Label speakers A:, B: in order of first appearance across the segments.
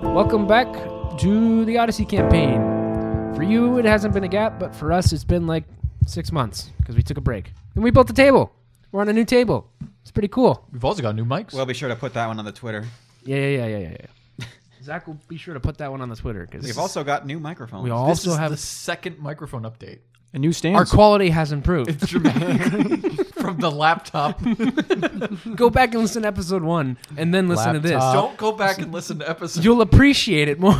A: Welcome back to the Odyssey campaign. For you, it hasn't been a gap, but for us, it's been like six months because we took a break. And we built a table. We're on a new table. It's pretty cool.
B: We've also got new mics.
C: We'll be sure to put that one on the Twitter.
A: Yeah, yeah, yeah, yeah, yeah. yeah. Zach will be sure to put that one on the Twitter because
C: We've also got new microphones.
A: we
B: this
A: also
B: is
A: have
B: the second microphone update.
D: A new stand.
A: our quality has improved.
B: It's dramatically from the laptop.
A: go back and listen to episode one, and then listen to this.
D: Laptop.
B: Don't go back and listen to episode.
A: You'll appreciate it more.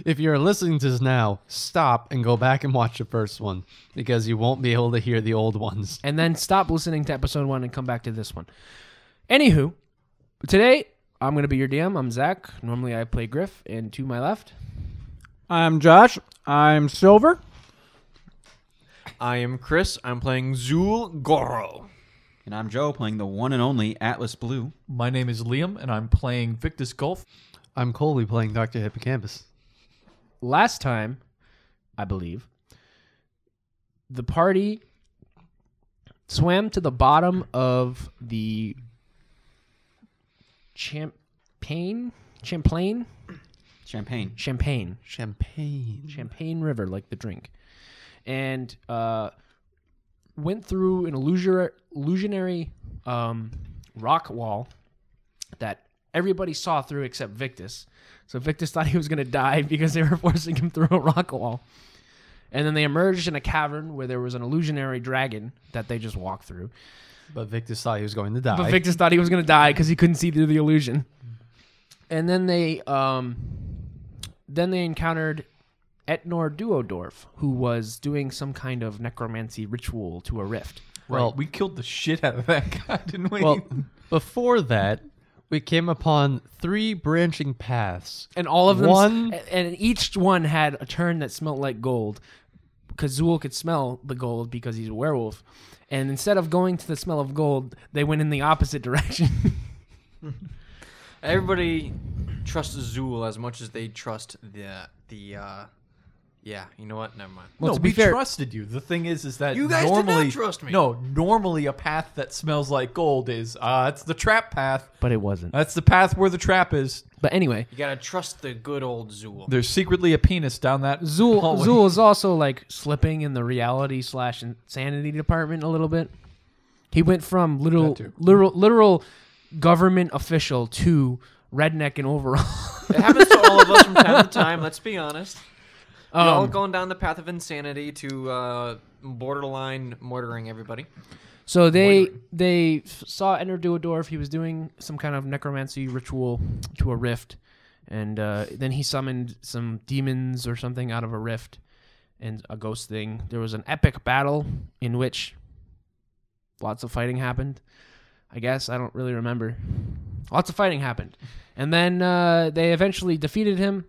D: if you're listening to this now, stop and go back and watch the first one because you won't be able to hear the old ones.
A: and then stop listening to episode one and come back to this one. Anywho, today I'm gonna be your DM. I'm Zach. Normally I play Griff, and to my left,
E: I'm Josh. I'm Silver.
F: I am Chris. I'm playing Zul Goro.
C: And I'm Joe playing the one and only Atlas Blue.
B: My name is Liam, and I'm playing Victus Golf.
D: I'm Colby playing Dr. Hippocampus.
A: last time, I believe, the party swam to the bottom of the Champagne, Champlain,
C: Champagne.
A: Champagne.
D: Champagne.
A: Champagne River, like the drink, and uh, went through an illusionary, illusionary um, rock wall that everybody saw through except Victus. So Victus thought he was going to die because they were forcing him through a rock wall. And then they emerged in a cavern where there was an illusionary dragon that they just walked through.
D: But Victor thought he was going to die.
A: But Victus thought he was going to die because he couldn't see through the illusion. And then they, um, then they encountered Etnor Duodorf, who was doing some kind of necromancy ritual to a rift.
B: Well, we killed the shit out of that guy, didn't we?
D: well, before that, we came upon three branching paths.
A: And all of them,
D: One-
A: and each one had a turn that smelled like gold. Kazul could smell the gold because he's a werewolf. And instead of going to the smell of gold, they went in the opposite direction.
F: Everybody trusts Zul as much as they trust the the. uh Yeah, you know what? Never mind.
A: Well,
B: no,
A: to be
B: we
A: fair-
B: trusted you. The thing is, is that
F: You guys did not
B: normally,
F: trust me.
B: No, normally a path that smells like gold is uh, it's the trap path.
A: but it wasn't.
B: That's the path where the trap is.
A: But anyway,
F: You gotta trust the good old Zul.
B: There's secretly a penis down that
A: Zool
B: hallway.
A: Zool is also like slipping in the reality slash insanity department a little bit. He went from literal
B: too.
A: literal literal government official to redneck and overall.
F: it happens to all of us from time to time. Let's be honest. We're
A: Um,
F: all going down the path of insanity to uh, borderline murdering everybody.
A: so they they f- saw Ender Duodorf. He was doing some kind of necromancy ritual to a rift, and uh, then he summoned some demons or something out of a rift and a ghost thing. There was an epic battle in which lots of fighting happened. I guess I don't really remember. Lots of fighting happened, and then uh, they eventually defeated him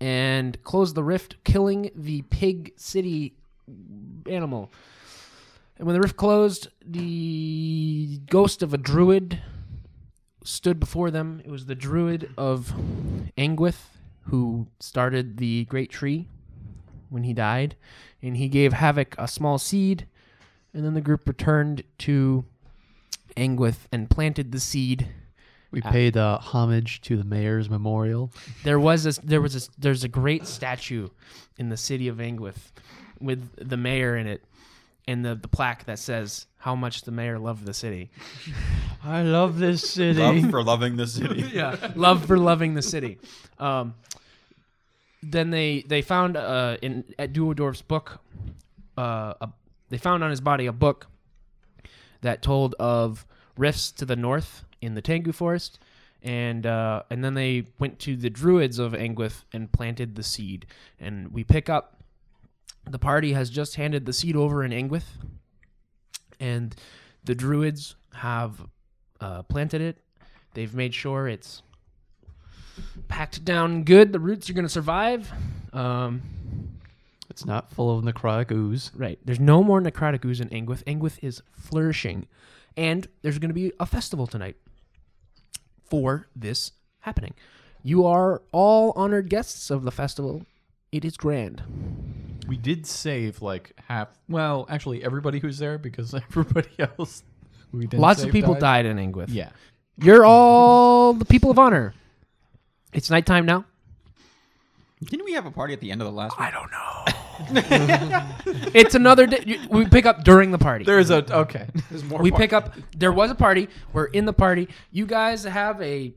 A: and closed the rift, killing the pig city animal. And when the rift closed, the ghost of a druid stood before them. It was the druid of Anguith who started the great tree when he died, and he gave Havoc a small seed, and then the group returned to Anguith and planted the seed.
D: We paid uh, homage to the mayor's memorial.
A: There was a, there was a, there's a great statue in the city of Anguith with the mayor in it, and the, the plaque that says how much the mayor loved the city.
D: I love this city.
C: Love for loving the city.
A: yeah, love for loving the city. Um, then they they found uh, in at Duodorf's book, uh, a, they found on his body a book that told of rifts to the north in the Tengu forest, and uh, and then they went to the druids of Anguith and planted the seed. And we pick up the party has just handed the seed over in Anguith, and the druids have uh, planted it They've made sure it's packed down good. The roots are going to survive. Um,
D: It's not full of necrotic ooze.
A: right. There's no more necrotic ooze in Anguith. Anguith is flourishing. And there's going to be a festival tonight for this happening. You are all honored guests of the festival. It is grand.
B: We did save like half. Well, actually, everybody who's there because everybody else. We didn't
A: Lots of
B: save
A: people died. in Anguith.
B: Yeah.
A: You're all the people of honor. It's nighttime now.
C: Didn't we have a party at the end of the last one?
A: I don't know. it's another day. You- We pick up during the party.
B: There's a okay.
C: There's more
A: we pick up. There was a party. We're in the party. You guys have a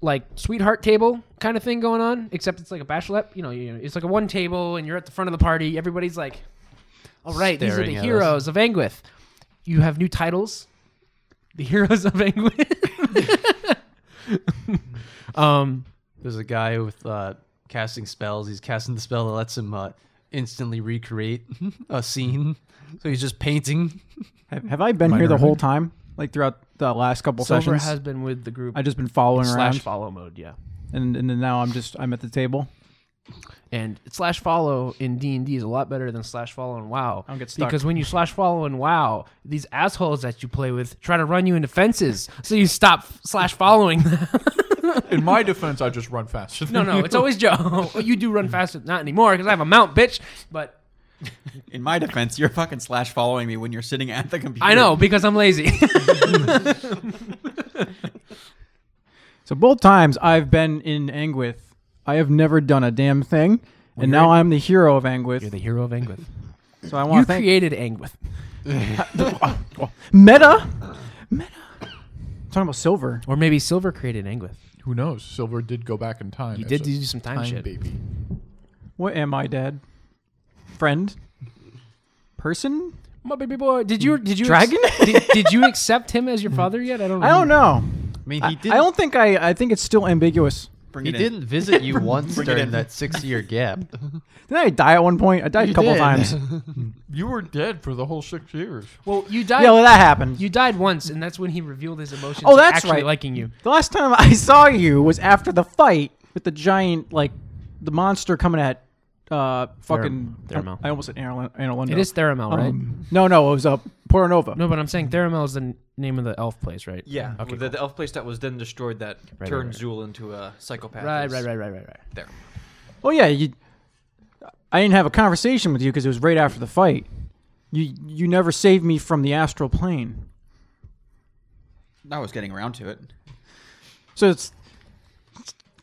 A: like sweetheart table kind of thing going on, except it's like a bachelorette. You know, you, it's like a one table, and you're at the front of the party. Everybody's like, "All right,
D: Staring
A: these are
D: at
A: the heroes of Anguith." You have new titles, the heroes of Anguith. um,
D: There's a guy with uh, casting spells. He's casting the spell that lets him uh, instantly recreate a scene. So he's just painting.
E: Have, have I been here the whole time? Like throughout the last couple
A: Silver
E: sessions,
A: has been with the group.
E: I've just been following
A: slash
E: around,
A: follow mode, yeah.
E: and and then now I'm just I'm at the table.
A: and slash follow in D and D is a lot better than slash follow in WoW. I
E: don't get stuck.
A: because when you slash follow in WoW, these assholes that you play with try to run you into fences, so you stop slash following. them.
B: In my defense, I just run faster.
A: no, no,
B: Than
A: it's always Joe. you do run faster, not anymore because I have a mount, bitch. But
C: In my defense, you're fucking slash following me when you're sitting at the computer.
A: I know because I'm lazy.
E: So both times I've been in Anguith, I have never done a damn thing, and now I'm the hero of Anguith.
A: You're the hero of Anguith.
E: so I
A: You
E: want to thank
A: created Anguith.
E: Meta. Meta. Talking about silver.
A: Or maybe Silver created Anguith.
B: Who knows? Silver did go back in time.
A: You
B: as
A: did
B: a
A: do some time, shit.
B: baby.
E: What am I, Dad? Friend. Person.
A: My baby boy, did you did you
E: Dragon?
A: did, did you accept him as your father yet? I don't.
E: I don't know.
D: I mean,
E: I,
D: he didn't.
E: I don't think I. I think it's still ambiguous.
C: Bring
D: he
C: it in.
D: didn't visit you once
C: Bring it in.
D: during that six-year gap.
E: Didn't I die at one point? I died a
D: You
E: couple
D: did.
E: times.
B: You were dead for the whole six years.
A: Well, you died.
E: yeah, well, that happened.
A: You died once, and that's when he revealed his emotions.
E: Oh,
A: of
E: that's
A: actually
E: right.
A: liking you.
E: the last time I saw you was after the fight with the giant, like the monster coming at uh fucking.
A: Theramel.
E: I almost said Anal- Analundo.
A: It is Theramel,
E: Um,
A: right?
E: No, no, it was uh, Porto Nova.
A: no, but I'm saying Theramel is the n- name of the elf place, right?
F: Yeah,
A: Okay.
F: the, the elf place that was then destroyed that
A: right,
F: turned
A: right.
F: Zool into a psychopath.
A: Right,
F: is
A: right, right, right, right, right.
F: There.
E: Oh yeah, you. I didn't have a conversation with you because it was right after the fight. You you never saved me from the astral plane.
C: I was getting around to it.
E: So it's.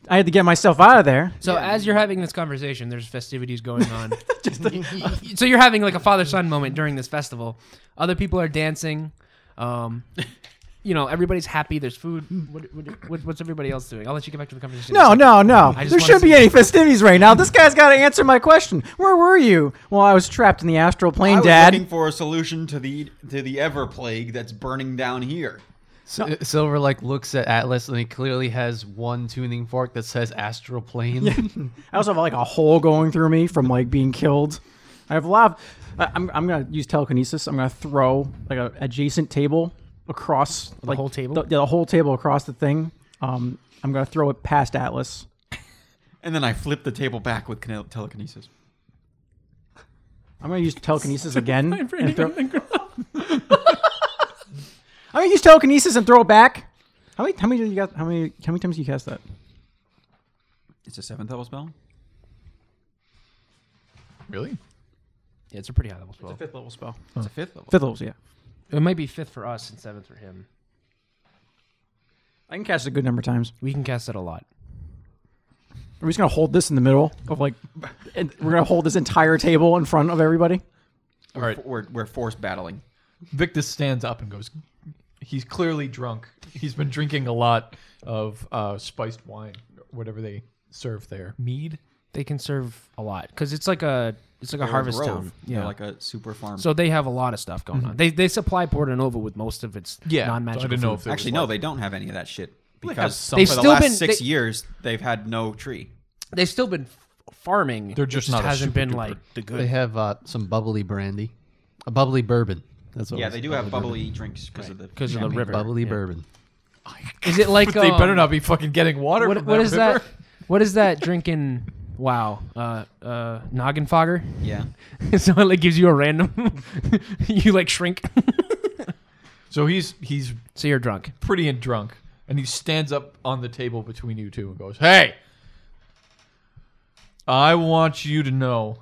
E: I had to get myself out of there.
A: So as you're having this conversation, there's festivities going on. so you're having like a father-son moment during this festival. Other people are dancing. Um, you know, everybody's happy. There's food. Hmm, What, what, what, what's everybody else doing? I'll let you get back to the conversation. in a
E: No,
A: second.
E: no, no.
A: I just
E: There
A: wanna
E: shouldn't
A: see-
E: be any festivities right now. This guy's got to answer my question. Where were you? Well, I was trapped in the astral
C: I
E: plane,
C: was
E: Dad.
C: looking for a solution to the to the ever plague that's burning down here.
D: Si- uh, Silver like looks at Atlas and he clearly has one tuning fork that says astral plane.
E: I also have like a hole going through me from like being killed. I have a lot. Of, I- I'm I'm gonna use telekinesis. I'm gonna throw like a adjacent table across the like,
A: whole table?
E: The, yeah, the whole table across the thing. Um, I'm gonna throw it past Atlas.
C: And then I flipped the table back with kine- telekinesis.
E: I'm gonna use telekinesis again. and throw- I'm gonna use telekinesis and throw it back. How many? How many? do You got? How many? How many times do you cast that?
C: It's a seventh level spell.
B: Really?
A: Yeah, it's a pretty high level spell.
E: Fifth level spell.
C: It's a fifth level.
E: Fifth levels, yeah.
A: It might be fifth for us and seventh for him.
E: I can cast it a good number of times.
A: We can cast it a lot.
E: We're just gonna hold this in the middle of like, and we're gonna hold this entire table in front of everybody.
C: We're,
B: All right.
C: we're, we're force battling.
B: Victus stands up and goes. He's clearly drunk. He's been drinking a lot of uh, spiced wine, whatever they serve there. Mead.
A: They can serve a lot because it's like a it's like a
C: They're
A: harvest
C: grove.
A: town.
C: They're
A: Yeah,
C: like a super farm.
A: So they have a lot of stuff going on. They they supply Porto Nova with most of its
B: Mm-hmm. Yeah,
A: non-magical.
B: I didn't know
A: food.
B: if there was,
C: Actually, no,
B: like-
C: they don't have any of that shit
B: Well, they have
C: because
B: some-
C: for
A: They've
C: the
A: still
C: last
A: been-
C: six
A: they-
C: years they've had no tree.
A: They've still been f- farming.
B: They're
A: it
B: just not a
A: hasn't
B: super
A: been
B: duper-
A: like the good.
D: They have uh, some bubbly brandy, a bubbly bourbon. That's what.
C: Yeah,
D: it was,
C: they do have bubbly drinks because of the
A: 'Cause of the
C: champagne.
A: river.
D: bubbly
A: Yeah.
D: bourbon.
A: Is it like
B: They
A: um,
B: better not be fucking getting water.
A: What,
B: from
A: what
B: that
A: is
B: river.
A: that? What is that drinking? Wow, uh, uh, noggin fogger.
C: Yeah,
A: so it like gives you a random. you like shrink,
B: So he's he's
A: so you're drunk.
B: pretty and drunk, and he stands up on the table between you two and goes, "Hey, I want you to know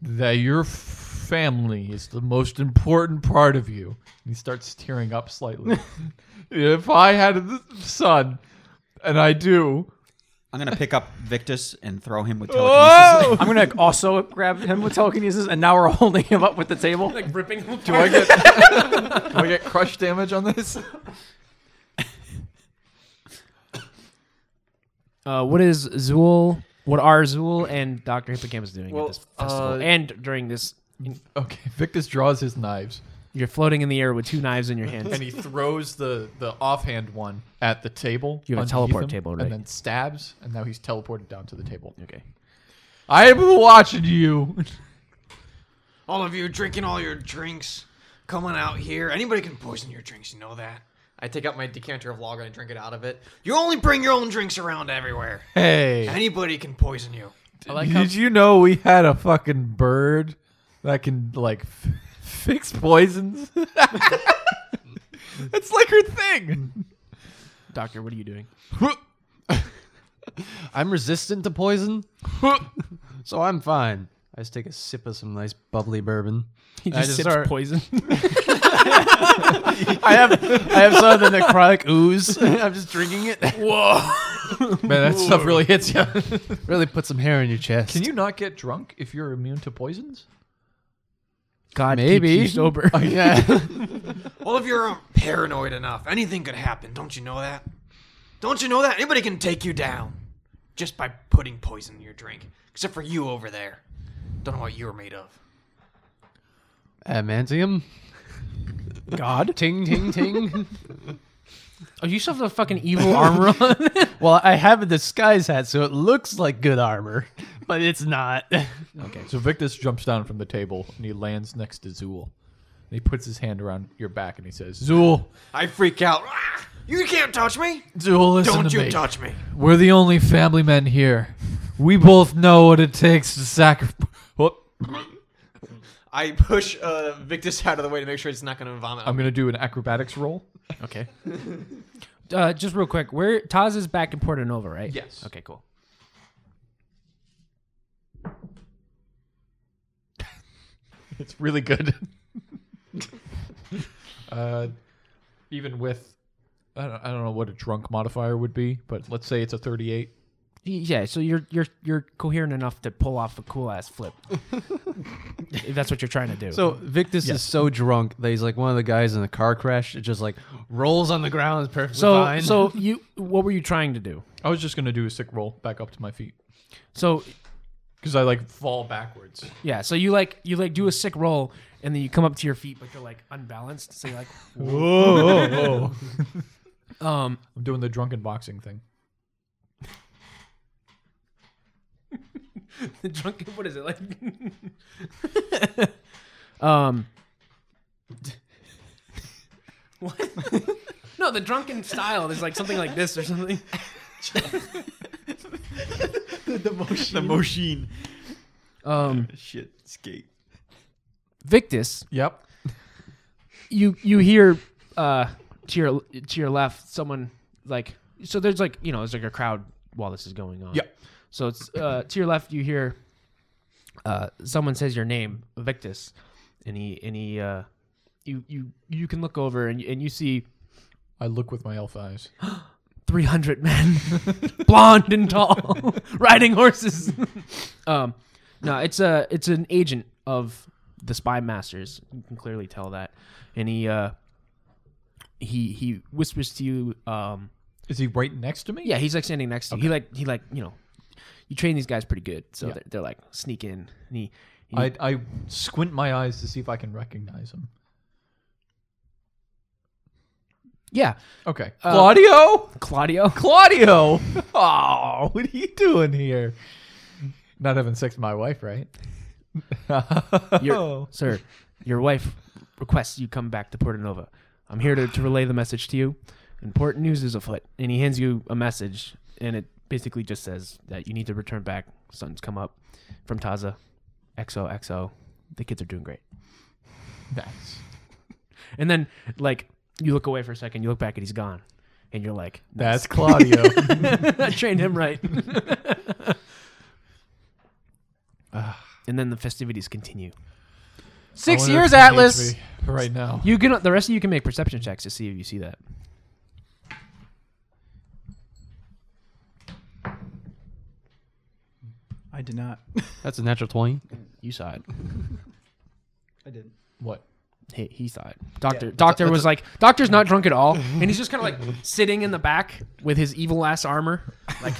B: that your family is the most important part of you." And he starts tearing up slightly. if I had a son, and I do.
C: I'm gonna pick up Victus and throw him with telekinesis.
A: Oh,
E: I'm gonna also grab him with telekinesis, and now we're holding him up with the table.
A: like ripping him
B: Do I get do I get crush damage on this?
A: Uh, what is Zool? What are Zool and Doctor Hippocampus doing
F: Well,
A: at this festival?
F: uh,
A: and during this,
B: Okay, Victus draws his knives
A: you're floating in the air with two knives in your hands.
B: and he throws the the offhand one at the table.
A: You have a
B: underneath
A: teleport
B: him,
A: table, right?
B: and then stabs, and now he's teleported down to the table.
A: okay.
B: I am watching you.
F: All of you drinking all your drinks, coming out here. Anybody can poison your drinks, you know that. I take out my decanter of lager and I drink it out of it. You only bring your own drinks around everywhere.
B: Hey,
F: Anybody can poison you.
A: I like how
B: did you know we had a fucking bird that can like f- fix poisons? That's like her thing.
A: Doctor. What are you doing?
D: I'm resistant to poison, so I'm fine. I just take a sip of some nice bubbly bourbon.
A: He
D: I
A: just,
D: just
A: sips
D: start-
A: poison.
D: I have I have some of the necrotic ooze. I'm just drinking it.
B: Man, that stuff really hits you.
D: Really put some hair on your chest.
B: Can you not get drunk if you're immune to poisons?
A: God,
D: Maybe.
A: keeps you sober.
D: Oh, Yeah.
F: All of you are paranoid enough. Anything could happen. Don't you know that? Don't you know that? Anybody can take you down just by putting poison in your drink. Except for you over there. Don't know what you're made of.
D: Adamantium.
E: God,
D: Ting ting ting.
A: oh, you still have the fucking evil armor on.
D: well, I have a disguise hat, so it looks like good armor, but it's not.
B: So Victus jumps down from the table and he lands next to Zool. And he puts his hand around your back and he says, Zool,
F: I freak out. "Ah, You can't touch me.
B: Zool, listen to
F: Don't you
B: me.
F: touch me.
B: We're the only family men here. We both know what it takes to sacrifice.
F: I push uh, Victus out of the way to make sure it's not going to vomit.
B: I'm going to do an acrobatics roll.
A: okay. Uh, just real quick, where Taz is back in Porto Nova, right?
B: Yes.
A: Okay, cool.
B: It's really good. uh, even with, I don't, I don't know what a drunk modifier would be, but let's say it's a 38.
A: Y- Yeah, so you're you're you're coherent enough to pull off a cool ass flip. if that's what you're trying to do.
D: So Victus is so drunk that he's like one of the guys in a car crash that just like rolls on the ground and is perfectly
A: so
D: fine.
A: so you what were you trying to do?
B: I was just going to do a sick roll back up to my feet
A: So
B: because I like fall backwards.
A: Yeah, so you like you like do a sick roll and then you come up to your feet, but you're like unbalanced. So you're like,
B: Whoa, whoa.
A: um,
B: I'm doing the drunken boxing thing.
A: the drunken. What is it like? um, what? no, the drunken style is like something like this or something.
C: the machine.
A: Um,
C: Shit, skate.
A: Victus,
B: Yep.
A: you you hear uh to your to your left someone like so there's like you know there's like a crowd while this is going on.
B: Yeah.
A: So it's uh to your left you hear uh someone says your name Victus and he and he uh you you you can look over and and you see
B: I look with my elf eyes.
A: 300 men, blonde and tall, riding horses. um, no, it's a it's an agent of the spy masters. You can clearly tell that, and he uh, he he whispers to you. Um,
B: Is he right next to me?
A: yeah, he's like standing next to you. He like he like you know, you train these guys pretty good, so
B: Yeah.
A: they're, they're like sneak in. And he, he
B: I, I squint my eyes to see if I can recognize him.
A: yeah,
B: Okay.
A: Uh,
B: Claudio?
A: Claudio.
B: Claudio! Oh, what are you doing here? Not having sex with my wife, right?
A: Your, sir, your wife requests you come back to Porta Nova. I'm here to, to relay the message to you. Important news is afoot. And he hands you a message, and it basically just says that you need to return back. Sun's come up from Taza. XOXO. The kids are doing great.
B: Nice.
A: And then, like, you look away for a second, you look back, and he's gone. And you're like,
B: That's Claudio.
A: I trained him right. and then the festivities continue.
B: I
E: six
B: wonder
E: years,
B: if he hates
E: Atlas.
B: me Right now.
A: You can the rest of you can make perception checks to see if you see that.
E: I did not.
D: That's a natural 20.
A: You saw it.
E: I did.
B: What?
A: He, he saw it. Doctor Doctor was like Doctor's not drunk at all, and he's just kind of like sitting in the back with his evil ass armor, like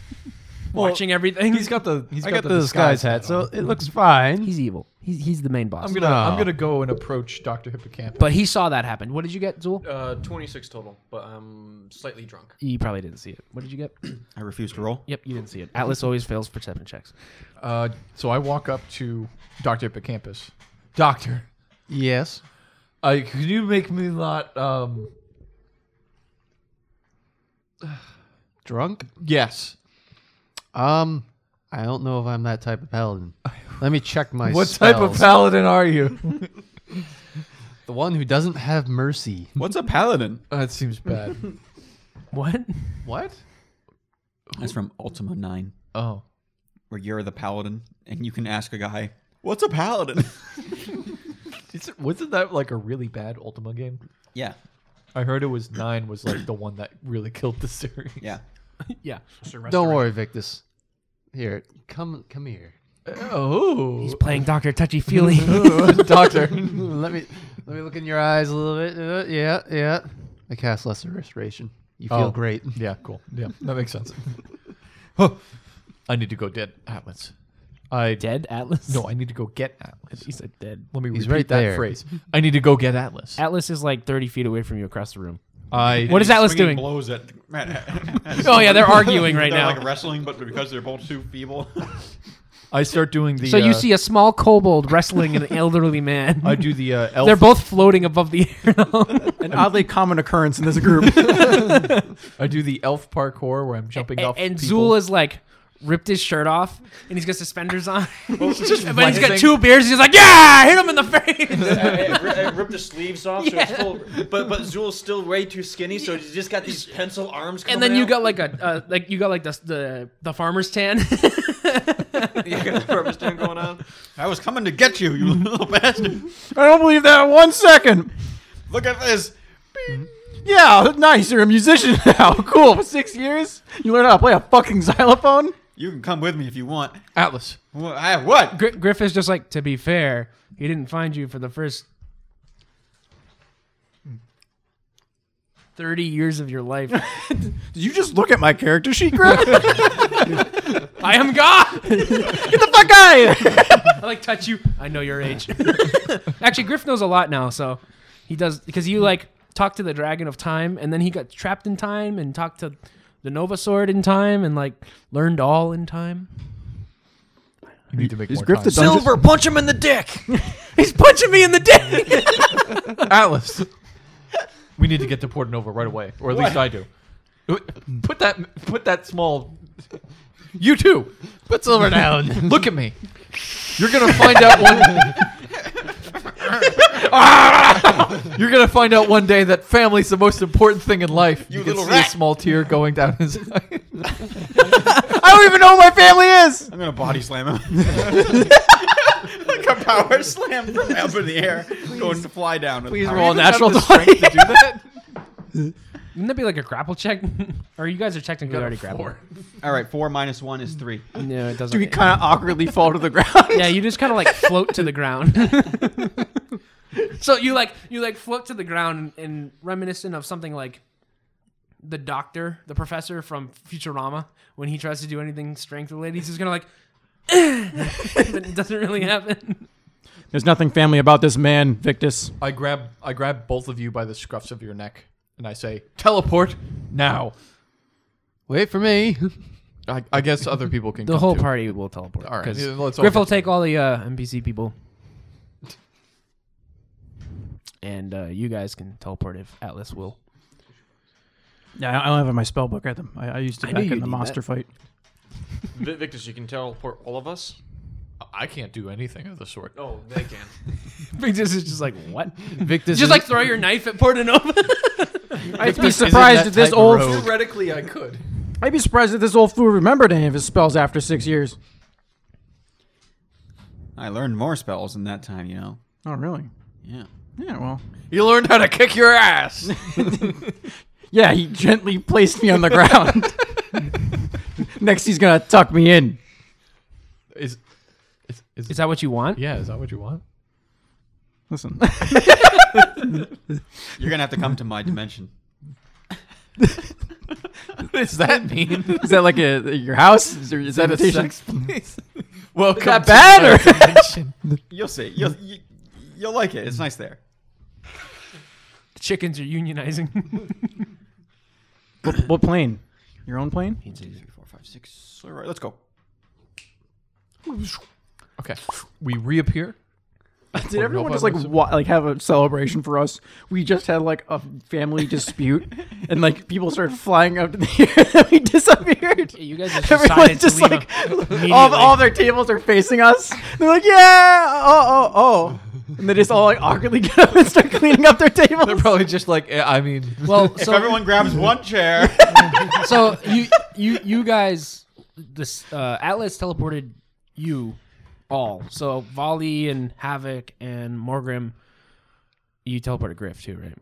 A: watching everything.
B: He's got the. He's
D: I
B: got,
D: got the disguise hat, so it looks fine.
A: He's evil. He's he's the main boss.
B: I'm gonna. I'm
D: No.
B: gonna go and approach Doctor Hippocampus.
A: but he saw that happen. What did you get, Zool?
F: Uh, 26 total, but I'm slightly drunk.
A: You probably didn't see it. What did you get?
C: I refuse to roll.
A: yep, you didn't see it. Atlas always fails perception checks.
B: Uh, so I walk up to Doctor Hippocampus. Doctor,
D: Yes.
B: uh, could you make me not? Um,
D: Drunk?
B: yes.
D: Um, I don't know if I'm that type of paladin. Let me check my
B: What type of
D: spells.
B: paladin are you?
D: The one who doesn't have mercy.
C: What's a paladin?
B: that Uh, seems bad.
A: What?
D: What?
C: That's from Ultima 9,
D: Oh.
C: where you're the paladin and you can ask a guy, What's a paladin?
B: Is it- wasn't that like a really bad Ultima game?
C: yeah,
B: I heard it was nine was like the one that really killed the series.
C: yeah.
A: Yeah,
D: Don't worry, Victus. Here, come come here.
B: Oh,
A: he's playing Doctor Touchy Feely.
D: Doctor, let me let me look in your eyes a little bit. Uh, yeah, yeah. I cast lesser restoration. You feel
B: Oh.
D: great.
B: yeah, cool. Yeah, that makes sense. Huh. I need to go dead Atlas. I
A: dead Atlas.
B: no, I need to go get Atlas.
A: he said dead.
B: Let me
D: He's
B: repeat
D: right
B: that
D: there.
B: phrase. I need to go get Atlas.
A: Atlas is like thirty feet away from you across the room.
B: I
A: What is Atlas doing?
C: Blows at.
A: Oh yeah, they're arguing right
C: they're
A: now.
C: like wrestling, but because they're both too feeble.
B: I start doing the.
A: so you
B: uh,
A: see a small kobold wrestling an elderly man.
B: I do the uh, elf.
A: They're both floating above the air. now.
E: An oddly common occurrence in this group.
B: I do the elf parkour where I'm jumping
A: and
B: off.
A: and
B: people.
A: Zool is like ripped his shirt off and he's got suspenders on.
B: Oh,
A: but he's
B: flexing.
A: got two beers. He's like, yeah, hit him in the face.
F: I ripped the sleeves off, so it's full. But but Zool's still way too skinny, so he's just got these pencil arms.
A: and then you got like a uh, like you got like the the, the farmer's tan.
F: you got the purpose doing going on.
C: I was coming to get you, you little bastard.
E: I don't believe that one second.
C: Look at this.
E: Yeah, nice. You're a musician now. Cool. For six years, you learn how to play a fucking xylophone.
C: You can come with me if you want.
B: Atlas.
C: Wha- I- What?
A: Gri- Griff is just like, to be fair, he didn't find you for the first thirty years of your life.
E: Did you just look at my character sheet, Griff? Get
A: I am God.
E: the fuck out of here.
A: I like touch you. I know your age. Actually, Griff knows a lot now, so he does because you like talked to the dragon of time, and then he got trapped in time, and talked to the Nova Sword in time, and like learned all in time.
B: You need to make
E: Is
B: more
E: Griff the
B: time.
E: dungeon-
F: Silver, punch him in the dick.
A: He's punching me in the dick.
B: Atlas. we need to get to Port Nova right away, or at least I do. Put that. Put that small. You too.
D: Put silver down.
B: Look at me. You're gonna find out one. You're gonna find out one day that family's the most important thing in life. You, can
C: little
B: see a
C: rat.
B: small tear going down his eye.
E: I don't even know who my family is.
C: I'm gonna body slam him. like a power slam from up in the air, going to fly down. with
B: Please
C: power.
B: roll a
E: natural
B: the strength to do that.
A: Wouldn't that be like a grapple check? or you guys are technically already grappled.
C: All right, four minus one is three.
A: No, it doesn't.
E: Do we kind of awkwardly fall to the ground?
A: yeah, you just kind of like float to the ground. so you like you like float to the ground and, and reminiscent of something like the doctor, the professor from Futurama, when he tries to do anything strength related, he's just gonna like, but it doesn't really happen.
E: There's nothing family about this man, Victus.
B: I grab I grab both of you by the scruffs of your neck and I say, "Teleport now."
D: Wait for me.
B: I, I guess other people can.
A: The
B: come
A: whole
B: too.
A: party will teleport.
B: All right,
A: 'cause
B: yeah, let's all
A: Griff will
B: get-
A: take all the uh, NPC people, and uh, you guys can teleport if Atlas will.
E: Yeah, I don't have it in my spell book either. I, I used it
A: I knew
E: back
A: you'd
E: in the
A: need
E: monster
A: that.
E: fight.
F: Vic- Victus, you can teleport all of us.
B: I can't do anything of the sort.
F: Oh, they can.
A: Victus is just like what?
D: Victus
A: Just
D: is-
A: like throw your knife at Portanova.
E: I'd be surprised
D: that
E: if this
D: type of
E: old.
D: rogue.
B: Theoretically, I could.
E: I'd be surprised if this old fool remembered any of his spells after six years.
C: I learned more spells in that time, you know.
E: Oh, really?
C: Yeah.
E: Yeah. Well.
B: You learned how to kick your ass.
E: Yeah, he gently placed me on the ground. Next, he's gonna tuck me in.
B: Is,
A: Is that what you want?
B: yeah? Is that what you want?
E: Listen,
C: You're gonna have to come to my dimension.
D: What does that mean?
E: is that like a your house? Is, there, is that a sex?
D: place?
B: Welcome
E: that
B: to
E: bad
B: my
E: or-
B: dimension.
C: You'll see. You'll you, you'll like it. It's nice there.
A: The chickens are unionizing.
E: What, what plane? Your own plane?
C: Three, four, five, six. All right, let's go.
B: okay, we reappear.
E: Did everyone
B: no,
E: just
B: but
E: like
B: listen.
E: wa- like have a celebration for us? We just had like a family dispute, and like people started flying up to the air. and we disappeared.
A: you guys just decided
E: Everyone's just
A: to leave
E: like
A: immediately.
E: all, all their tables are facing us. They're like, yeah, oh, oh, oh, and they just all like awkwardly get up and start cleaning up their tables.
B: They're probably just like eh, I mean,
A: well,
C: If
A: Oh, so
C: everyone grabs one chair,
A: so you you you guys this uh, Atlas teleported you all. So Volley and Havoc and Morgrim, you teleported Griff too, right?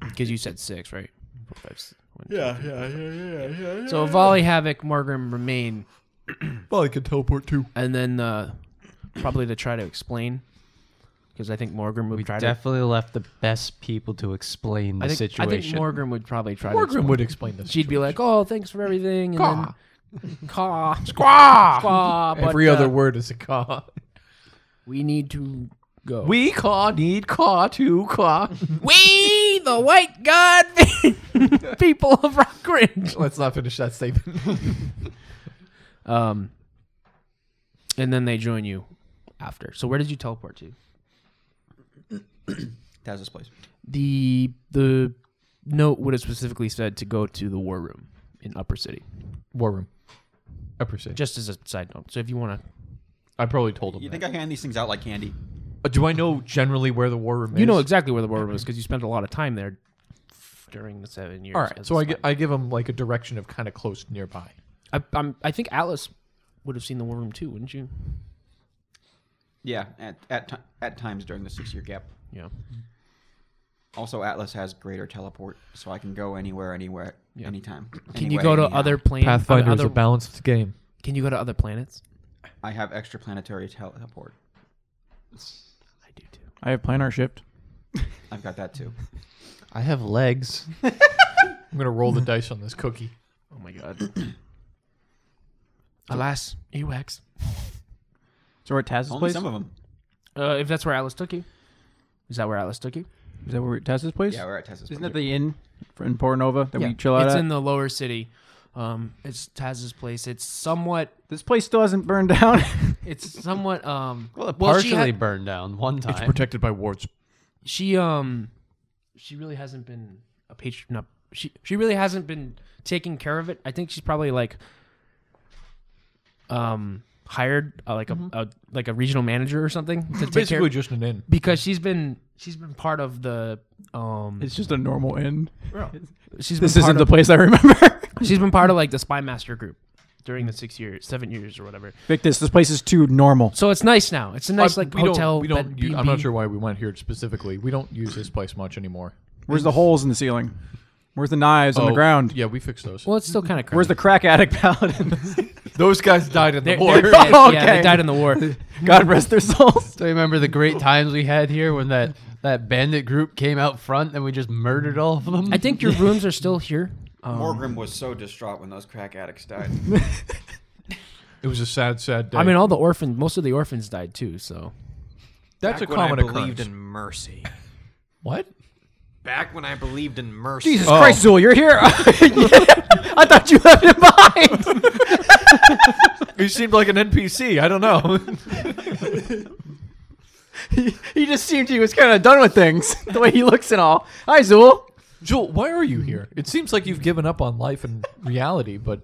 A: Because you said six, right? Four, five, six, one, two, three, four, five. So Volley, Havoc, Morgrim remain,
B: well, I could teleport too.
A: and then uh, probably to try to explain, because I think Morgrim would try to.
D: Definitely left the best people to explain the
A: I think, I think
D: situation.
A: Morgrim would probably try to.
B: Morgan
A: explain.
B: would explain this.
A: She'd be like, "Oh, thanks for everything," and
B: Caw.
A: then, "Caw,
B: squaw.
A: caw." but,
B: Every other
A: uh,
B: word is a caw.
A: We need to go.
B: We caw need caw to caw.
A: We, the white god people of Rockridge.
B: Let's not finish that statement.
A: Um, and then they join you after. So where did you teleport to?
C: Taz's place.
A: The the note would have specifically said to go to the war room in Upper City.
B: War room. Upper city.
A: Just as a side note. So if you want to,
B: I probably told him.
C: You
B: that.
C: think I hand these things out like candy?
B: Uh, Do I know generally where the war room is?
A: you know exactly where the war room is because you spent a lot of time there during the seven years.
B: All right.
A: as
B: So
A: a
B: I, gi-
A: spy.
B: I give him like a direction of kind of close nearby.
A: I, I'm, I think Atlas would have seen the war room too, wouldn't you?
C: Yeah, at at ti- at times during the six year gap.
A: Yeah.
C: Also, Atlas has greater teleport, so I can go anywhere, anywhere, anytime.
A: Can you go to other planes?
B: Pathfinder is
A: other,
B: a balanced game.
A: Can you go to other planets?
C: I have extraplanetary teleport.
A: I do too.
E: I have planar shift.
C: I've got that too.
D: I have legs.
B: I'm gonna roll the dice on this cookie.
A: Oh my god. Alas, Ewax.
E: So we're at Taz's
C: Only
E: place.
C: some of them.
A: Uh, if that's where Atlas took you, is that where Atlas took you?
E: Is that where we're at Taz's place?
C: Yeah, we're at Taz's
E: Isn't
C: place.
E: that the inn for- in Pornova that we chill out
A: it's
E: at?
A: in the lower city. Um, it's Taz's place. It's somewhat.
E: this place still hasn't burned down.
A: It's somewhat. Um,
D: Well, it
A: she
D: partially
A: had-
D: burned down one
B: It's
D: time.
B: protected by wards.
A: she um, she really hasn't been a patron. Up. She she really hasn't been taking care of it. I think she's probably like um hired uh, like a, a like a regional manager or something to take care
B: Basically, just an inn.
A: because she's been she's been part of the um
E: it's just a normal inn.
A: she's
E: This
A: been part
E: isn't
A: of,
E: the place I remember.
A: She's been part of like the spy master group during the six years, seven years or whatever.
E: Victus, this place is too normal.
A: So it's nice now. It's a nice
B: Uh,
A: like
B: we
A: hotel.
B: Don't, we don't.
A: bed,
B: u- I'm not
A: B&B.
B: sure why we went here specifically. We don't use this place much anymore.
E: Where's the holes in the ceiling? Where's the knives on the
B: Oh,
E: ground?
B: Yeah, we fixed those.
A: Well, it's still kind of crazy.
E: Where's the crack addict paladin?
B: Those guys died in
A: They're,
B: the war.
A: they're dead.
E: Oh,
A: Yeah, they
E: okay.
A: died in the war.
E: God rest their souls.
D: Do you remember the great times we had here when that, that bandit group came out front and we just murdered all of them?
A: I think your rooms are still here. Um,
C: Morgrim was so distraught when those crack addicts died.
B: It was a sad, sad day.
A: I mean, all the orphans, most of the orphans died too. So
B: that's a
F: Back when I
B: common
F: believed
B: occurrence.
F: in mercy.
B: what?
F: Back when I believed in mercy.
E: Jesus Christ, Zool, you're here. I thought you left him behind.
B: You seemed like an NPC. I don't know.
E: he, he just seemed he was kind of done with things, the way he looks and all. Hi, Zool.
B: Joel, why are you here? It seems like you've given up on life and reality, but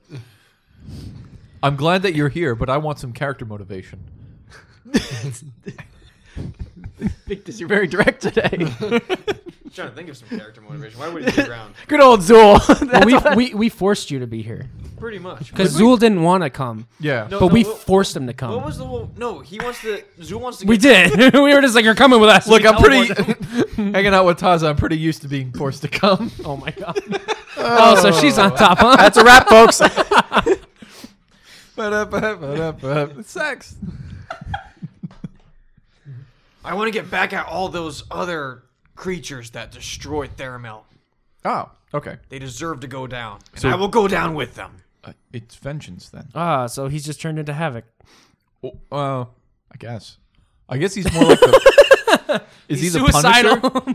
B: I'm glad that you're here, but I want some character motivation.
E: Victus, you're very direct today.
F: I'm trying to think of some character motivation. Why would he be around?
E: Good old Zool.
A: but we, we we forced you to be here
F: Pretty much.
A: because Zool didn't want to come,
B: Yeah.
F: No,
A: but we
F: what-
A: forced him to come.
F: What was the whole? No, he wants to. Zoo wants to.
A: we
F: get-
A: did. we were just like, "You're coming with us."
B: Look,
A: We
B: I'm pretty
A: teleported-
B: hanging out with Taza. I'm pretty used to being forced to come.
A: oh my god. oh, so she's on top, huh?
E: That's a wrap, folks.
B: Ba-da-ba-ba-da-ba. Sex.
F: I want to get back at all those other creatures that destroyed Theramel.
B: Oh, okay.
F: They deserve to go down, and I will go down with them.
B: Uh, it's vengeance then.
A: Ah, so he's just turned into havoc.
B: Oh, uh, I guess. I guess he's more like the. Is he the Punisher?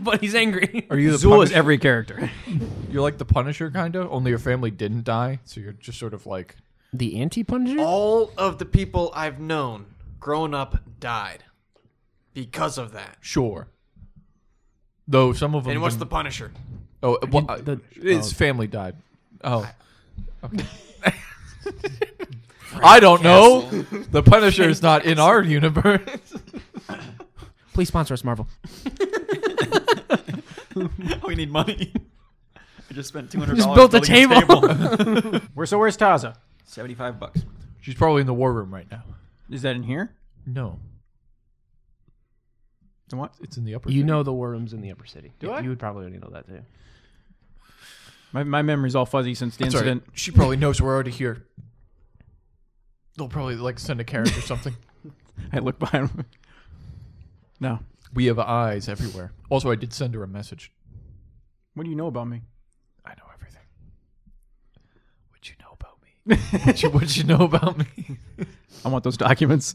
A: but he's angry.
B: Are you the
E: Zul is
B: Punisher?
E: every character.
B: You're like the Punisher, kind of. Only your family didn't die, so you're just sort of like.
A: The anti Punisher?
F: All of the people I've known grown up died because of that.
B: Sure. Though some of them.
F: And what's the Punisher?
B: Oh, well, uh,
A: the-
B: his family died. Oh. Okay. I don't know. The Punisher is not in our universe.
A: Please sponsor us, Marvel.
C: we need money. I just spent two hundred.
A: Just built a table.
E: Where so where's Taza?
C: Seventy-five bucks.
B: She's probably in the war room right now.
E: Is that in here?
B: No,
E: Then what?
B: it's in the upper.
A: You
B: thing.
A: know the war room's in the upper city. Do
E: I?
A: You would probably already know that too.
E: My, my memory's all fuzzy since the
B: It's all right.
E: incident.
B: She probably knows we're already here. They'll probably like send a carriage or something.
E: I look behind him. No.
B: We have eyes everywhere. Also, I did send her a message.
E: What do you know about me?
B: I know everything. What you know about me? what, you, what you know about me?
E: I want those documents.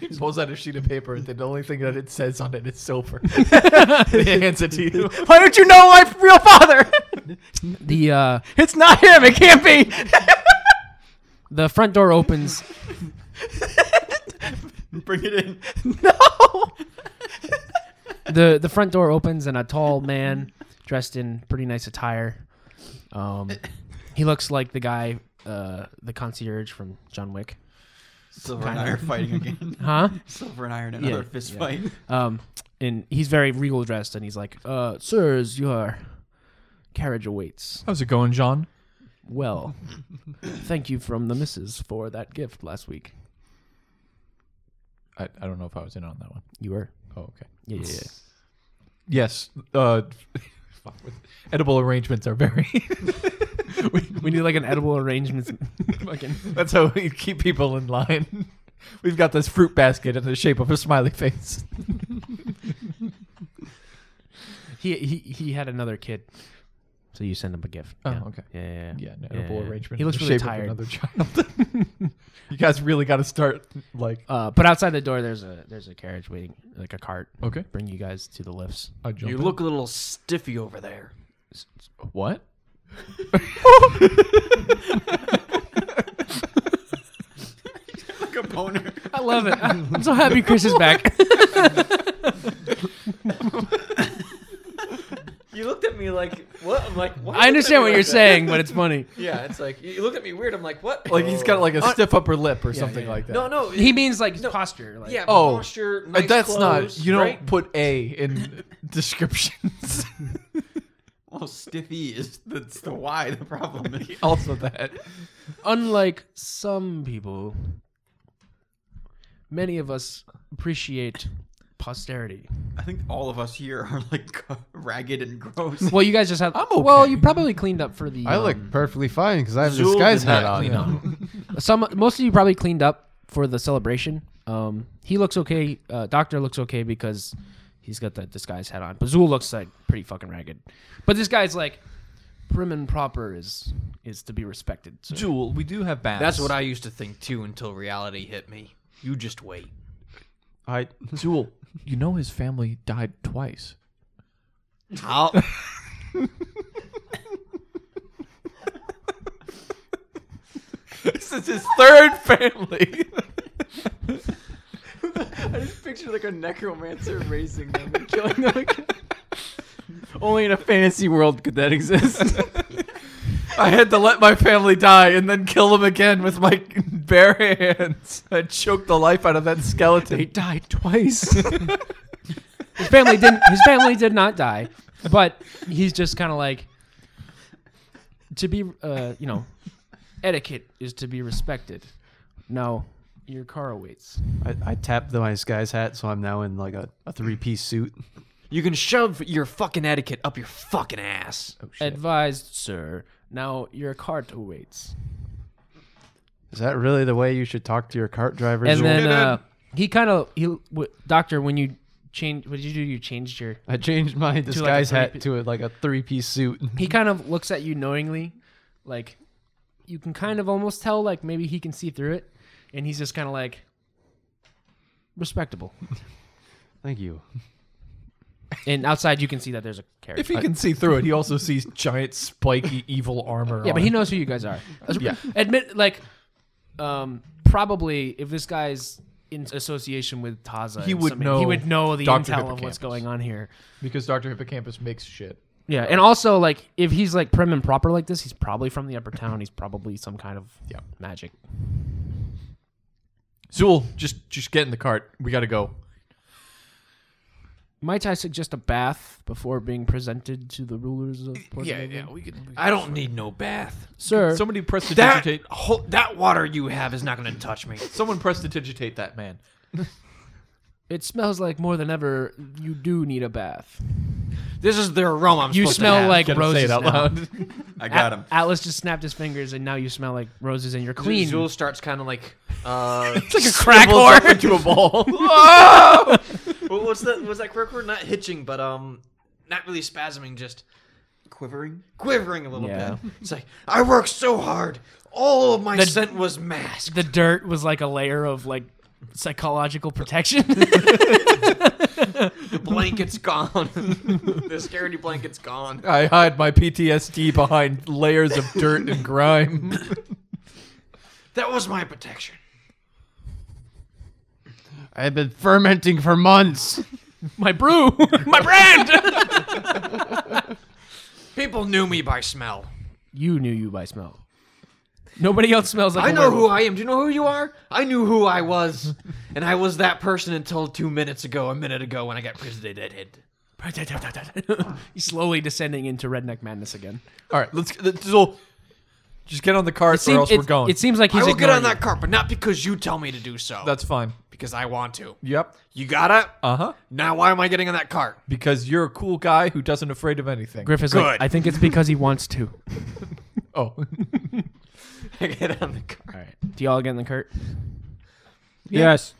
B: He pulls out a sheet of paper, and the only thing that it says on it is silver. he hands it to you.
E: Why don't you know my real father?
A: The uh,
E: it's not him. It can't be.
A: the front door opens.
C: Bring it in.
A: the The front door opens, and a tall man dressed in pretty nice attire. Um, he looks like the guy, uh, the concierge from John Wick.
C: Silver and I are fighting again.
A: Huh?
C: Silver and I are in
A: Yeah,
C: another fist
A: yeah.
C: fight.
A: Um, and he's very regal dressed, and he's like, uh, "Sirs, your carriage awaits."
B: How's it going, John?
A: Well, thank you from the missus for that gift last week.
B: I, I don't know if I was in on that one.
A: You were,
B: Oh, okay.
A: yeah, yeah, yeah.
B: Yes. Uh, fuck with- edible arrangements are very.
A: We need like an edible arrangements. fucking
B: That's how we keep people in line. We've got this fruit basket in the shape of a smiley face.
A: He he he had another kid, so you send him a gift.
B: Oh,
A: yeah.
B: okay.
A: Yeah, yeah, yeah.
B: Yeah, an edible
A: yeah.
B: arrangement.
A: He
B: in
A: looks
B: the
A: really
B: shape of
A: tired.
B: Another child. you guys really got to start like.
A: Uh, but outside the door, there's a there's a carriage waiting, like a cart.
B: Okay.
A: Bring you guys to the lifts.
B: I jump
F: You
B: in.
F: look a little stiffy over there.
B: what?
C: Like a boner.
A: I love it. I'm so happy Chris is back.
F: You looked at me like what? I'm like what?
A: I understand what you're saying, but it's funny.
F: Yeah, it's like you looked at me weird. I'm like what? Uh,
B: Like he's got like a stiff upper lip or something like that.
F: no, no.
A: He means like posture. Like,
F: yeah,
B: Oh.
F: posture.
B: Uh,
F: Nice
B: that's
F: clothes,
B: not. You don't
F: right?
B: put a in descriptions.
C: Well, stiffy is that's the why the problem is.
A: Oh.
B: also that.
A: Unlike some people, many of us appreciate posterity.
C: I think all of us here are like ragged and gross.
A: Well, you guys just have.
B: I'm okay.
A: Well, you probably cleaned up for the.
G: I
A: um,
G: look perfectly fine because I have this
B: Zool
G: guy's
B: did not
G: hat on.
B: clean up.
A: uh, Some most of you probably cleaned up for the celebration. Um, he looks okay. Uh, Doctor looks okay because he's got that disguise hat on. Bazul looks like pretty fucking ragged, but this guy's like prim and proper is is to be respected. So.
B: Jewel, we do have baths.
F: That's what I used to think too until reality hit me. You just wait.
D: I
B: Jewel, you know his family died twice.
F: How?
B: This is his third family.
E: I just picture like a necromancer raising them and killing them again. Only in a fantasy world could that exist.
B: I had to let my family die and then kill them again with my bare hands. I choked the life out of that
E: they
B: skeleton.
E: died twice.
A: His family didn't. His family did not die, but he's just kind of like to be. Uh, you know, etiquette is to be respected. No, your car awaits.
D: I, I tapped the, my guy's hat, so I'm now in like a, a three piece suit.
F: you can shove your fucking etiquette up your fucking ass.
A: Oh, Advised, sir. Now your cart awaits.
G: Is that really the way you should talk to your cart driver?
A: and
G: Zool?
A: then uh, He kind of he w- doctor when you change what did you do? You changed your.
D: I changed my disguise
A: three-piece-
D: hat to a, like a three piece suit.
A: He kind of looks at you knowingly, like you can kind of almost tell like maybe he can see through it, and he's just kind of like respectable.
D: Thank you.
A: And outside you can see that there's a carriage. Uh,
B: If he can see through it, he also sees giant spiky evil armor.
A: Yeah,
B: on.
A: but he knows who you guys are.
B: Yeah.
A: Admit, like, um, probably if this guy's in association with Taza,
B: He
A: and
B: would
A: something,
B: know
A: He would know the intel
B: Dr.
A: of what's
B: Hippocampus.
A: going on here.
B: because Doctor Hippocampus makes shit.
A: Yeah, and also like if he's like prim and proper like this, he's probably from the upper town. He's probably some kind of
B: Yeah.
A: magic.
B: Zool, just just get in the cart. We gotta go.
A: Might I suggest a bath before being presented to the rulers of Portugal?
B: we could.
F: I don't need no bath.
A: Sir,
B: Somebody press to
F: That
B: digitate.
F: ho- that water you have is not going to touch me.
B: Someone press to digitate that man.
A: it smells like more than ever. You do need a bath.
F: This is the aroma I'm
A: You
F: supposed to
A: smell
F: have.
A: like
B: Gotta
A: roses
B: say it out
A: now.
B: loud.
C: I got him.
A: Atlas just snapped his fingers, and now you smell like roses, and you're clean.
F: Zool starts kind of like, uh,
A: It's like a crack
F: Scribbles up
A: whore into a ball.
F: what- what's that? What's that correct word? Not hitching, but um, not really spasming, just
C: Quivering.
F: quivering a little
A: Yeah.
F: bit. It's like I worked so hard. All of my
A: The-
F: scent was masked.
A: the dirt was like a layer of like psychological protection.
F: The blanket's gone. the scaredy blanket's gone.
B: I hide my PTSD behind layers of dirt and grime.
F: That was my protection.
D: I've been fermenting for months.
A: my brew, my brand.
F: People knew me by smell.
A: you knew you by smell. Nobody else smells like
F: I
A: a
F: know who
A: werewolf.
F: I am. Do you know who you are? I knew who I was, and I was that person until two minutes ago, a minute ago, when I got presented.
A: He's slowly descending into redneck madness again.
B: All right, let's. Zool, just get on the cart, or else we're
A: it,
B: going.
A: it seems like he's.
F: I will get
A: ignoring
F: on that cart, but not because you tell me to do so.
B: That's fine.
F: because I want to.
B: Yep.
F: You got it?
B: Uh huh.
F: Now why am I getting on that cart?
B: Because you're a cool guy who doesn't afraid of anything.
A: you. Griff is like,
F: Good.
A: I think it's because he wants to.
B: oh,
F: I get on the cart.
A: All right. Do y'all get in the cart?
E: Yes.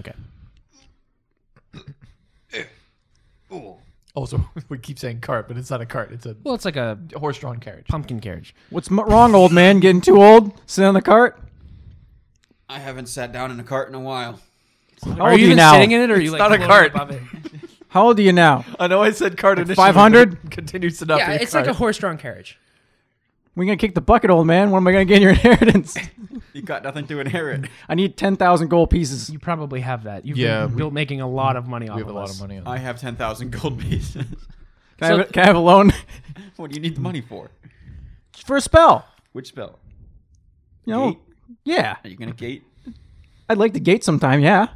A: Okay.
B: also we keep saying cart, but it's not a cart. It's a
A: Well, it's like a
B: horse-drawn carriage.
A: pumpkin carriage.
E: What's m- wrong, old man? Getting too old? Sitting on the cart?
C: I haven't sat down in a cart in a while.
E: How
A: Are
E: old
A: you
E: are you
A: even
E: now?
A: sitting in it, or are you like
B: not a
A: floating
B: cart.
A: above it?
E: How old are you now?
B: I know I said cart initially.
E: 500?
B: but it continues to not
A: Yeah,
B: be a
A: it's
B: cart.
A: like a horse-drawn carriage.
E: We're gonna kick the bucket, old man. When am I gonna get in your inheritance?
C: You got nothing to inherit.
E: I need ten thousand gold pieces.
A: You probably have that. You've
B: Yeah,
A: been
B: we-
A: built making a lot of money off
B: we have a
A: of
B: lot
A: us.
B: of money on.
C: I have 10,000 gold pieces.
E: Can,
A: So-
E: I, have a, can I have a loan
C: what do you need the money for?
E: for a spell?
C: Which spell?
E: You know?
C: Gate?
E: Yeah,
C: Are you going to gate?
E: I'd like to gate sometime. Yeah,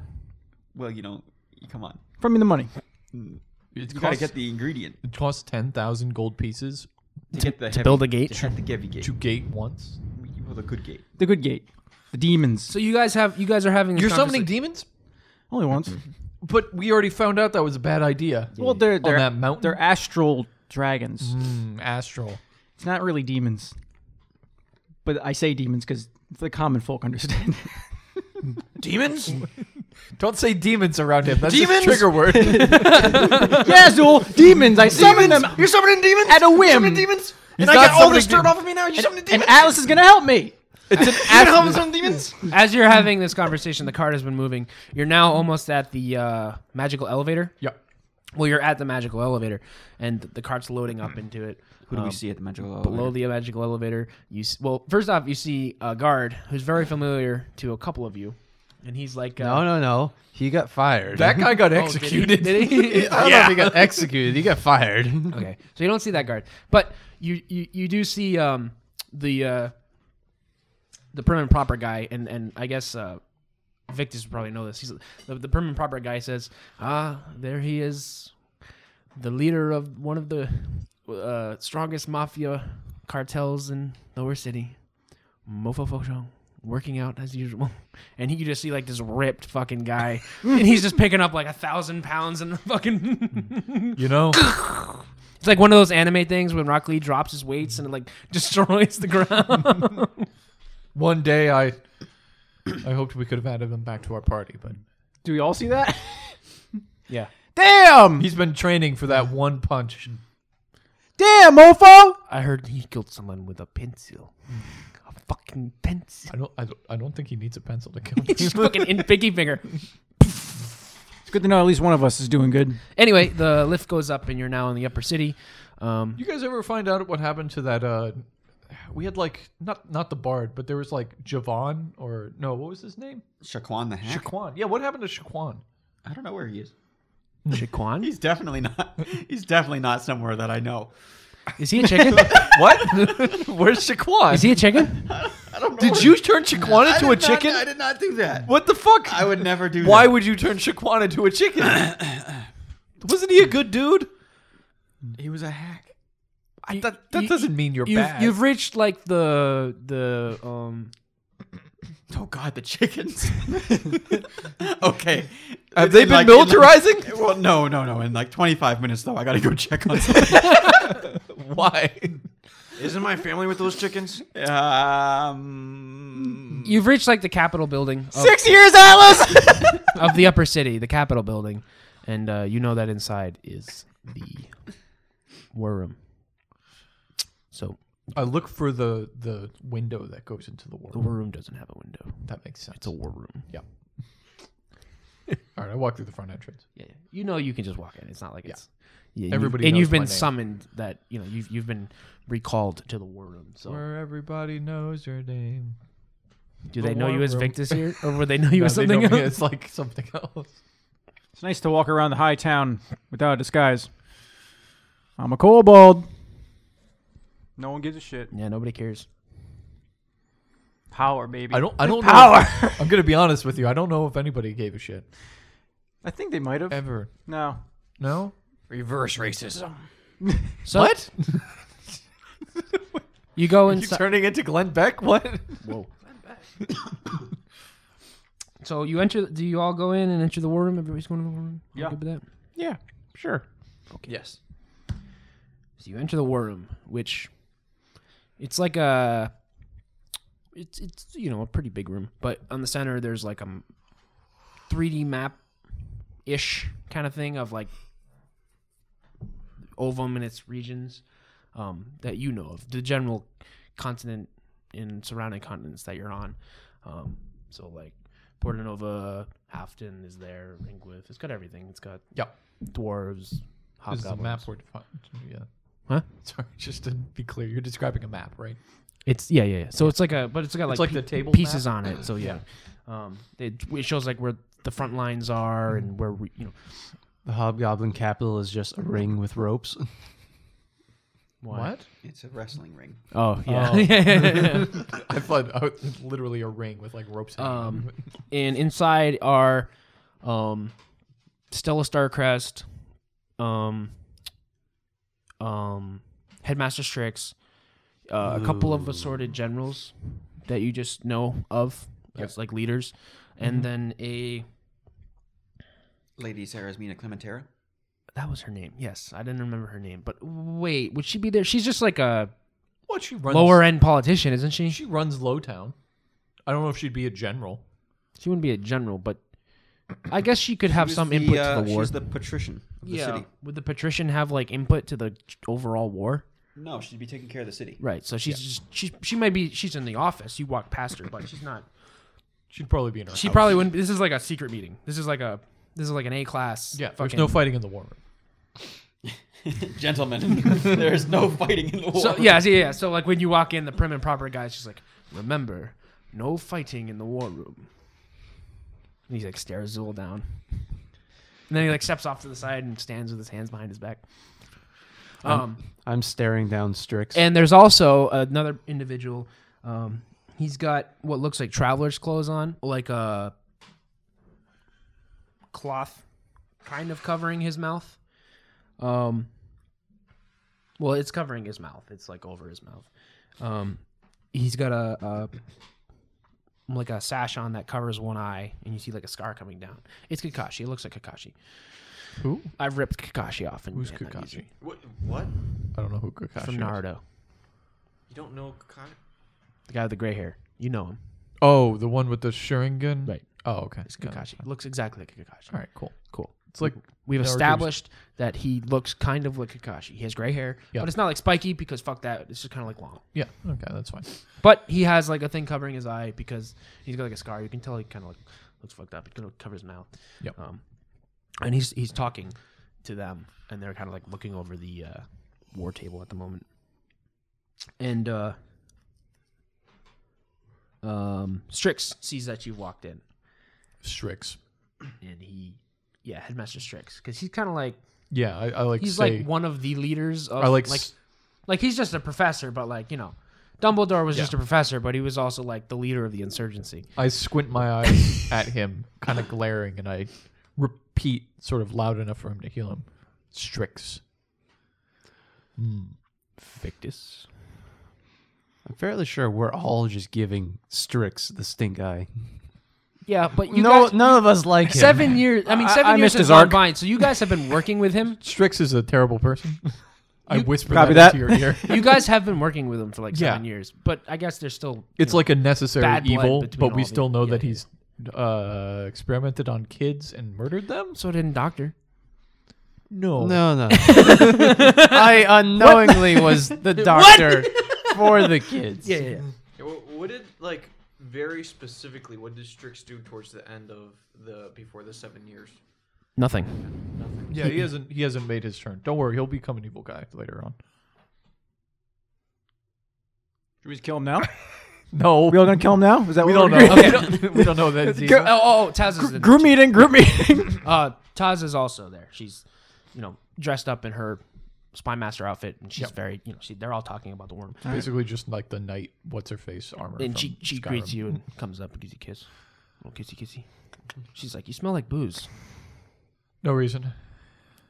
C: Well, you don't. you- Come on.
E: from me the money.
B: It
C: You got to
B: costs,
C: get the ingredient
B: it costs ten thousand gold pieces
C: to, get the heavy,
A: build a gate?
C: To have the heavy gate.
B: to gate once.
C: You build a good gate.
E: The good gate, the demons.
A: So you guys have you guys are having. a
B: You're
A: conversa-
B: summoning demons,
E: Only once.
B: but we already found out that was a bad idea.
E: Well, they're
B: on
E: they're
B: that mountain,
E: they're astral dragons.
B: Mm, astral.
E: It's not really demons, but I say demons because the common folk understand.
F: Demons?
B: Don't say demons around him. That's
F: Demons?
B: a trigger word.
E: yeah, Zool, demons. I summon them
F: You're summoning demons?
E: at a whim.
F: Summoning demons?
B: He's
F: and I
B: not
F: got all this
B: summoning
F: dirt off of me now? You summoning
E: And
F: demons?
E: Atlas is gonna help me.
B: It's an
F: you know how I'm summoning demons?
A: As you're having this conversation, the cart has been moving. You're now almost at the uh, magical elevator.
B: Yep.
A: Well, you're at the magical elevator, and the cart's loading up into it.
C: Who do we
A: Um,
C: see at the magical
A: Below the magical elevator, you s well. First off, you see a guard who's very familiar to a couple of you, and he's like, uh,
D: No, no, no. He got fired.
B: That guy got
A: "Oh, did he-
B: executed.
A: Did he?
D: I don't know if he got executed. He got fired.
A: okay, so you don't see that guard, but you you, you do see um the uh, the prim and proper guy, and and I guess uh, Victus would probably know this. He's the, the prim and proper guy says, ah, there he is, the leader of one of the uh, strongest mafia cartels in Lower City, Mofo Foshong. Working out as usual, and he you just see like this ripped fucking guy, and he's just picking up like a thousand pounds in the fucking
B: You know,
A: It's like one of those anime things when Rock Lee drops his weights and it like destroys the ground.
B: one day I, I hoped we could have added him back to our party, but
E: Do we all see that?
A: Yeah.
E: Damn!
B: He's been training for that one punch.
E: Damn, mofo!
A: I heard he killed someone with a pencil. A fucking pencil.
B: I don't. I don't, I don't think he needs a pencil to kill.
A: He's
B: people.
A: fucking in pinky finger.
E: It's good to know at least one of us is doing good.
A: Anyway, the lift goes up and you're now in the upper city. Um,
B: You guys ever find out what happened to that? uh We had like not not the bard, but there was like Javon or no, what was his name?
C: Shaquan the Hack.
B: Shaquan. Yeah, what happened to Shaquan?
C: I don't know where he is.
A: Shaquan?
C: He's definitely not. He's definitely not somewhere that I know.
A: Is he a chicken?
B: What? Where's Shaquan?
A: Is he a chicken?
C: I don't know.
B: did
C: where-
B: you turn Shaquan
C: I
B: into a
C: did not-
B: chicken?
C: I did not do that.
B: what the fuck?
C: I would never do.
B: Why
C: that.
B: would you turn Shaquan into a chicken? Wasn't he a good dude?
C: he was a hack?
A: I,
B: That, that doesn't mean you're
A: you've,
B: bad.
A: You've reached like the the um
C: Oh God, the chickens. okay.
B: Have they
C: In,
B: been
C: in,
B: militarizing?
C: well, no, no, no. In like 25 minutes though, I gotta go check on. something.
B: Why?
F: Isn't my family with those chickens?
C: um.
A: you've reached like the Capitol building of,
E: Six years, Atlas!
A: of the upper city, the Capitol building, and uh, you know that inside is the war room. So
B: I look for the the window that goes into the
A: the
B: world.
A: war room doesn't have a window;
B: That makes sense.
A: it's a war room.
B: yeah. All right, I walk through the front entrance.
A: Yeah, yeah. you know you can just walk in. It's not like it's yeah. and
B: Everybody
A: you, and
B: knows
A: you've
B: my
A: been
B: name.
A: summoned. That you know you've you've been recalled to the war room. So
B: Where everybody knows your name.
A: do they
B: the
A: know
B: war
A: you as
B: room.
A: Victus here, or would they know you as
B: No, they
A: something
B: don't-
A: else?
B: It's like something else.
E: It's nice to walk around the high town without a disguise. I'm a kobold. No one gives a shit.
A: Yeah, nobody cares.
E: Power, baby.
B: I don't. I don't know.
E: Power!
B: if- I'm gonna be honest with you. I don't know if anybody gave a shit
E: I think they might have.
B: ever.
E: No.
B: No.
F: Reverse racism.
A: So, what? you go
B: You
A: inside.
B: turning into Glenn Beck? What?
A: Whoa. so you enter. Do you all go in and enter the war room? Everybody's going to the war room. All
E: Yeah.
A: Good with that.
B: Yeah. Sure.
F: Yes.
A: So you enter the war room, which it's like a it's it's you know a pretty big room, but on the center there's like a 3D map ish kind of thing of like Ovum and its regions um, that you know of, the general continent and surrounding continents that you're on. Um, so like Porta Nova, Halfton is there, Ringwith. It's got everything. It's got
B: Yeah.
A: dwarves,
B: This is a
A: hobgoblins.
B: map we're defi- Yeah.
A: Huh?
B: Sorry. Just to be clear, you're describing a map, right?
A: It's yeah, yeah, yeah. So it's like a, but it's got like,
B: like
A: pe-
B: the table
A: pieces on it. So yeah, um, it, it shows like where the front lines are
B: Mm.
A: and where we, you know
D: The hobgoblin capital is just a ring with ropes.
C: It's a wrestling ring.
A: Oh
B: Oh.
A: yeah.
B: I thought oh, it's literally a ring with like ropes. hanging on
A: um,
B: it.
A: and inside are, um, Stella Starcrest, um, um, Headmaster Strix, uh, a couple of assorted generals that you just know of as like leaders,
B: Mm-hmm.
A: and then a
C: Lady Sarasmina Clementera.
A: That was her name. Yes, I didn't remember her name. But wait, would she be there? She's just like a
B: Well, she runs
A: lower end politician, isn't she?
B: She runs Lowtown. I don't know if she'd be a general.
A: She wouldn't be a general, but I guess she could have
C: She was
A: some input
C: uh,
A: to the war.
C: She's the patrician of the city.
A: Would the patrician have like input to the overall war?
C: No, she'd be taking care of the city.
A: Right. So she's just she she might be she's in the office. You walk past her, but she's not.
B: She'd probably be in her.
A: She
B: house.
A: probably wouldn't. This is like a secret meeting. This is like a this is like an A class.
B: Yeah. There's no fighting in the war room.
C: Gentlemen, there is no fighting in the war.
A: So yeah, so, yeah. So like when you walk in, the prim and proper guy's just like, remember, no fighting in the war room. And he like stares Zool down, and then he like steps off to the side and stands with his hands behind his back. Um,
D: I'm staring down Strix.
A: and there's also another individual. Um, he's got what looks like traveler's clothes on, like a cloth kind of covering his mouth. Um, well, it's covering his mouth. It's like over his mouth. Um, he's got a, a like a sash on that covers one eye, and you see like a scar coming down. It's Kakashi. It looks like Kakashi.
B: Who?
A: I've ripped Kakashi off. And,
B: Who's
A: and I'm
B: Kakashi?
A: using
F: What? what?
B: I don't know who Kakashi
A: it From
B: is.
A: Naruto,
F: You don't know Kakari?
A: the guy with the gray hair. You know him.
B: Oh, the one with the Sharingan.
A: Right.
B: Oh, okay.
A: It's Kakashi. Looks exactly like a Kakashi.
B: All right, cool.
A: Cool.
B: It's like
A: We've
B: Naruto's-
A: established that he looks kind of like Kakashi. He has gray hair,
B: Yeah.
A: but it's not like spiky because fuck that. It's just kind of like long.
B: Yeah. Okay, that's fine.
A: But he has like a thing covering his eye because he's got like a scar. You can tell he kind of like looks fucked up. He kind of covers his mouth.
B: Yep.
A: Um, and he's he's talking to them, and they're kind of like looking over the uh, war table at the moment. And uh, um, Strix sees that you've walked in,
B: Strix.
A: and he, yeah, Headmaster Strix, because he's kind of like
B: Yeah, I, I like
A: he's
B: say.
A: like one of the leaders of
B: I like,
A: like
B: s-
A: like he's just a professor, but like you know, Dumbledore was
B: Yeah.
A: just a professor, but he was also like the leader of the insurgency.
B: I squint my eyes at him, kind of glaring, and I repeat sort of loud enough for him to heal him. Strix. Hmm.
A: Fictus.
D: I'm fairly sure we're all just giving Strix the stink eye.
A: Yeah, but you
D: no,
A: guys,
D: none of us like him.
A: seven years. I mean,
E: I-
A: seven
E: I
A: years
E: missed
A: has
E: his
A: gone
E: arc.
A: by, so you guys have been working with him.
B: Strix is a terrible person. I whisper
E: Copy
B: that,
E: that.
B: into your ear.
A: You guys have been working with him for like
B: Yeah.
A: seven years, but I guess there's still
B: It's like a necessary
A: Bad blood
B: evil,
A: between
B: but
A: all
B: we
A: the-
B: still know
A: yeah,
B: that
A: yeah,
B: he's uh, experimented on kids and murdered them.
A: so didn't Doctor.
B: No,
D: No, no. I unknowingly was the doctor for the kids.
A: Yeah, yeah, yeah.
F: What did like very specifically? What did Strix do towards the end of the before the seven years?
A: Nothing.
F: Nothing.
B: yeah, he hasn't. He hasn't made his turn. Don't worry, he'll become an evil guy later on.
E: Should we just kill him now?
B: No,
E: we all gonna kill him now? Is that
B: we
E: what
B: don't
E: we're
B: know. we, don't, we don't know that. It's
E: Go-
B: evil.
A: Oh, oh, oh Taz is
E: doing?
A: in
E: Group meeting. Group meeting.
A: Uh, Taz is also there. She's, you know, dressed up in her spy master outfit, and she's very, you know, she, they're all talking about the worm.
B: Basically, just like the knight, what's her face armor.
A: And
B: from
A: she, she
B: Skyrim.
A: greets you and comes up and gives you a kiss. Little kissy kissy. She's like, You smell like booze.
B: No reason.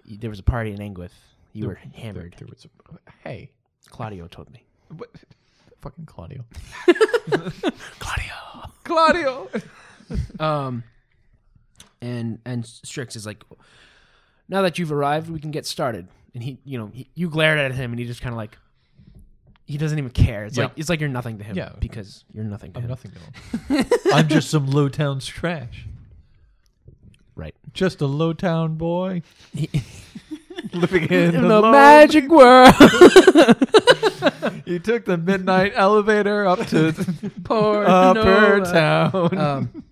A: You- There was a party in Anguith. You were
B: There,
A: hammered.
B: there was a, hey,
A: Claudio told me.
B: what, fucking Claudio.
A: Claudio.
B: Claudio.
A: Um, and and Strix is like, now that you've arrived, we can get started. And he, you know, he, you glared at him, and he just kind of like, he doesn't even care. It's
B: Yeah.
A: like it's like you're nothing to him
B: Yeah.
A: because you're nothing to
B: I'm
A: him.
B: nothing to him. I'm just some low town's trash.
A: Right.
B: Just a low town boy.
D: Living in
A: The magic world.
B: He took the midnight elevator up to
A: Poor
B: upper
A: Nova.
B: town.
A: Um,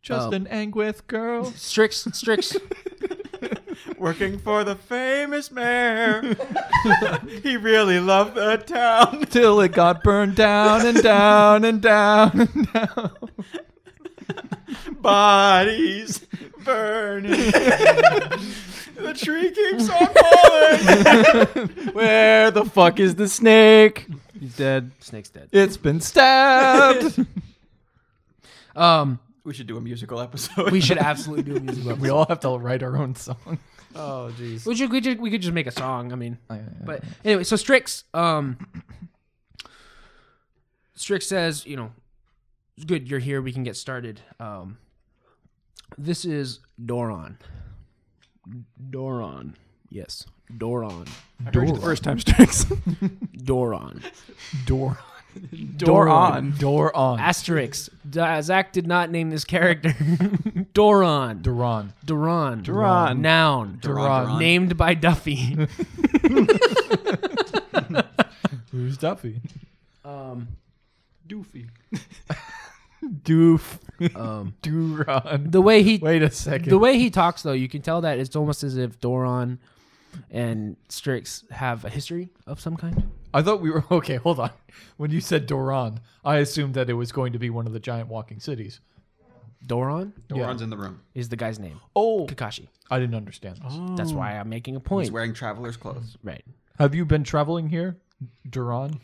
B: just
A: um,
B: an Anguith girl.
A: Strix, Strix,
C: Working for the famous mayor. he really loved the town.
B: Till it got burned down and down and down and down.
C: Bodies burning. the tree keeps on falling.
E: Where the fuck is the snake? He's dead.
A: Snake's dead.
B: It's been stabbed.
A: Um,
C: We should do a musical episode.
A: we should absolutely do a musical.
B: we all have to write our own song.
E: Oh jeez.
A: We, should, we, should, we could just make a song. I mean,
B: But
A: But anyway, so Strix, um, Strix says, you know, it's good you're here. We can get started. Um, this is Doron. Doron, yes, Doron,
E: First time strikes.
A: Doron.
B: door.
E: Door on.
B: Door on.
A: Asterix. Da- Zach did not name this character. Doron.
B: Duran.
A: Doron.
E: Doron.
A: Noun.
C: Doron.
A: Named by Duffy.
B: Who's Duffy?
A: um,
B: Doofy. Doof.
A: um,
B: Duran.
A: the way he
B: Wait a second.
A: The way he talks, though, you can tell that it's almost as if Doron and Strix have a history of some kind.
B: I thought we were okay. Hold on. When you said Doran, I assumed that it was going to be one of the giant walking cities.
A: Doron
C: Doran's in the room.
A: is the guy's name.
B: Oh,
A: Kakashi.
B: I didn't understand this.
A: That's why I'm making a
C: He's
A: point.
C: wearing traveler's clothes.
A: Right.
B: Have you been traveling here, Duran?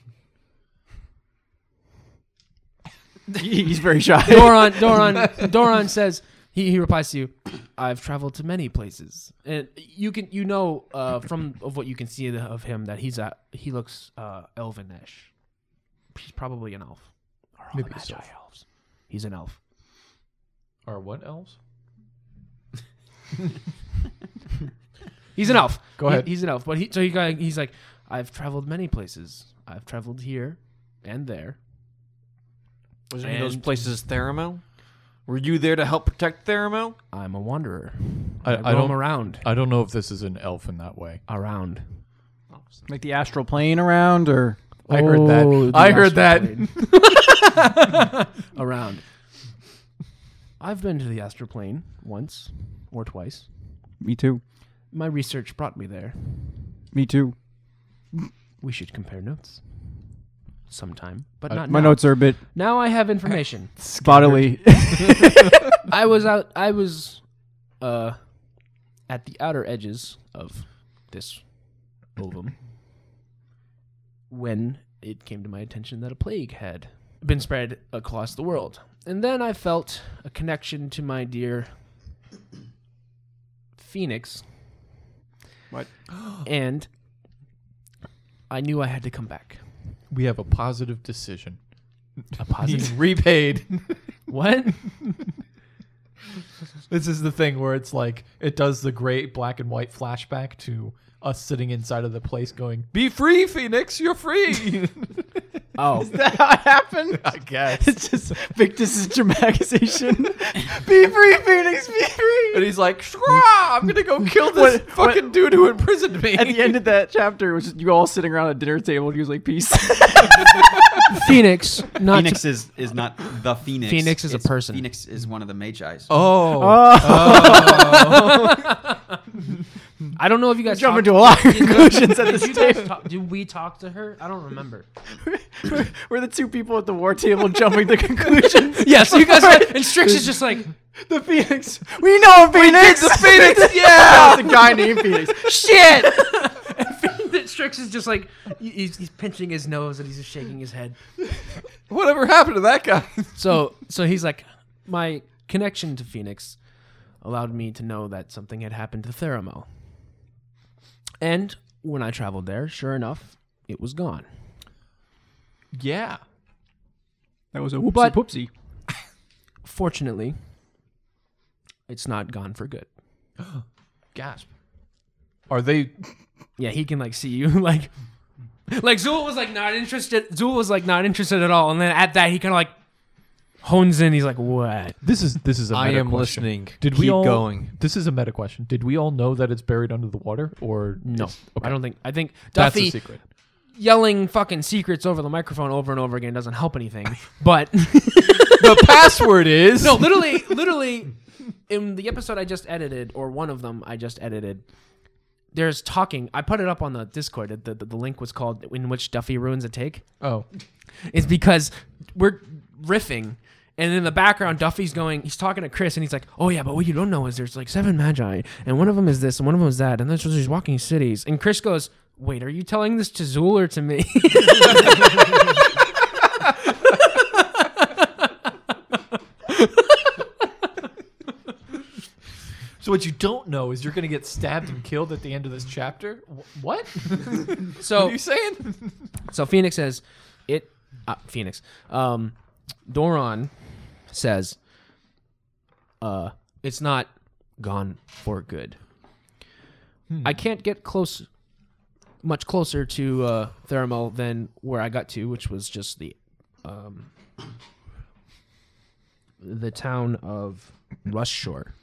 E: He's very shy.
A: Doron, Doron, Doran says he, he replies to you. I've traveled to many places, and you can you know uh, from of what you can see of him that he's a he looks uh, elvenish. He's probably an elf. Or all
B: Maybe
A: the
B: he's
A: Magi elves. He's an elf.
B: Or what elves?
A: He's an elf.
B: Go
A: He-
B: ahead.
A: he's an elf, but he so he got, he's like, I've traveled many places. I've traveled here and there.
F: Was any of those
A: And-
F: places Theramel? Were you there to help protect Theramel?
A: I'm a wanderer.
B: I,
A: I,
B: I
A: roam
B: don't.
A: around,
B: I don't know if this is an elf in that way.
A: around.
E: Like the astral plane around, or
B: I heard that.
A: the
B: I heard that.
A: astral plane. around. I've been to the astral plane once or twice.
E: me too,
A: My research brought me there.
E: me too.
A: We should compare notes sometime, but
B: Uh,
A: not
E: My
A: now.
E: notes are a bit
A: Now I have information.
E: bodily.
A: I was out. I was, uh, at the outer edges of this ovum when it came to my attention that a plague had been spread across the world, and then I felt a connection to my dear Phoenix.
E: What?
A: And I knew I had to come back.
B: We have a positive decision.
A: A
B: He's
A: positive.
B: repaid.
A: what?
B: This is the thing where it's like it does the great black and white flashback to us sitting inside of the place going, "Be free, Phoenix! You're free."
A: Oh,
E: that how it happened?
B: I guess.
E: It's just Victus's dramatization. be free, Phoenix. Be free.
B: And he's like, "Scrah! I'm gonna go kill this
E: What-
B: fucking dude who imprisoned me."
E: At the end of that chapter, which is you all sitting around a dinner table, and he was like, "Peace."
A: Phoenix, not
C: Phoenix is, is not the Phoenix.
A: Phoenix is a
C: It's-
A: person.
C: Phoenix is one of the Magi's.
B: oh,
A: I don't know if you guys
E: Jump
A: talked-
E: into a lot of conclusions at
A: Did
E: this
A: you guys
E: table.
A: talk- did we talk to her? I don't remember.
E: We're the two people at the war table jumping to conclusions.
A: Yes, you guys. and Strix is just like,
E: The Phoenix. We know a Phoenix. the Phoenix. Yeah. the guy named Phoenix.
A: shit. Strix is just like, he's, he's pinching his nose and he's just shaking his head.
B: whatever happened to that guy?
A: So, so he's like, my connection to Phoenix allowed me to know that something had happened to Theramel. And when I traveled there, sure enough, it was gone.
B: yeah.
E: That was a whoopsie
A: But-
E: poopsie.
A: Fortunately, it's not gone for good.
B: Gasp. Are they?
A: Yeah, he can like see you like like Zool was like not interested. Zool was like not interested at all, and then at that he kind of like hones in. He's like, "What?
B: This is this is. a
D: I
B: meta
D: am
B: question.
D: listening.
B: Did
D: Keep
B: we all
D: going?
B: This is a meta question. Did we all know that it's buried under the water, or
A: No,
B: it's-
A: I don't think. I think
B: That's the
A: Duffy
B: secret.
A: yelling fucking secrets over the microphone over and over again doesn't help anything." But
B: the password is
A: no, literally, literally, in the episode I just edited, or one of them I just edited, there's talking. I put it up on the Discord. The the, the link was called "In Which Duffy Ruins a Take."
B: Oh,
A: is because we're riffing and in the background duffy's going he's talking to chris and he's like oh yeah but what you don't know is there's like seven magi and one of them is this and one of them is that and there's these walking cities and chris goes wait are you telling this to zool or to me
B: so what you don't know is you're gonna get stabbed and killed at the end of this chapter. Wh- What?
A: so
B: What are you saying?
A: So Phoenix says, "It uh, Phoenix." Um, Doron says, "Uh, it's not gone for good.
B: Hmm.
A: I can't get close, much closer to uh, Theramel than where I got to, which was just the, um, the town of Rush Shore.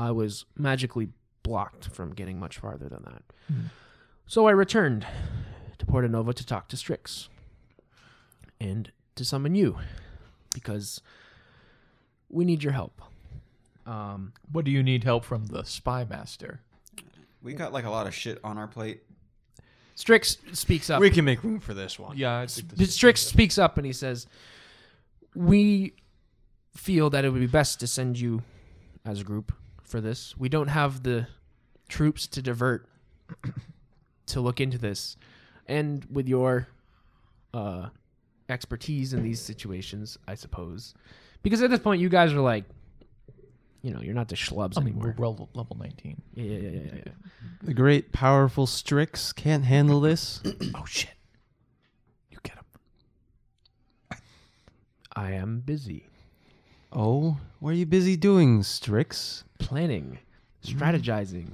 A: I was magically blocked from getting much farther than that." So I returned to Porta Nova to talk to Strix and to summon you because we need your help. Um,
B: What do you need help from the spy master?
C: We got like a lot of shit on our plate.
A: Strix speaks up.
F: We can make room for this one.
B: Yeah, I think
A: But Strix speaks up and he says, "We feel that it would be best to send you as a group for this. We don't have the troops to divert to look into this, and with your uh, expertise in these situations, I suppose, because at this point you guys are like, you know, you're not the schlubs
B: I mean, we're
A: anymore.
B: level, level 19.
A: Yeah, yeah, yeah, yeah, yeah.
D: The great, powerful Strix can't handle this.
A: Oh shit! You get up. I am busy.
D: Oh, what are you busy doing, Strix?
A: planning, strategizing,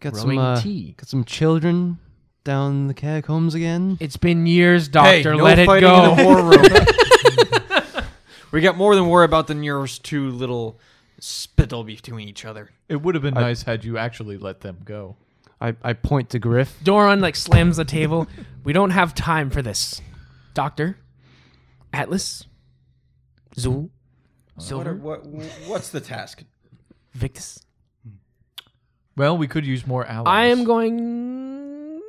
D: Got
A: Growing
D: some uh,
A: tea.
D: Got some children down in the catacombs again.
A: It's been years, Doctor. Let it
F: fighting
A: go.
F: in the war room. We got more than worry about than yours two little spittle between each other.
B: It would have been nice had you actually let them go.
D: I, I point to Griff.
A: Doron like slams the table. we don't have time for this. Doctor, Atlas, Zool,
C: What, are,
A: Silver,
C: what what's the task?
A: Victus.
B: Well, we could use more allies.
A: I am going.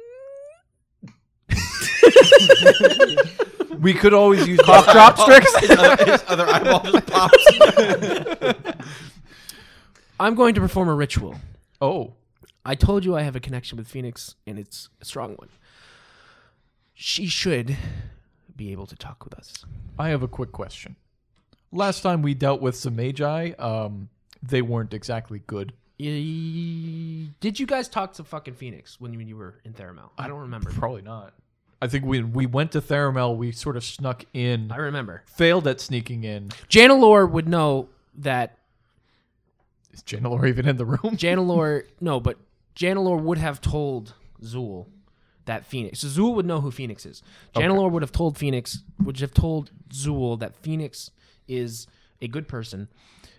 B: We could always use more,
E: Drop tricks.
C: His other eyeball just pops.
A: I'm going to perform a ritual.
B: Oh,
A: I told you I have a connection with Phoenix, and it's a strong one. She should be able to talk with us.
B: I have a quick question. Last time we dealt with some magi, um, they weren't exactly good.
A: Y- Did you guys talk to fucking Phoenix when you, when you were in Theramel? I don't remember.
B: Probably not. I think when we went to Theramel, we sort of snuck in,
A: I remember.
B: failed at sneaking in.
A: Janelor would know that
B: Is Janelor even in the room?
A: Janelor no, but Janelor would have told Zool that Phoenix. So Zool would know who Phoenix is. Janelor would have told Phoenix, would have told Zool that Phoenix is a good person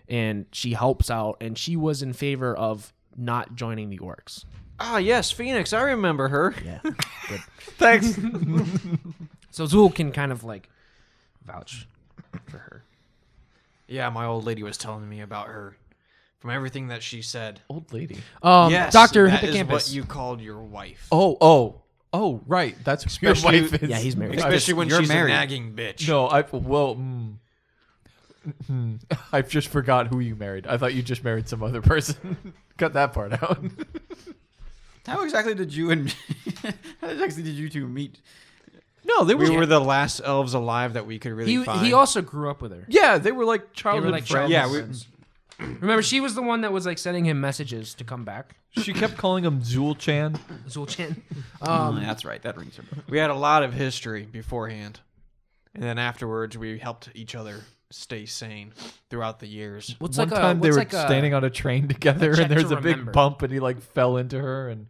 A: and she helps out and she was in favor of not joining the orcs.
F: Ah, yes, Phoenix. I remember her.
C: Thanks.
A: So Zool can kind of like vouch for her.
F: Yeah, my old lady was telling me about her. From everything that she said.
B: Old lady.
A: Um
F: yes,
A: Dr.
F: that is
A: Hippocampus.
F: what you called your wife.
B: Oh, oh, oh, right. That's who
F: Especially-
B: your wife is.
A: yeah, he's married.
F: Especially when
C: You're
F: she's
C: married.
F: a nagging bitch.
B: No, I well, mm, Mhm. I've just forgot who you married. I thought you just married some other person. Cut that part out.
C: How exactly did you and how exactly did you two meet?
B: No, they
F: We were the last elves alive that we could really
A: he,
F: find.
A: he also grew up with her.
B: Yeah, they were like
A: They
B: childhood
A: were like childhood
B: friends.
F: Yeah, we-
A: friends. Remember, she was the one that was like sending him messages to come back.
B: She kept calling him Zool Chan.
A: Zool Chin.
C: Um, that's right. That rings a bell.
F: we had a lot of history beforehand. And then afterwards, we helped each other stay sane throughout the years.
A: What's
B: One
A: like a,
B: time they
A: what's
B: were
A: like a-
B: standing on a train together,
A: a check
B: and there's
A: to
B: a
A: remember.
B: big bump, and he like fell into her, and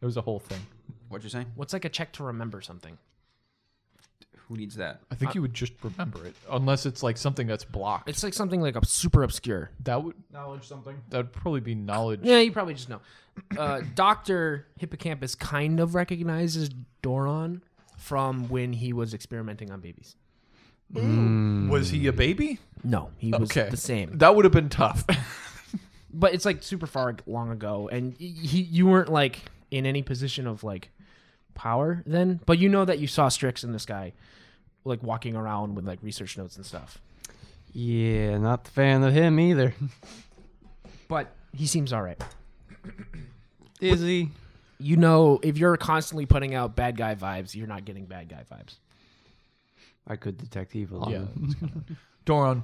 B: it was a whole thing.
C: What you saying?
A: What's like a check to remember something?
C: Who needs that?
B: I think you would just remember it, unless it's like something that's blocked.
A: It's like something like a super obscure.
B: that would knowledge something. That would probably be knowledge.
A: Yeah, you probably just know. Uh, Doctor Hippocampus kind of recognizes Doron from when he was experimenting on babies.
B: Was he a baby?
A: No, he was
B: Okay,
A: the same,
B: That would have been tough.
A: but it's like super far long ago, and y- he you weren't like in any position of like power then, but you know that you saw Strix in the sky, like walking around with like research notes and stuff.
D: Yeah, not the fan of him either.
A: But he seems all right.
D: Is he?
A: You know, if you're constantly putting out bad guy vibes, you're not getting bad guy vibes.
D: I could detect evil.
B: yeah. Um, Doron,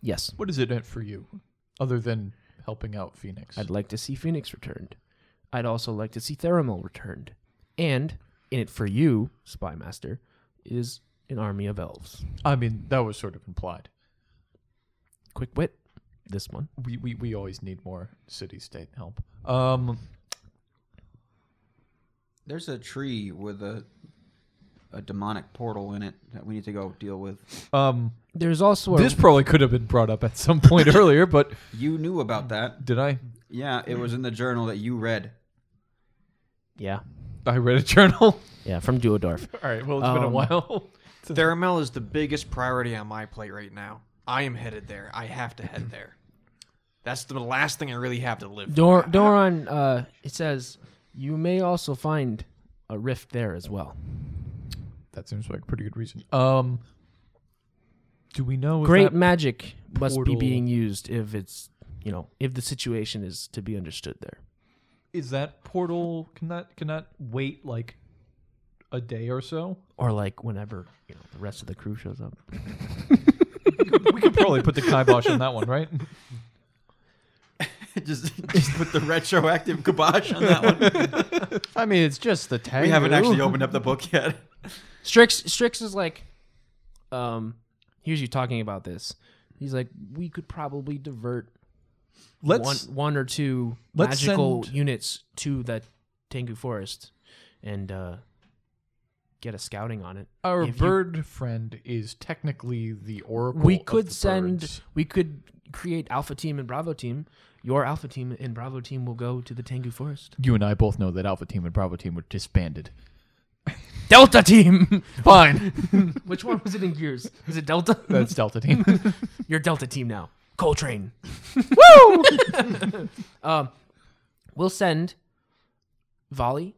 A: Yes.
B: what is it meant for you, other than helping out Phoenix?
A: I'd like to see Phoenix returned. I'd also like to see Theramel returned. And in it for you, Spy Master, is an army of elves.
B: I mean, that was sort of implied.
A: Quick wit, this one.
B: We we, we always need more city-state help. Um,
C: There's a tree with a a demonic portal in it that we need to go deal with.
B: um,
A: There's also a,
B: this probably could have been brought up at some point earlier, but
C: You knew about that.
B: did I?
C: Yeah, it was in the journal that you read.
A: yeah,
B: I read a journal.
A: yeah, from Duodorf.
B: All right. Well, it's been a
A: Um,
B: while.
F: Theramel is the biggest priority on my plate right now. I am headed there. I have to head there. That's the last thing I really have to live. for.
A: Dor- Doron, uh, it says you may also find a rift there as well.
B: That seems like a pretty good reason. Um, do we know? if
A: Great
B: that-
A: magic must
B: portal-
A: be being used if it's you know if the situation is to be understood there.
B: is that portal? Can that can that wait like a day or so?
A: Or like whenever you know the rest of the crew shows up.
B: we could probably put the kibosh on that one, right?
C: just, just put the retroactive kibosh on that one.
D: I mean, it's just the tag.
C: We haven't actually opened up the book yet.
A: Strix Strix is like, um, here's you talking about this. He's like, we could probably divert one,
B: Let's
A: one or 2
B: let's
A: magical
B: send-
A: units to the Tengu Forest, and uh, get a scouting on it.
B: Our
A: If you-
B: bird friend is technically the oracle.
A: we
B: of
A: could
B: the
A: send
B: birds.
A: we could create alpha team and bravo team your alpha team and bravo team will go to the tengu forest
B: You and I both know that Alpha Team and Bravo Team were disbanded.
A: delta team
B: Fine,
A: which one was it in gears is it delta
B: that's Delta Team.
A: your delta team now coltrane woo um, we'll send volley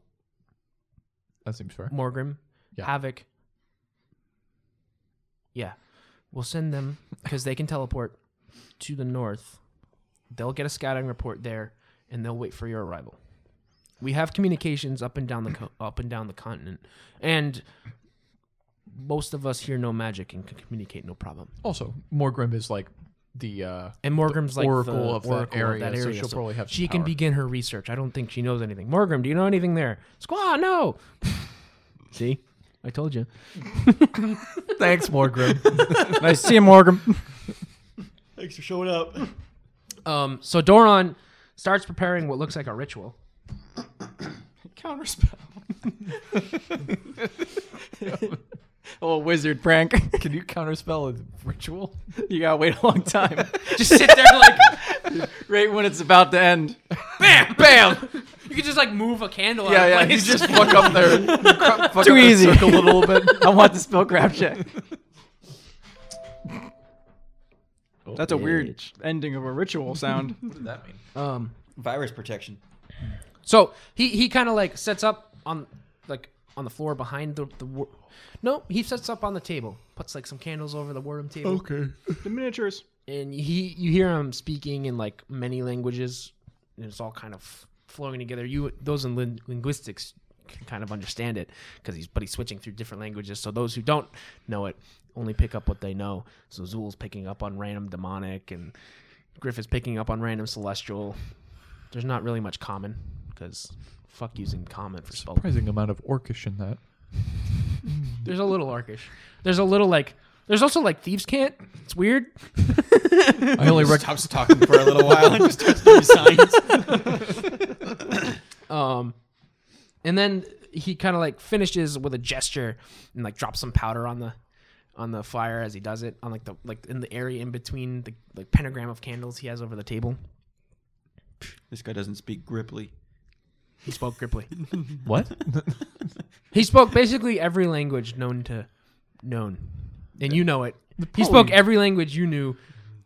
B: that seems fair.
A: morgrim
B: Yeah.
A: havoc yeah we'll send them because they can teleport to the north they'll get a scouting report there and they'll wait for your arrival we have communications up and down the co- up and down the continent and most of us here know magic and can communicate no problem
B: Also, Morgrim is like the uh,
A: and Morgrim's like
B: oracle
A: the
B: of that
A: oracle
B: area,
A: Of that
B: so
A: area.
B: she'll probably have some
A: she can
B: power.
A: begin her research. I don't think she knows anything. Morgrim, do you know anything there? Squaw, no. See, I told you.
D: Thanks, Morgrim.
E: nice to see you, Morgan.
G: Thanks for showing up.
A: Um, so Doron starts preparing what looks like a ritual.
E: Counterspell. oh, wizard prank.
B: Can you counterspell a ritual?
E: you gotta wait a long time.
D: Just sit there like right when it's about to end.
A: Bam, bam. You can just like move a candle.
B: Yeah, yeah. You just fuck up there. Fuck up
E: Too
B: the
E: easy.
B: circle a little bit.
E: I want the spell grab check. That's a weird ending of a ritual sound.
B: that mean?
A: Um,
G: Virus protection.
A: So he he kind of like sets up on like on the floor behind the the. wor- No, he sets up on the table, puts like some candles over the worm table,
E: the miniatures.
A: and he you hear him speaking in like many languages, and it's all kind of flowing together. You those in lin- linguistics can kind of understand it because he's but he's switching through different languages. So those who don't know it only pick up what they know. So Zul's picking up on random demonic, and Griff is picking up on random celestial. There's not really much common because fuck using common for spell.
B: Surprising amount of orcish in that.
A: There's a little orcish. There's a little like. There's also like thieves can't. It's weird.
B: I only rec-
C: Stops talking for a little while.
A: Um, and then he kind of like finishes with a gesture and like drops some powder on the on the fire as he does it on like the like in the area in between the like pentagram of candles he has over the table.
G: This guy doesn't speak Gripply.
A: He spoke Gripply.
B: what?
A: he spoke basically every language known to known, and you know it. He
B: probably-
A: spoke every language you knew,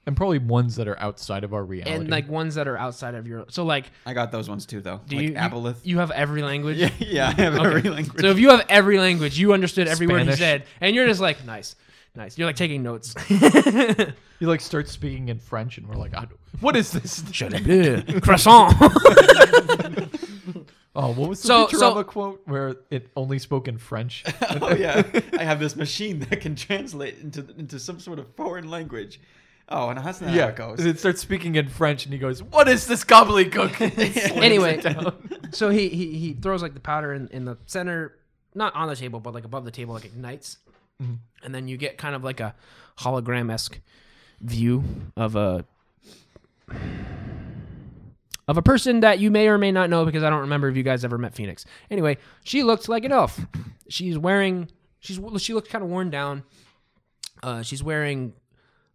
B: And probably ones that are outside of our reality.
A: and like ones that are outside of your. So like,
C: I got those ones too, though.
A: do
C: like
A: you, you
C: Aboleth.
A: you have every language?
C: yeah, I have every language.
A: So if you have every language, you understood every word he
B: Spanish.
A: said, and you're just like, nice, nice. You're like taking notes.
B: you like start speaking in French, and we're like, I don't- what is this?
A: croissant.
B: Oh, what was the
A: So-
B: so,
A: so-
B: quote where it only spoke in French?
G: oh yeah, I have this machine that can translate into into some sort of foreign language. Oh, and that's not how
B: yeah,
G: it goes.
B: it starts speaking in French, and he goes, "What is this gobbledygook?"
A: anyway, so he, he he throws like the powder in, in the center, not on the table, but like above the table, like ignites, and then you get kind of like a hologram esque view of a of a person that you may or may not know because I don't remember if you guys ever met Phoenix. Anyway, she looks like an elf. She's wearing she's she looks kind of worn down. Uh, she's wearing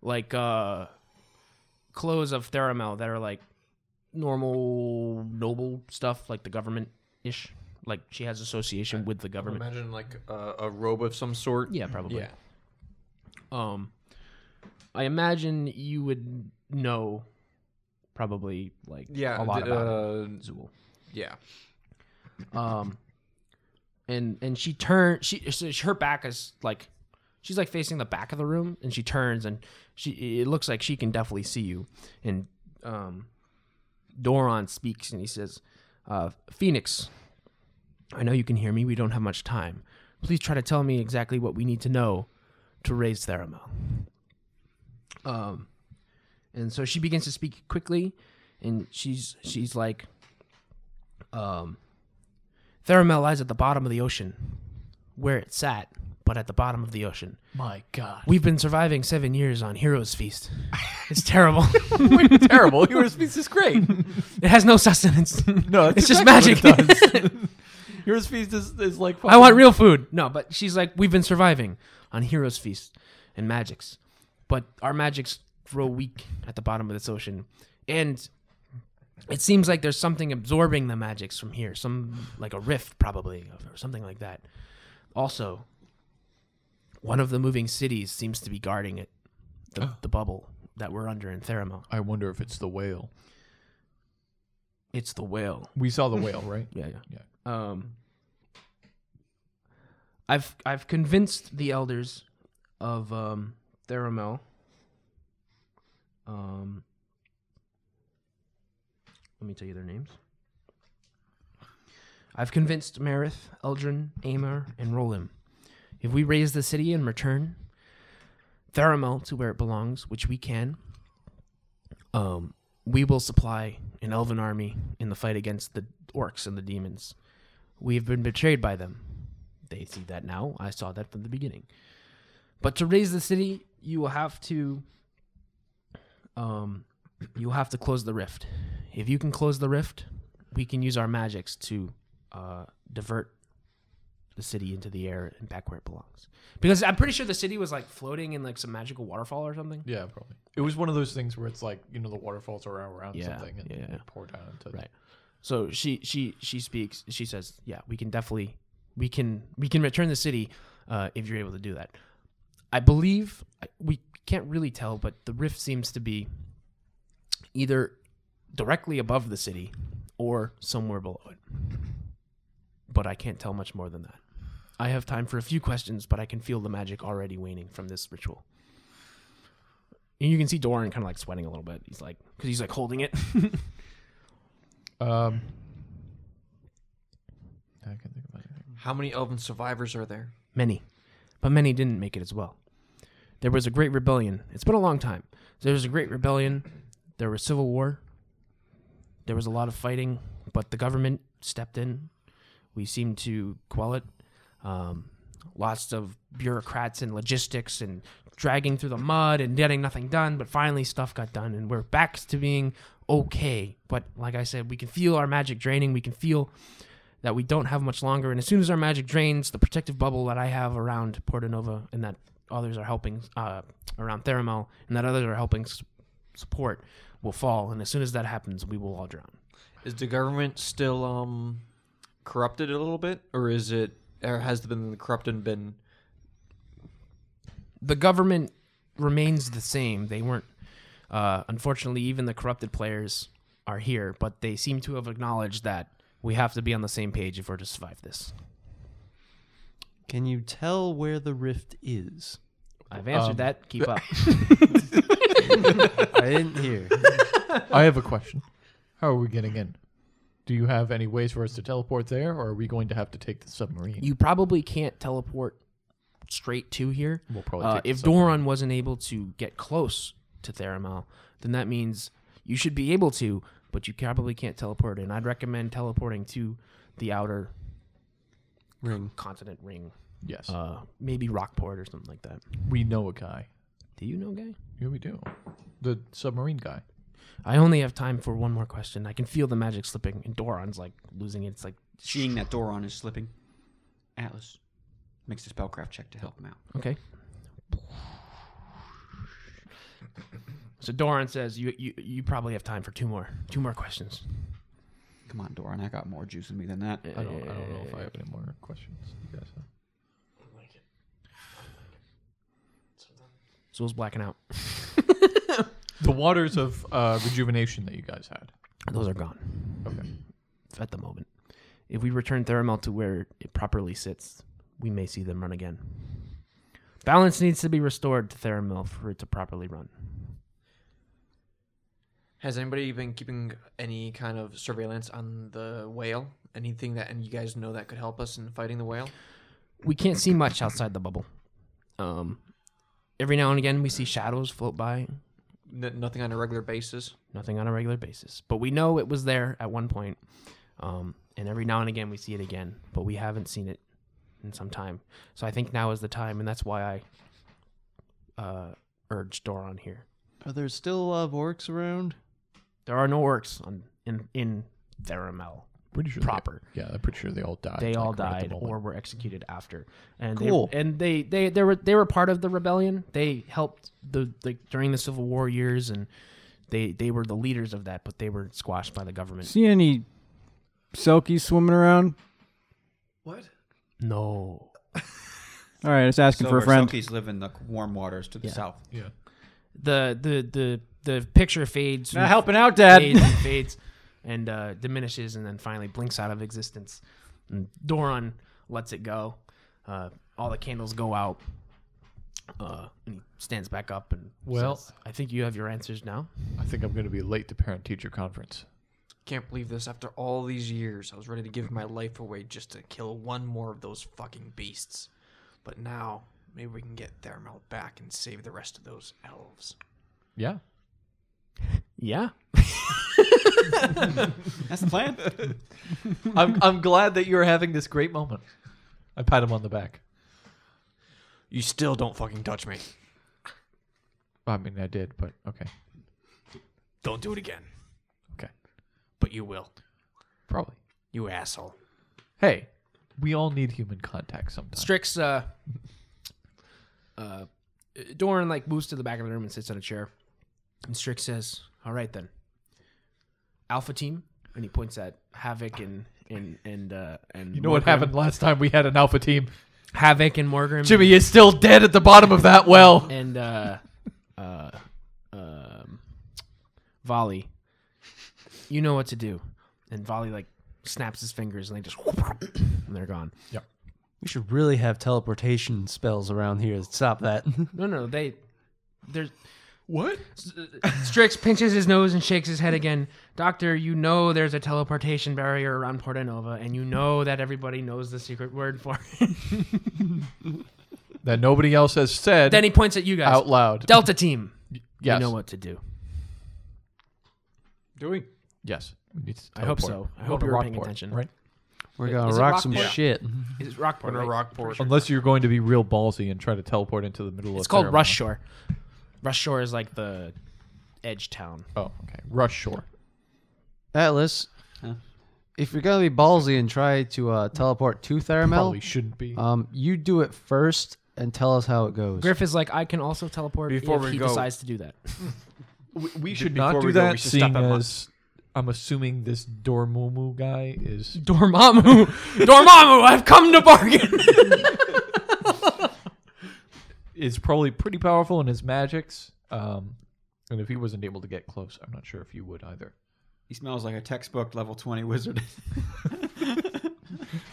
A: like uh clothes of Theramel that are like normal noble stuff, like the government ish. Like she has association with the government.
D: Imagine like
F: uh,
D: a robe of some sort.
A: Yeah, probably. Yeah. Um, I imagine you would know probably like
D: Yeah,
A: a lot
D: d-
A: about
D: uh,
A: Zool.
D: yeah.
A: Um, and and she turns. She so her back is like she's like facing the back of the room, and she turns and she it looks like she can definitely see you. And um, Doron speaks and he says, uh, "Phoenix, I know you can hear me. We don't have much time. Please try to tell me exactly what we need to know to raise Theramel." Um, and so she begins to speak quickly, and she's she's like, um, Theramel lies at the bottom of the ocean, where it sat, but at the bottom of the ocean.
B: My God,
A: We've been surviving seven years on Heroes Feast. It's terrible.
B: terrible! Your speech is great.
A: it has no sustenance.
B: No, that's
A: It's just
B: exactly what it
A: magic.
B: does. Heroes Feast is, is like
A: I want real food. No, but she's like, we've been surviving on Heroes Feast and Magics, but our Magics grow weak at the bottom of this ocean, and it seems like there's something absorbing the Magics from here, some like a rift probably or something like that. Also, one of the moving cities seems to be guarding it,
B: Oh.
A: the, the bubble that we're under in Theramo.
B: I wonder if it's the whale.
A: It's the whale.
B: We saw the whale, right?
A: Yeah, yeah, yeah. Um, I've I've convinced the elders of um, Theramel. Um, let me tell you their names. I've convinced Marith, Eldrin, Amar, and Rolim. If we raise the city and return Theramel to where it belongs, which we can, um, we will supply an elven army in the fight against the orcs and the demons. We have been betrayed by them. They see that now. I saw that from the beginning. But to raise the city, you will have to um you will have to close the rift. If you can close the rift, we can use our magics to uh, divert the city into the air and back where it belongs. Because I'm pretty sure the city was like floating in like some magical waterfall or something.
B: Yeah, probably. It was one of those things where it's like, you know, the waterfalls are around
A: Yeah,
B: something and
A: yeah.
B: they pour down into
A: Right. So she she she speaks. She says, "Yeah, we can definitely we can we can return the city uh, if you're able to do that." I believe we can't really tell, but the rift seems to be either directly above the city or somewhere below it. But I can't tell much more than that. I have time for a few questions, but I can feel the magic already waning from this ritual. And you can see Doran kind of like sweating a little bit. He's like, because he's like holding it.
B: Um, I can't think of anything.
F: How many elven survivors are there?
A: Many. But many didn't make it as well. There was a great rebellion. It's been a long time. There was a great rebellion. There was civil war. There was a lot of fighting, but the government stepped in. We seemed to quell it. Um, lots of bureaucrats and logistics and dragging through the mud and getting nothing done, but finally stuff got done and we're back to being okay. But like I said, we can feel our magic draining. We can feel that we don't have much longer. And as soon as our magic drains, the protective bubble that I have around Porta Nova and that others are helping uh, around Theramel and that others are helping s- support will fall. And as soon as that happens, we will all drown.
F: Is the government still um corrupted a little bit, or is it or has been the corrupted been?
A: The government remains the same. They weren't, uh, unfortunately, even the corrupted players are here, but they seem to have acknowledged that we have to be on the same page if we're to survive this.
D: Can you tell where the rift is?
A: I've answered that. Keep up.
D: I didn't hear.
B: I have a question. How are we getting in? Do you have any ways for us to teleport there, or are we going to have to take the submarine?
A: you probably can't teleport straight to here.
B: We'll probably
A: Uh,
B: take the
A: if Doron wasn't able to get close to Theramel, then that means you should be able to, but you probably can't teleport. And I'd recommend teleporting to the outer ring, continent ring,
B: yes,
A: uh, maybe Rockport or something like that.
B: we know a guy.
A: Do you know, guy?
B: Yeah, we do. The submarine guy.
A: I only have time for one more question. I can feel the magic slipping, and Doron's like losing it. It's like,
G: Seeing that Doron is slipping, Atlas makes a spellcraft check to help him out.
A: okay. So Doron says, you, you you probably have time for two more two more questions.
G: Come on, Doron, I got more juice in me than that.
B: I don't. I don't know if I have any more questions. You guys have?
A: Zool's blacking out.
B: The waters of uh, rejuvenation that you guys had.
A: Those are gone.
B: Okay.
A: at the moment. If we return Theramel to where it properly sits, we may see them run again. Balance needs to be restored to Theramel for it to properly run.
F: Has anybody been keeping any kind of surveillance on the whale? Anything that and you guys know that could help us in fighting the whale?
A: We can't see much outside the bubble. Um, every now and again, we see shadows float by,
F: N- nothing on a regular basis.
A: nothing on a regular basis. But we know it was there at one point. Um, and every now and again, we see it again, but we haven't seen it in some time. So I think now is the time, and that's why I uh, urged Doron here.
D: Are there still a lot of orcs around?
A: There are no orcs on in in Theramel
B: pretty sure they-
A: proper.
B: yeah, I'm pretty sure they all died.
A: They
B: like,
A: all
B: right at the
A: died
B: moment.
A: or were executed after. And
D: Cool.
A: they and they, they they were they were part of the rebellion. They helped the like during the Civil War years and they they were the leaders of that, but they were squashed by the government.
E: See any selkies swimming around?
D: What?
A: No.
E: All right, just asking for a
G: Silver
E: friend.
G: Silkies live in the warm waters to the south.
B: yeah.
A: The the the the picture fades
E: Not
A: and
E: Uh, helping out, Dad.
A: fades and fades and uh, diminishes and then finally blinks out of existence. And Doron lets it go. Uh, all the candles go out. Uh, and he stands back up and
B: Well-
A: says, I think you have your answers now.
B: I think I'm going to be late to parent teacher conference.
F: Can't believe this. After all these years, I was ready to give my life away just to kill one more of those fucking beasts. But now, maybe we can get Theramel back and save the rest of those elves.
B: Yeah.
A: Yeah.
G: That's the plan.
B: I'm I'm glad that you're having this great moment. I pat him on the back.
F: You still don't fucking touch me.
B: I mean, I did, but okay.
F: Don't do it again.
B: Okay.
F: But you will.
B: Probably.
F: You asshole.
B: Hey, we all need human contact sometimes.
A: Strix, uh, uh, Doran like moves to the back of the room and sits on a chair. And Strix says, "All right then, Alpha Team." And he points at Havoc and and and uh, and
B: You know what happened last time we had an alpha team?
A: Havoc and Morgan.
B: Jimmy is still dead at the bottom of that well.
A: and uh, uh, um, Volley, you know what to do. And Volley like snaps his fingers and they just and they're gone.
D: We should really have teleportation spells around here to stop that.
A: No, no, they. There's. What? Strix pinches his nose and shakes his head again. Doctor, you know there's a teleportation barrier around Porta Nova, and you know that everybody knows the secret word for it.
B: That nobody else has said
A: then he points at you guys.
B: out loud.
A: Delta Team,
B: yes.
A: you know what to do.
E: Do we?
B: Yes. We need to
A: I hope
B: teleport.
A: so. I
B: We're
A: hope
B: going to
A: you were paying
B: Rockport,
A: attention.
B: Right?
D: We're gonna
A: Is it
D: rock some
A: Rockport?
D: shit.
A: It's Rockport. right?
F: Rockport.
B: Unless you're going to be real ballsy and try to teleport into the middle of
A: It's called
B: Fairmont.
A: Rush Shore. Rush Shore is like the edge town.
B: Oh, okay. Rush Shore.
D: Atlas, if you're gonna be ballsy and try to uh, teleport to
B: Probably
D: Theramel,
B: shouldn't be.
D: um, you do it first and tell us how it goes.
A: Griff is like, I can also teleport
G: Before
A: if
G: we
A: he
G: go-
A: decides to do that.
B: we, we should
G: before
B: not do
G: we go, we
B: that,
G: should
B: seeing
G: stop at Mon-
B: as I'm assuming this Dormammu guy is
A: Dormammu, Dormammu, I've come to bargain.
B: is probably pretty powerful in his magics. Um, and if he wasn't able to get close, I'm not sure if you would either.
G: He smells like a textbook level 20 wizard.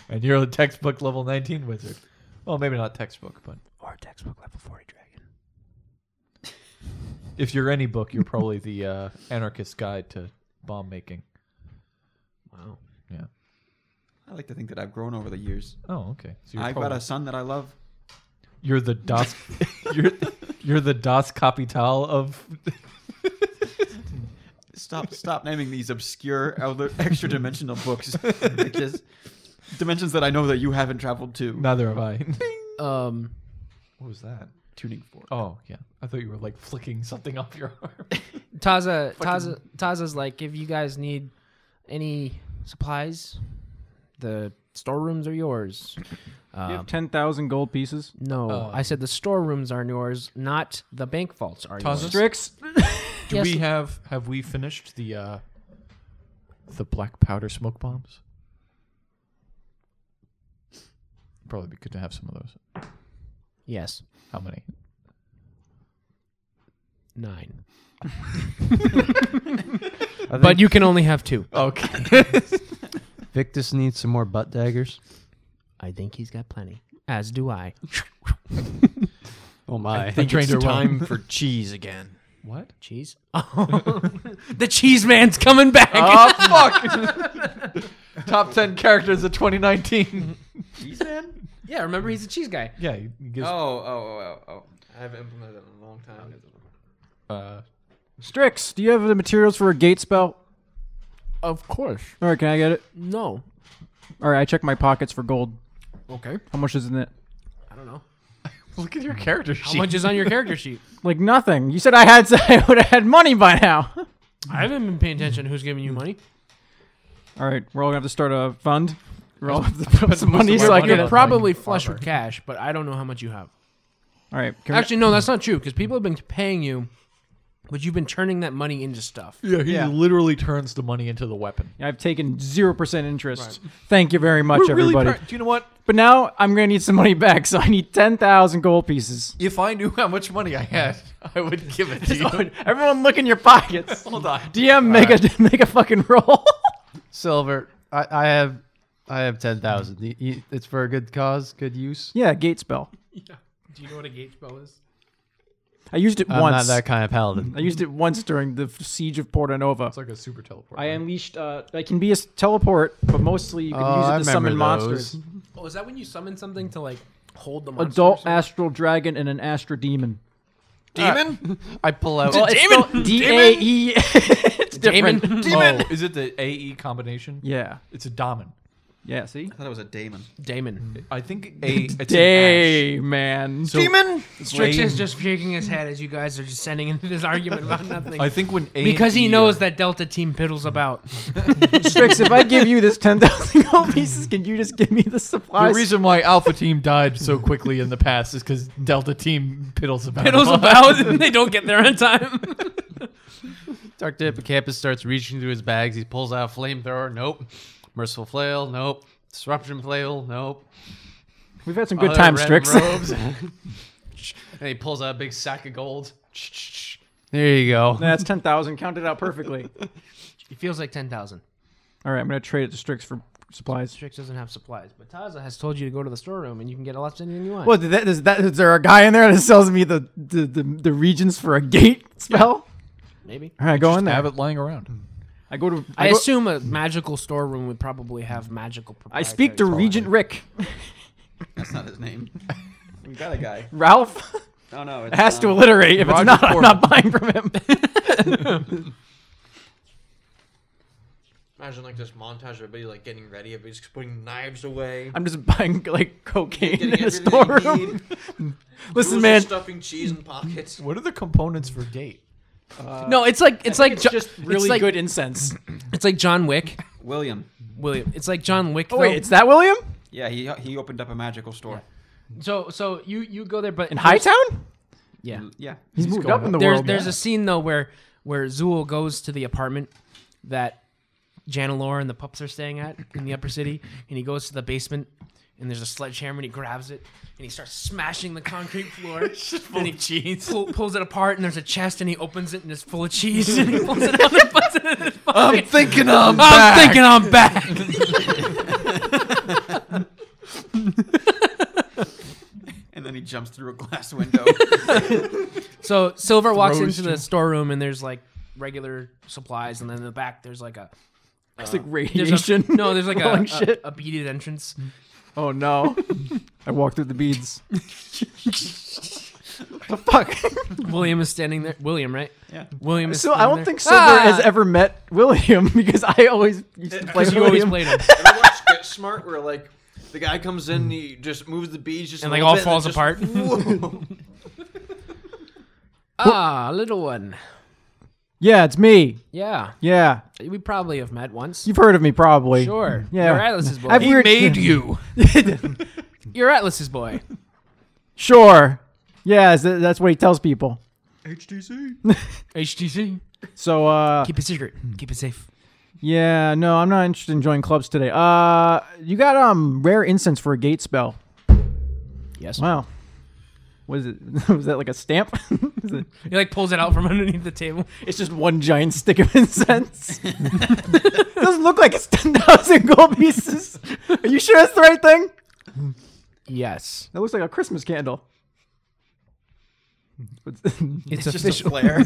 B: And you're a textbook level 19 wizard. Well, maybe not textbook, but
A: or textbook level 40 dragon.
B: if you're any book, you're probably the uh, anarchist guide to bomb making.
A: Wow.
B: Yeah.
G: I like to think that I've grown over the years.
B: Oh, okay. So you're,
G: I've
B: probably,
G: got a son that I love.
B: you're the das you're you're the das capital of
G: Stop, stop naming these obscure other extra dimensional books. It just dimensions that I know that you haven't traveled to.
B: neither have I.
A: Um,
B: what was that?
G: tuning for.
B: Oh, yeah. I thought you were like flicking something off your arm.
A: Taza, Taza, Taza's like, if you guys need any supplies, the storerooms are yours. Um,
E: You have ten thousand gold pieces.
A: No,
B: Oh,
A: I said the storerooms are yours, not the bank vaults are
B: Taza?
A: yours.
E: Strix.
B: Do
A: Yes.
B: we have have we finished the uh the black powder smoke bombs? Probably be good to have some of those.
A: Yes,
B: How many?
A: nine.
D: I think
A: But you can only have two.
B: Okay.
D: Victus needs some more butt daggers.
A: I think he's got plenty, as do I.
D: Oh my!
B: I trained her well.
F: time for cheese again.
B: What?
A: Cheese? the cheese man's coming back.
B: Oh fuck! Top ten characters of 2019.
G: Cheese man?
A: Yeah, remember he's a cheese guy.
B: Yeah, he gives
G: Oh, oh, oh, oh,
F: I haven't implemented it in a long time.
B: uh,
E: Strix, do you have the materials for a gate spell?
A: Of course.
E: All right, can I get it?
A: No.
E: All right, I check my pockets for gold.
A: Okay.
E: How much is in it?
A: I don't know.
B: look at your character
A: How
B: sheet.
A: much is on your character sheet?
E: Like nothing. You said I had I would have had money by now.
A: I haven't been paying attention to who's giving you money.
E: All right, we're all gonna have to start a fund. We're all gonna have to put some money so
B: money
E: I
B: up.
E: can. All
A: You're
B: like
A: probably flush
B: Farmer.
A: with cash, but I don't know how much you have.
E: right, can we-
A: Actually, no, that's not true because people have been paying you, but you've been turning that money into stuff.
B: Yeah, he
E: Yeah.
B: literally turns the money into the weapon.
E: I've taken zero percent interest. Thank you very much,
B: We're really
E: everybody.
B: proud- Do you know what?
E: but now I'm gonna need some money back, so I need ten thousand gold pieces.
B: If I knew how much money I had, I would give it to you.
E: Everyone, look in your pockets.
D: Hold on.
E: DM, make a make a fucking roll.
D: Silver, I, I have I have ten thousand. It's for a good cause, good use.
E: yeah, gate spell.
A: Do you know what a gauge spell is?
E: I used it
D: I'm
E: once.
D: not that kind of paladin.
E: I used it once during the f- siege of Porta Nova.
B: It's like a super teleport.
E: I unleashed. Uh, I can be a s- teleport, but mostly you can
D: Oh,
E: use it
D: I
E: to summon
D: remember
E: monsters.
D: those.
A: Oh, is that when you summon something to like hold the monster?
E: Adult astral dragon and an astral demon.
F: Demon?
D: I pull out.
E: Well, Oh, it's spelled D A E. It's different.
B: Demon. Oh, is it the AE combination?
E: Yeah.
B: It's a daemon.
E: Yeah. See.
G: I thought it was a daemon.
E: Oh,
A: Damon.
B: I think a it's an ash.
E: Day man.
F: Demon?
A: Strix is just shaking his head as you guys are descending into this argument about nothing.
B: I think when a
A: because
B: and
A: he
B: E
A: knows
B: are-
A: that Delta Team piddles about.
E: Strix, if I give you this ten thousand gold pieces, can you just give me the
B: the
E: supplies?
B: reason why Alpha Team died so quickly in the past is because Delta Team piddles about. a
A: Piddles
B: lot.
A: about, and they don't get there in time.
D: Dr. Hippocampus starts reaching through his bags. He pulls out a flamethrower. Nope. Merciful flail. Nope. Disruption flail. Nope.
E: We've had some good
D: Other
E: times,
D: red
E: Strix.
D: robes. and he pulls out a big sack of gold. There you go.
E: That's ten thousand. Counted out perfectly.
A: It feels like ten thousand.
E: All right, I'm gonna trade it to Strix for supplies.
A: Strix doesn't have supplies, but Taza has told you to go to the storeroom and you can get a lot of anything you want.
E: Well, did that, is that is there a guy in there that sells me the the, the, the regions for a gate spell?
A: Maybe.
E: All right, go in
B: I have
E: there.
B: it lying around.
E: I go to.
A: I,
E: I, go,
A: assume a magical storeroom would probably have magical.
E: I speak to Regent Rick.
G: That's not his name. we got a guy.
E: Ralph
G: Oh no, it's,
E: has to
G: um,
E: alliterate. If it's
B: Roger
E: not, I'm
B: Corman.
E: not buying from him.
F: Imagine like this montage of everybody like getting ready, everybody's just putting knives away.
E: I'm just buying like cocaine
F: Getting
E: in a
F: everything you
E: storeroom.
F: need.
E: Listen,
F: Who's
E: man,
F: stuffing cheese in pockets.
B: What are the components for Gate?
A: No, it's like it's like
E: it's
A: Jo-
E: just really
A: like-
E: good incense.
A: it's like John Wick.
G: William.
A: William, it's like John Wick.
E: Oh
A: though.
E: wait, it's that William
G: Yeah, he he opened up a magical store.
A: so so you you go there, but
E: in Hightown?
A: yeah.
G: Yeah.
E: He's, moved up in the
A: There's
E: world.
A: there's a scene though where where Zool goes to the apartment that Janilor and the pups are staying at in the upper city, and he goes to the basement. And there's a sledgehammer, and he grabs it, and he starts smashing the concrete floor. it's just full and he of cheese. Pull, pulls it apart, and there's a chest, and he opens it, and it's full of cheese. And he pulls it out and puts it in his pocket.
B: Thinking I'm
A: I'm thinking I'm back.
G: And then he jumps through a glass window.
A: So Silver walks
B: Throws
A: into the storeroom and there's like regular supplies, and then in the back there's like a
E: it's like
A: there's a,
E: radiation.
A: no, there's like a,
E: Rolling
A: a,
E: shit.
A: a beaded entrance.
E: Oh no! I walked through the beads. the fuck.
A: William is standing there. William, right?
G: Yeah.
A: William is.
E: So I
A: standing
E: don't
A: there. Ah!
E: think Silver has ever met William because I Uh, always used to play
A: 'Cause you always played
E: William.
A: him.
F: Ever watch Get Smart where like the guy comes in, he just moves the beads just a
A: And, like,
F: little
A: all
F: bit,
A: falls
F: just-
A: apart.
F: Whoa.
A: ah, little one.
E: yeah, it's me.
A: Yeah,
E: Yeah,
A: we probably have met once.
E: you've heard of me probably.
A: sure.
E: Yeah.
A: You're Atlas's boy.
E: I've weird-
B: you.
A: You're Atlas's boy.
E: Sure. Yeah, is that- that's what he tells people.
A: HTC.
E: So uh,
A: Keep it secret. Keep it safe.
E: yeah, no, I'm not interested in joining clubs today. Uh, you got um rare incense for a gate spell.
A: Yes.
E: Wow. What is it? Was that like a stamp? Is it-
A: He like pulls it out from underneath the table.
E: It's just one giant stick of incense. Doesn't look like it's ten thousand gold pieces. Are you sure it's the right thing?
A: Yes.
E: That looks like a Christmas candle.
A: It's,
G: it's just a
A: official.
G: flare.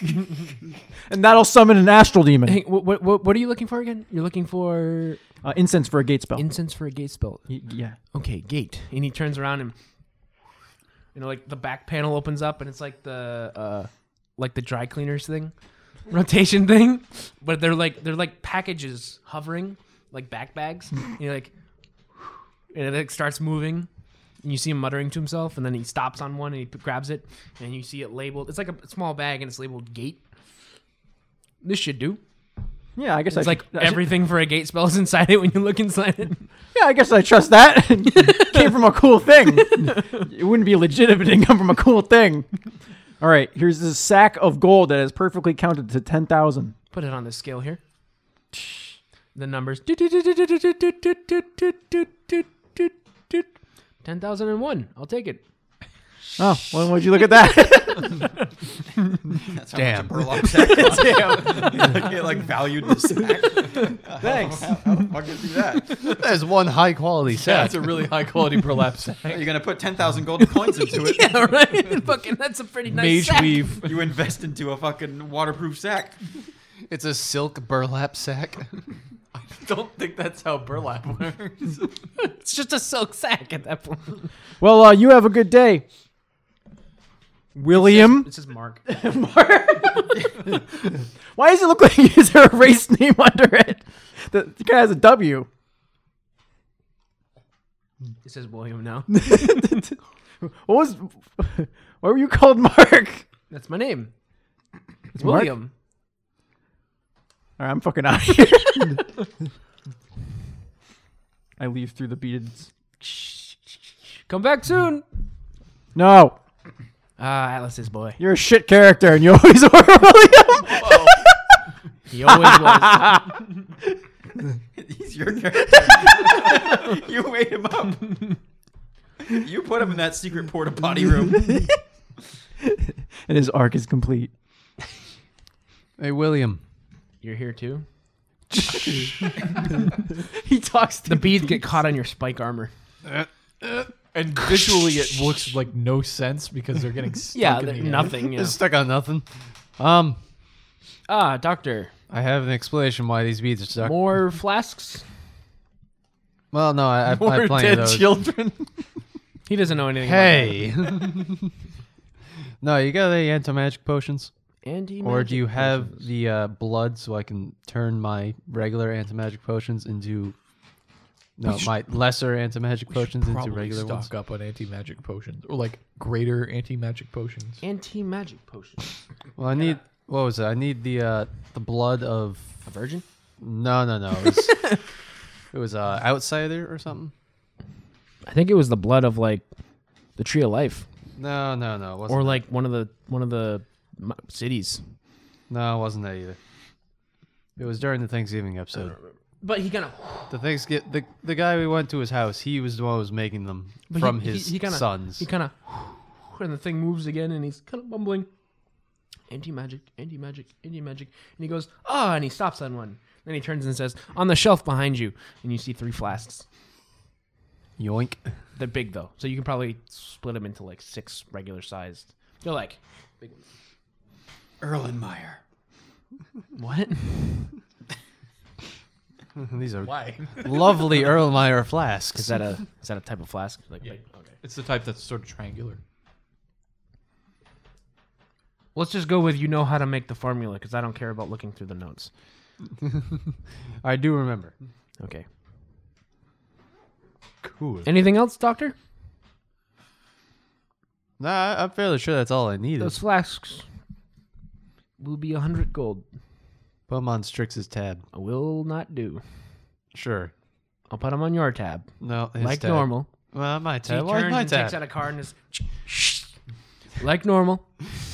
E: and that'll summon an astral demon.
A: Hey, what, what what are you looking for again? You're looking for
E: Uh, incense for a gate spell.
A: incense for a gate spell.
E: Y- yeah.
A: okay, gate. And he turns around and you know, like the back panel opens up and it's like the uh like the dry cleaners thing. Rotation thing. But they're like they're like packages hovering, like backbags. and you're like and it like starts moving. And you see him muttering to himself, and then he stops on one and he p- grabs it, and you see it labeled. It's like a small bag, and it's labeled "gate." This should do.
E: Yeah, I guess I
A: It's like
E: I
A: everything for a gate spell is inside it when you look inside it.
E: yeah, I guess I trust that. came from a cool thing. it wouldn't be legit if it didn't come from a cool thing. All right, here's this sack of gold that is perfectly counted to ten thousand.
A: Put it on the scale here. The numbers. Ten thousand and one. I'll take it.
E: Oh, well, would you look at that?
C: That's how
D: Damn.
C: much a burlap sack costs. It like valued the sack.
E: Thanks.
C: How the fuck did you do that?
D: That is one high quality
B: Yeah,
D: set.
B: it's a really high quality burlap
C: Are
B: sack.
C: you gonna put ten thousand golden coins into it?
A: Yeah, right. Fucking, that's a pretty nice
B: Mage
A: sack.
B: weave.
C: You invest into a fucking waterproof sack.
D: It's a silk burlap sack.
B: I don't think that's how burlap works.
A: It's just a silk sack at that point.
E: well, uh, you have a good day, William.
A: It's just Mark.
E: Why does it look like is there a race name under it? The, the guy has a W.
A: It says William now.
E: What was? Why were you called Mark?
A: That's my name. It's
E: Mark?
A: William.
E: All right, I'm fucking out of here. I leave through the beaded.
A: Come back soon.
E: No,
A: Ah, Atlas's boy.
E: you're a shit character, and you always were William.
A: He always was.
C: He's your character. you made him up. You put him in that secret porta potty room.
E: and his arc is complete.
D: hey, William.
A: You're here too.
E: He talks to
A: The beads get caught on your spike armor.
B: And visually, it looks like no sense because they're getting stuck
A: Yeah,
B: in the
A: they're
B: air.
A: nothing. yeah.
D: It's stuck on nothing. Um,
A: Ah, doctor.
D: I have an explanation why these beads are stuck.
A: More flasks.
D: well, no, I, I, I
B: More
D: planned
B: dead
D: those.
B: children.
A: He doesn't know anything.
D: Hey. no, you got any anti magic potions?
A: About Andy.
D: Or do you have the uh, blood so I can turn my regular anti magic potions into. No, my lesser anti magic potions into
B: Probably
D: regular
B: stock
D: ones.
B: up on anti magic potions or like greater anti magic potions.
A: anti magic potion?
D: Well, I need. What was it? I need the uh, the blood of.
A: A virgin?
D: No, no, no. It was, it was uh, outsider or something.
A: I think it was the blood of like the tree of life,
D: No, no, no. It wasn't,
A: or like one of the one of the m- cities.
D: no, it wasn't that either. It was during the Thanksgiving episode.
A: But he kind of
D: The Thanksgiving, the the guy we went to his house, he was the one who was making them
A: But
D: from
A: he-
D: his
A: he- he kinda-
D: sons.
A: he kind of and the thing moves again, and he's kind of mumbling, anti magic, anti magic, anti magic, and he goes ah, and he stops on one. Then he turns and says, "On the shelf behind you," and you see three flasks.
D: Yoink!
A: They're big though, so you can probably split them into like six regular sized. They're like,
C: Erlenmeyer.
A: what?
D: These are
B: Why?
D: lovely Erlenmeyer flasks.
A: Is that a is that a type of flask? Like,
B: Yeah.
A: big? okay.
B: It's the type that's sort of triangular.
A: Let's just go with you know how to make the formula because I don't care about looking through the notes.
D: I do remember.
A: Okay.
D: Cool.
A: Anything else, Doctor?
D: Nah, I- I'm fairly sure that's all I needed.
A: Those flasks will be a hundred gold.
D: Put 'em on Strix's tab.
A: I will not do.
D: Sure.
A: I'll put them on your tab,
D: No, his
A: like
D: tab.
A: normal.
D: Well, my
A: So
D: tab.
A: he
D: Why
A: turns
D: my
A: and takes
D: tab?
A: out a card and is like normal.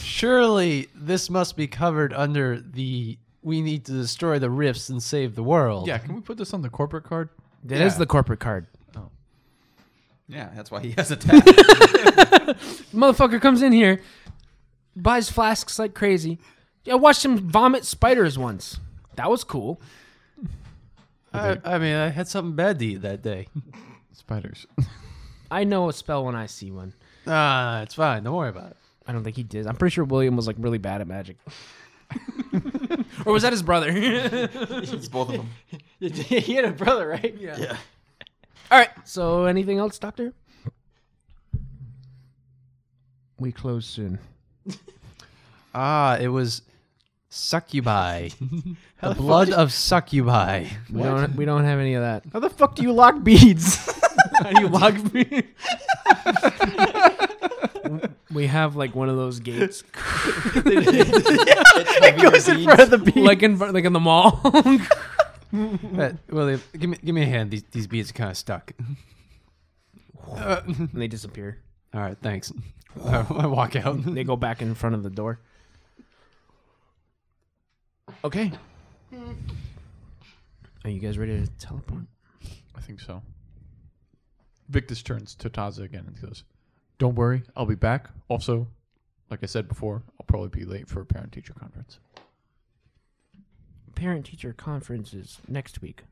D: Surely this must be covered under the. We need to destroy the rifts and save the world.
B: Yeah, can we put this on the corporate card?
A: That is
C: Yeah.
A: the corporate card.
C: Yeah, that's why he has a tattoo.
A: Motherfucker comes in here, buys flasks like crazy. I watched him vomit spiders once. That was cool.
D: I, I mean, I had something bad to eat that day.
B: Spiders.
A: I know a spell when I see one.
D: Ah, it's fine. Don't worry about it.
A: I don't think he did. I'm pretty sure William was like really bad at magic. or was that his brother?
C: it's both of them.
E: he had a brother, right? Yeah.
A: All right. So, anything else, Doctor? We close soon.
D: Ah, it was succubi. the blood of succubi.
A: We don't. We don't have any of that.
E: How the fuck do you lock beads?
A: How do you lock me? we have like one of those gates,
E: it goes in front of the beat.
A: like in like in the mall.
D: Uh, well, they- give me give me a hand. These these beads are kind of stuck.
A: and they disappear.
D: All right, thanks. I, I walk out.
A: They go back in front of the door. Okay. Are you guys ready to teleport?
B: I think so. Victus turns to Taza again and goes, Don't worry, I'll be back. Also, like I said before, I'll probably be late for a parent teacher conference.
A: Parent teacher conference is next week,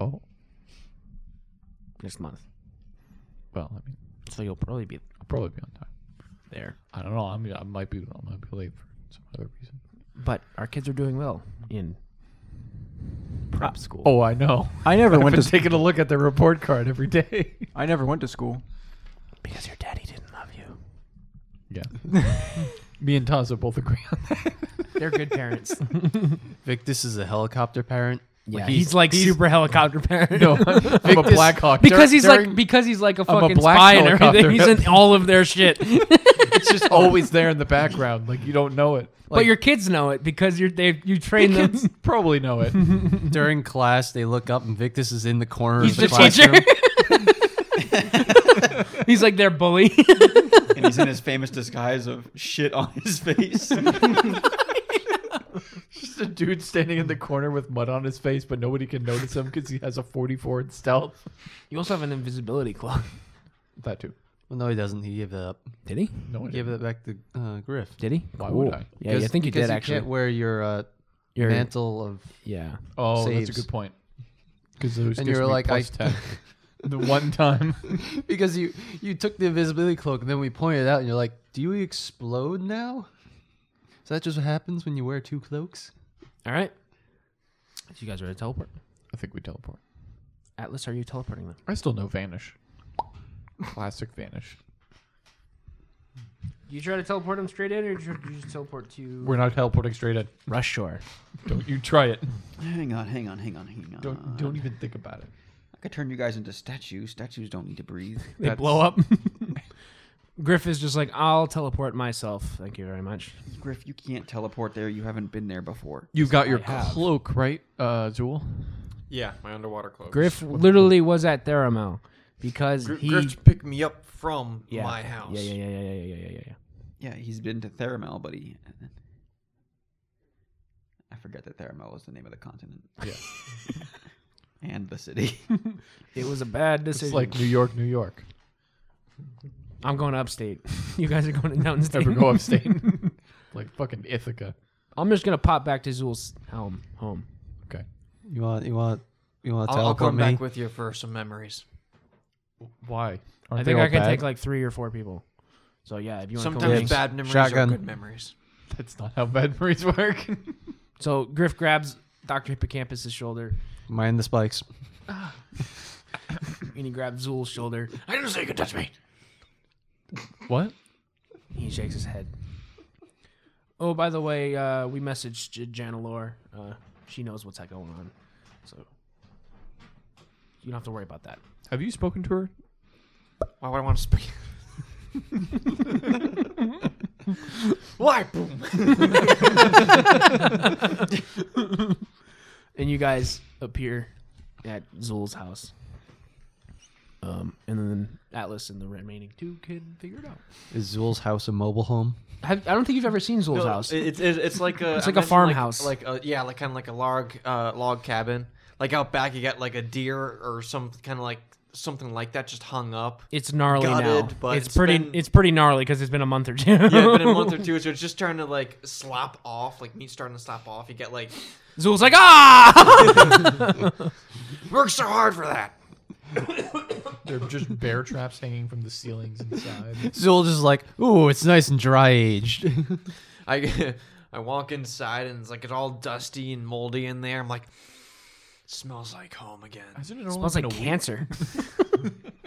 B: Oh,
A: next month.
B: well, I mean,
A: So you'll probably be
B: I'll probably be on time.
A: there.
B: I don't know. I'm, I might be. I might be late for some other reason.
A: But our kids are doing well in prep school.
B: Oh, I know.
E: I never
B: I've
E: went
B: been
E: to.
B: taking a look at the report card every day.
E: I never went to school.
A: Because your daddy didn't love you.
B: Yeah. Me and Taza both agree on that.
A: They're good parents.
D: Vic, this is a helicopter parent.
A: yeah, he's, like super helicopter parent.
B: No, I'm a Black Hawk.
A: Because he's
B: During-
A: like because he's like a
B: I'm a
A: fucking
B: black
A: spy and everything.
B: helicopter.
A: He's in all of their shit.
B: it's just always there in the background. Like you don't know it.
A: but
B: Like,
A: your kids know it because you're they you train them.
B: kids probably know it.
D: During class, they look up and Victus is in the corner
A: He's
D: of the,
A: the
D: classroom.
A: teacher. he's like their bully.
G: and he's in his famous disguise of shit on his face.
B: just a dude standing in the corner with mud on his face, but nobody can notice him because he has a 44 in stealth.
A: you also have an invisibility cloak.
B: That too.
D: Well, no, he doesn't. He gave it up.
A: Did he?
B: No
D: He gave
B: idea.
D: it back to uh, Griff.
A: Did he?
B: Why would I?
A: Yeah, yeah, I
D: Because-
A: think you
D: because
A: did actually.
D: Can't wear your uh,
A: Your-
D: mantle of
A: yeah.
B: Oh,
D: Saves.
B: that's a good point. Because those
D: And
B: gives
D: you're
B: me
D: like,
B: plus
D: I-
B: 10. the one time.
D: because you you took the invisibility cloak and then we pointed it out and you're like, do you explode now? Is that just what happens when you wear two cloaks?
A: All right. So you guys ready to teleport?
B: I think we teleport.
A: Atlas, are you teleporting them?
B: I still know vanish. Classic vanish.
A: You try to teleport them straight in, or you just teleport to
B: We're not teleporting straight in.
A: Rush Shore?
B: Don't you try it.
G: hang on, hang on, hang on, hang on.
B: Don't don't e- even think about it.
G: I could turn you guys into statues. Statues don't need to breathe.
A: They blow up. Griff is just like, I'll teleport myself. Thank you very much.
G: Griff, you can't teleport there. You haven't been there before.
B: You've got your
A: I have.
B: cloak, right, uh, Zool?
F: Yeah, my underwater cloak.
A: Griff literally was at Theramel because
F: Gr-
A: he.
F: Griff picked me up from
A: yeah.
F: my house.
A: Yeah, yeah, yeah, yeah, yeah, yeah, yeah, yeah, yeah.
G: Yeah, he's been to Theramel, but he. I forget that Theramel was the name of the continent.
B: Yeah.
G: and the city.
A: It was a bad
B: It's
A: decision.
B: like New York, New York.
A: I'm going upstate. you guys are going to downstate.
B: Never go upstate. like fucking Ithaca.
A: I'm just gonna pop back to Zul's home. Home.
B: Okay.
D: You want you want you want to
F: I'll, I'll
D: teleport
F: come
D: me?
F: back with you for some memories.
B: Why?
A: I think I can take like three or four people. So yeah, if you want to come
F: Sometimes
A: with me.
D: Yes.
F: bad memories
D: Shotgun.
F: are good memories.
B: That's not how bad memories work.
A: So Griff grabs Doctor Hippocampus's shoulder
D: Mind the spikes.
A: and he grabs Zul's shoulder.
F: I didn't say you could touch me.
B: what?
A: He shakes his head. Oh, by the way, uh, we messaged J- Janelor. Uh, she knows what's going on, so you don't have to worry about that.
B: Have you spoken to her?
F: Why would I want to speak? Why? Boom.
A: And you guys appear at Zul's house. Um, and then Atlas and the remaining two can figure it out.
D: Is Zool's house a mobile home?
A: Have, I don't think you've ever seen Zul's
F: No,
A: house.
F: It's, it's, it's like a
A: It's
F: I
A: like a
F: mentioned,
A: farmhouse.
F: Like, a, yeah, like kind of like a log uh, log cabin. Like out back, you got like a deer or some kind of like something like that just hung up.
A: It's gnarly
F: gutted,
A: now.
F: but
A: it's,
F: it's
A: pretty.
F: been-
A: It's pretty gnarly because it's been a month or two.
F: Yeah, it's been a month or two, so it's just starting to like slop off. Like meat starting to slop off. You get like
A: Zul's like, ah!
F: work so hard for that.
B: They're just bear traps hanging from the ceilings inside.
D: Zool just like, ooh, it's nice and dry aged.
F: I I walk inside and it's like it's all dusty and moldy in there. I'm like, smells like home again.
B: Hasn't it
A: Smells like cancer.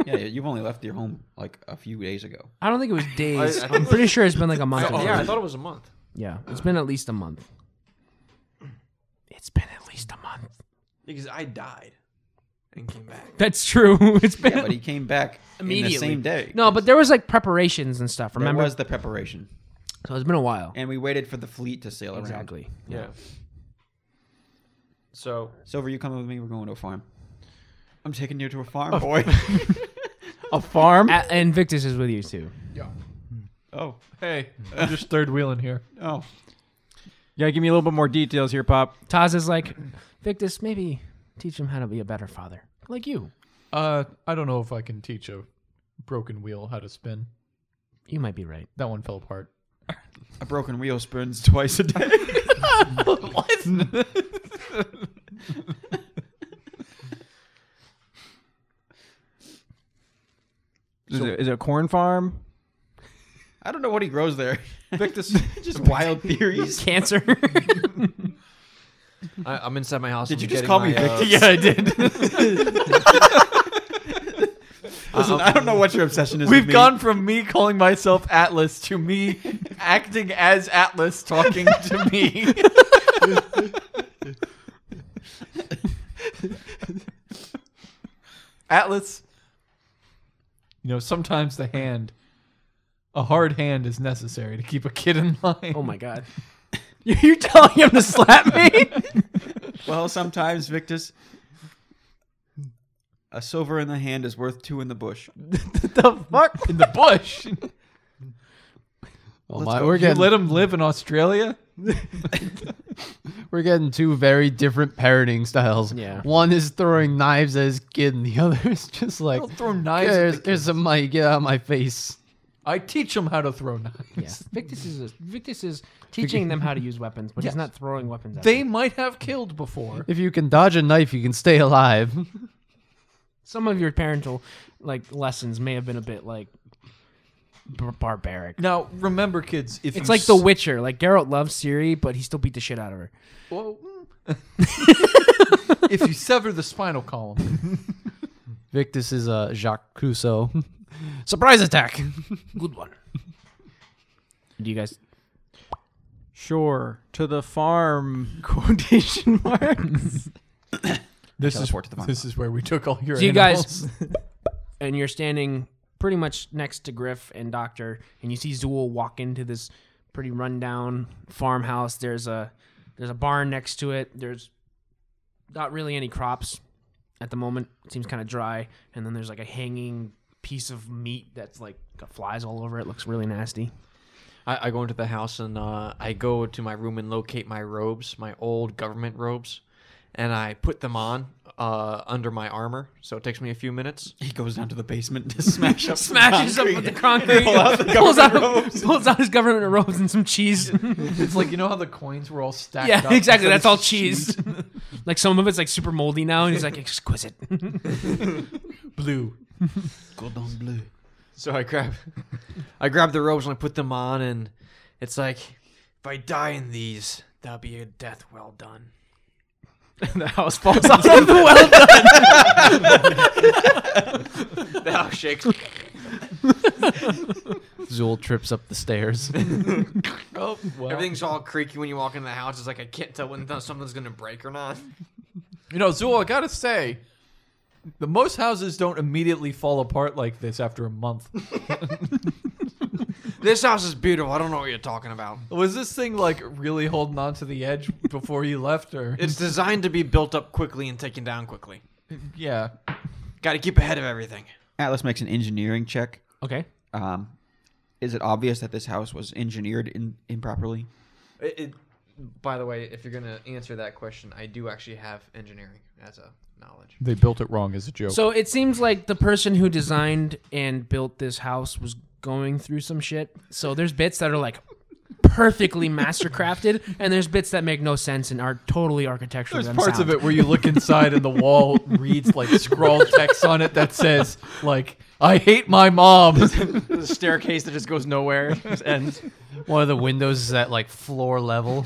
G: yeah, you've only left your home like a few days ago.
A: I don't think it was days.
F: I- I
A: I, am pretty sure it's been like a month. or
F: yeah, I
A: two.
F: thought it was a month.
A: yeah, it's been at least a month. It's been at least a month.
F: Because I died. and came back.
A: That's true. It's been
G: Yeah, but he came back
A: Immediately.
G: in the same day.
A: no, but there was like preparations and stuff.
G: That
A: Remember,
G: was the preparation,
A: so it's been a while.
G: and we waited for the fleet to sail around.
A: Exactly.
F: Yeah. So
G: Silver, you coming with me? We're going to a farm. I'm taking you to a farm, boy.
E: A farm?
A: A- and Victus is with you too.
G: oh,
B: Hey, I'm just third wheeling here.
G: oh,
E: Yeah, give me a little bit more details here, Pop.
A: Taz is like, Victus, maybe teach him how to be a better father, like you.
B: Uh, I don't know if I can teach a broken wheel how to spin.
A: You might be right.
B: That one fell apart.
G: a broken wheel spins twice a day.
E: Is, it, is it a corn farm?
G: I don't know what he grows there. Victus, just wild theories.
A: Cancer.
F: I, I'm inside my house.
G: Did
F: I'm
G: you just
F: getting
G: call me
F: my, uh,
G: Victus?
A: I did.
G: Listen, I don't know what your obsession is.
D: We've
G: with me.
D: gone from me calling myself Atlas to me acting as Atlas talking to me. Atlas,
B: You know, sometimes the hand, a hard hand, is necessary to keep a kid in line.
A: Oh my god.
E: You're telling him to slap me?
G: Well, sometimes Victus, a silver in the hand is worth two in the bush.
E: the fuck?
B: In the bush.
D: oh
B: Let's go. You let him live in Australia.
D: We're getting two very different parenting styles.
A: Yeah.
D: One is throwing knives at his kid, and the other is just like,
B: don't throw knives at
D: Here's,
B: the
D: here's some money. Get out of my face.
B: I teach him how to throw knives.
A: Yeah. Victus is a, Victus is teaching them how to use weapons, but he's not throwing weapons. At them.
B: They might have killed before.
D: If you can dodge a knife, you can stay alive.
A: Some of your parental like lessons may have been a bit like bar- barbaric.
B: Now, remember, kids, if
A: It's
B: you
A: like The
B: s-
A: Witcher. Like Geralt loves Siri, but he still beat the shit out of her.
B: Well, if you sever the spinal column,
D: Victus is uh, Jacques Cousteau. Surprise attack.
A: Good one. Do you guys?
E: Sure. To the farm. Quotation marks.
B: this is
G: Teleport to the farm.
B: this is where we took all your.
A: So you
B: animals.
A: guys, and you're standing pretty much next to Griff and Doctor, and you see Zool walk into this pretty rundown farmhouse. There's a there's a barn next to it. There's not really any crops at the moment. It seems kind of dry, and then there's like a hanging piece of meat that's like got flies all over it. Looks really nasty.
F: I, I go into the house and uh, I go to my room and locate my robes, my old government robes, and I put them on uh, under my armor. So it takes me a few minutes.
G: He goes down to the basement to smash up. some
A: Smashes up
G: concrete.
A: with the concrete. pulls, out, pulls out his government robes and some cheese.
B: it's like you know how the coins were all stacked.
A: Yeah,
B: up
A: exactly.
B: instead
A: That's
B: of
A: all
B: just
A: cheese. like some of it's like super moldy now, and he's like exquisite.
B: Blue.
G: Cordon bleu.
F: So I grab, I grab the robes and I put them on, and it's like, if I die in these, that'll be a death well done.
E: the house falls off. well
F: The house shakes.
D: Zool trips up the stairs.
B: Oh, well.
F: Everything's all creaky when you walk into the house. It's like I can't tell when th- something's gonna break or not.
B: You know, Zool, I gotta say, the most houses don't immediately fall apart like this after a month.
F: This house is beautiful. I don't know what you're talking about.
B: Was this thing like really holding on to the edge before you left, or
F: It's designed to be built up quickly and taken down quickly.
B: yeah?
F: Got to keep ahead of everything.
G: Atlas makes an engineering check.
A: okay.
G: Um, is it obvious that this house was engineered in, improperly?
F: It, it, by the way, if you're gonna answer that question, I do actually have engineering as a knowledge.
B: They built it wrong as a joke.
A: So it seems like the person who designed and built this house was going through some shit. So there's bits that are like perfectly mastercrafted, and there's bits that make no sense and are totally architecturally
B: There's parts of
A: unsound.
B: it where you look inside and the wall reads like scrawled text on it that says like "I hate my mom."
D: the staircase that just goes nowhere and one of the windows is at like floor level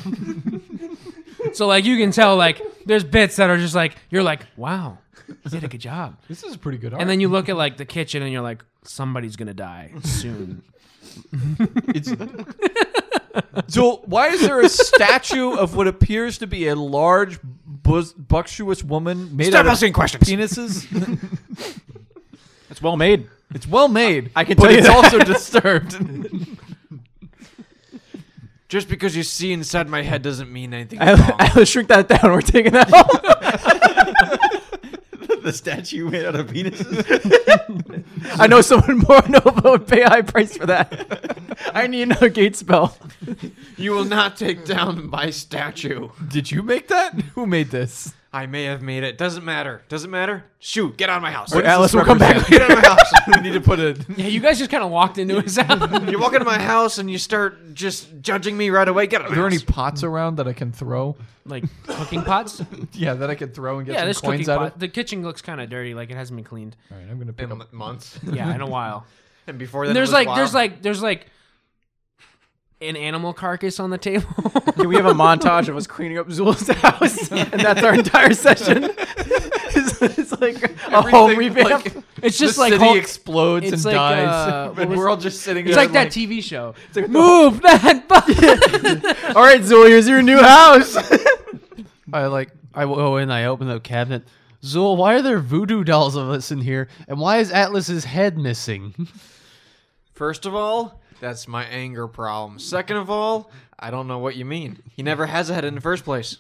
A: So like you can tell like there's bits that are just like you're like wow, you did a good job.
B: This is pretty good art.
A: And then you look at like the kitchen and you're like somebody's gonna die soon.
B: It's so why is there a statue of what appears to be a large bus- bucksuous woman made
F: Stop
B: out of
F: asking questions.
B: penises.
E: It's well made.
B: it's well made.
E: I can
B: but
E: tell you
B: it's
E: that.
B: also disturbed.
F: Just because you see inside my head doesn't mean anything's
E: I,
F: wrong.
E: I will shrink that down. We're taking that out.
G: the statue made out of penises.
E: I know someone more noble would pay a high price for that. I need another gate spell.
F: you will not take down my statue.
B: Did you make that? Who made this?
F: I may have made it. Doesn't matter. Doesn't matter. Shoot, get out of my house.
E: Wait, Alice, we'll come back.
F: Get out of my house.
B: we need to put a
A: Yeah, you guys just kind of walked into his house.
F: You walk into my house and you start just judging me right away. Get out of
B: Are
F: my
B: there any
F: house.
B: pots around that I can throw?
A: like cooking pots.
B: Yeah, that I can throw and get
A: yeah, this
B: some
A: cooking
B: coins out
A: pot.
B: of.
A: The kitchen looks kind of dirty, like it hasn't been cleaned.
B: All right, I'm gonna pick up.
F: In months.
A: Yeah, in a while.
F: And before that,
A: And
F: it
A: there's
F: was
A: like
F: wild.
A: there's like there's like an animal carcass on the table.
E: Yeah, we have a montage of us cleaning up Zul's house, and that's our entire session. it's, it's like a home
B: Everything,
E: revamp.
B: like,
A: it's just
B: the
A: like
B: city
A: Hulk-
B: explodes
A: it's
B: and
A: like,
B: dies,
A: uh, what
B: and
A: was-
B: we're all just sitting.
A: it's
B: there
A: like that TV show. Move that button.
E: All right, Zul, here's your new house.
D: I like I go in, I open the cabinet. Zool, why are there voodoo dolls of us in here? And why is Atlas's head missing?
F: First of all, that's my anger problem. Second of all, I don't know what you mean. He never has a head in the first place.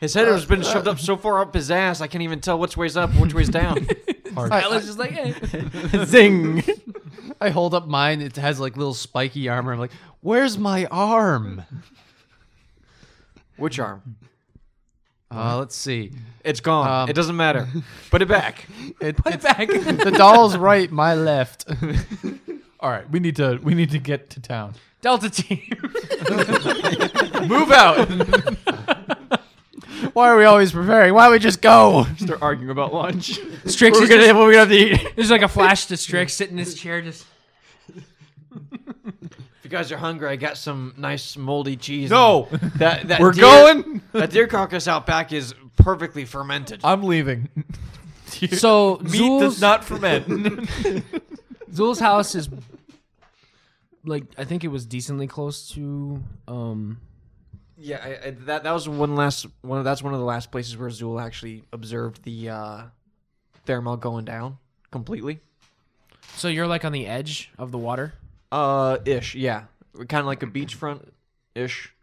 F: His head has been shoved up so far up his ass, I can't even tell which way's up, which way's down.
A: Atlas is like, eh.
E: Zing.
D: I hold up mine. It has like little spiky armor. I'm like, where's my arm?
F: Which arm?
D: Uh, let's see.
F: It's gone.
D: Um,
F: it doesn't matter. Put it back.
D: It, it's-
A: back.
D: the doll's right, my left.
B: all right, we need to we need to get to town.
A: Delta team.
B: Move out.
D: Why are we always preparing? Why don't we just go?
G: Start arguing about lunch.
A: Strix
E: We're
A: is
E: gonna
A: just,
E: have what we have to eat.
A: there's like a flash to Strix sitting in his chair just
F: If you guys are hungry, I got some nice moldy cheese.
B: No.
F: that, that
B: We're
F: deer-
B: going.
F: That deer carcass out back is perfectly fermented.
B: I'm leaving.
A: So
B: Meat does
A: Zul's,
B: not ferment.
A: Zul's house is like I think it was decently close to um
F: Yeah, I, I, that that was one last one. Of, that's one of the last places where Zool actually observed the uh, thermal going down completely.
A: so you're like on the edge of the water.
F: Uh, ish. Yeah, kind of like a beachfront ish.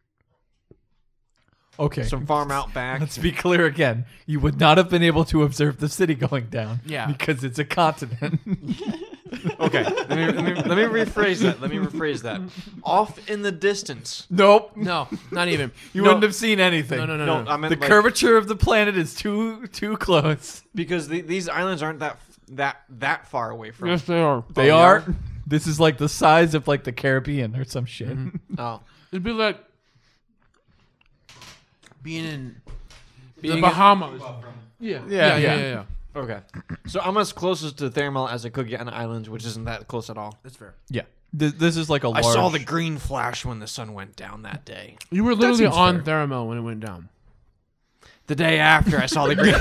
B: okay.
F: Some farm out back.
B: Let's be clear again. You would not have been able to observe the city going down.
A: Yeah.
B: Because it's a continent.
F: okay, let me, let, me, let me rephrase that. Let me rephrase that. Off in the distance.
B: nope.
A: No, not even.
B: You
F: No.
B: wouldn't have seen anything.
A: No, no, no,
F: No,
A: no.
F: I meant
B: Uh, The
F: like,
B: curvature of the planet is too too close.
F: because the, these islands aren't that that that far away from.
A: they are.
B: They are. This is like the size of like the Caribbean or some shit.
F: Oh,
A: It'd be like being in
F: Being in-
A: the Bahamas. yeah.
B: Yeah,
A: Yeah, yeah,
B: yeah.
A: yeah,
F: okay. So I'm as closest to thermal as I could get on the islands, which isn't that close at all.
A: That's fair.
B: Yeah. This, this is like a
F: I
B: large.
F: saw the green flash when the sun went down that day.
A: You were literally
B: seems
A: on Theramel when it went down.
F: The day after I saw the green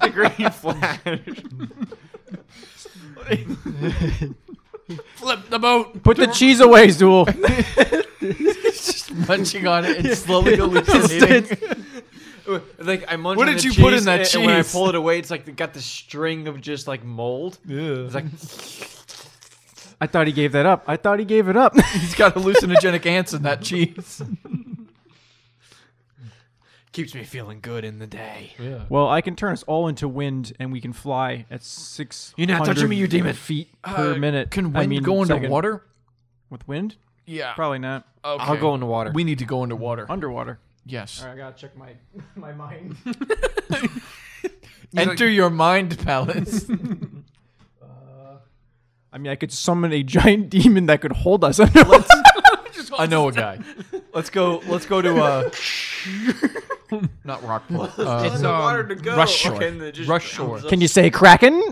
F: the green flash.
A: Flip the boat.
E: Put the cheese away, Zul.
B: punching on it and slowly hallucinating.
F: Like I munched
B: What
F: on
B: did
F: the
B: you put in
F: cheese,
B: that
F: and- and when I
B: cheese?
F: pull it away, it's like it got the string of just like mold.
B: yeah.
F: It's like
E: I thought he gave that up. I thought he gave it up.
B: He's got hallucinogenic ants in that cheese.
F: keeps me feeling good in the day.
B: Yeah.
E: well, I can turn us all into wind, and we can fly at six.
F: You're not touching me, you demon.
E: Feet per minute.
B: Uh, Can wind
E: I mean,
B: go into
E: second.
B: water?
E: with wind?
B: Yeah.
E: Probably not.
B: Okay.
F: I'll go in the water.
B: We need to go into water.
E: Underwater.
B: Yes.
E: I gotta check my my mind.
B: Enter your mind palace.
E: I mean, I could summon a giant demon that could hold us under.
B: I know a guy. Let's go. Let's go to uh, not Rockport. Uh,
A: water
F: to go.
B: Rush Shore. Rush Shore.
E: Can you say Kraken?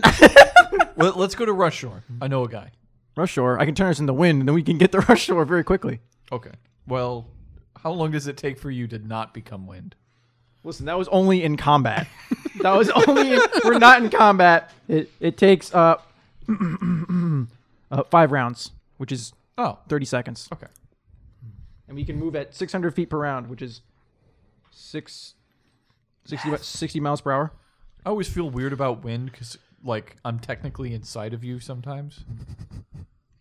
B: Let- Let's go to Rush Shore.
E: Mm-hmm.
B: I know a guy.
E: rush shore. I can turn us into wind, and then we can get to rush shore very quickly.
B: Okay. Well, how long does it take for you to not become wind?
E: Listen, that was only in combat. that was only. In, we're not in combat. It it takes uh, uh five rounds, which is
B: Oh,
E: thirty seconds,
B: okay.
E: and we can move at six hundred feet per round, which is Six, 60, mi- 60 miles per hour.
B: I always feel weird about wind because, like, I'm technically inside of you sometimes.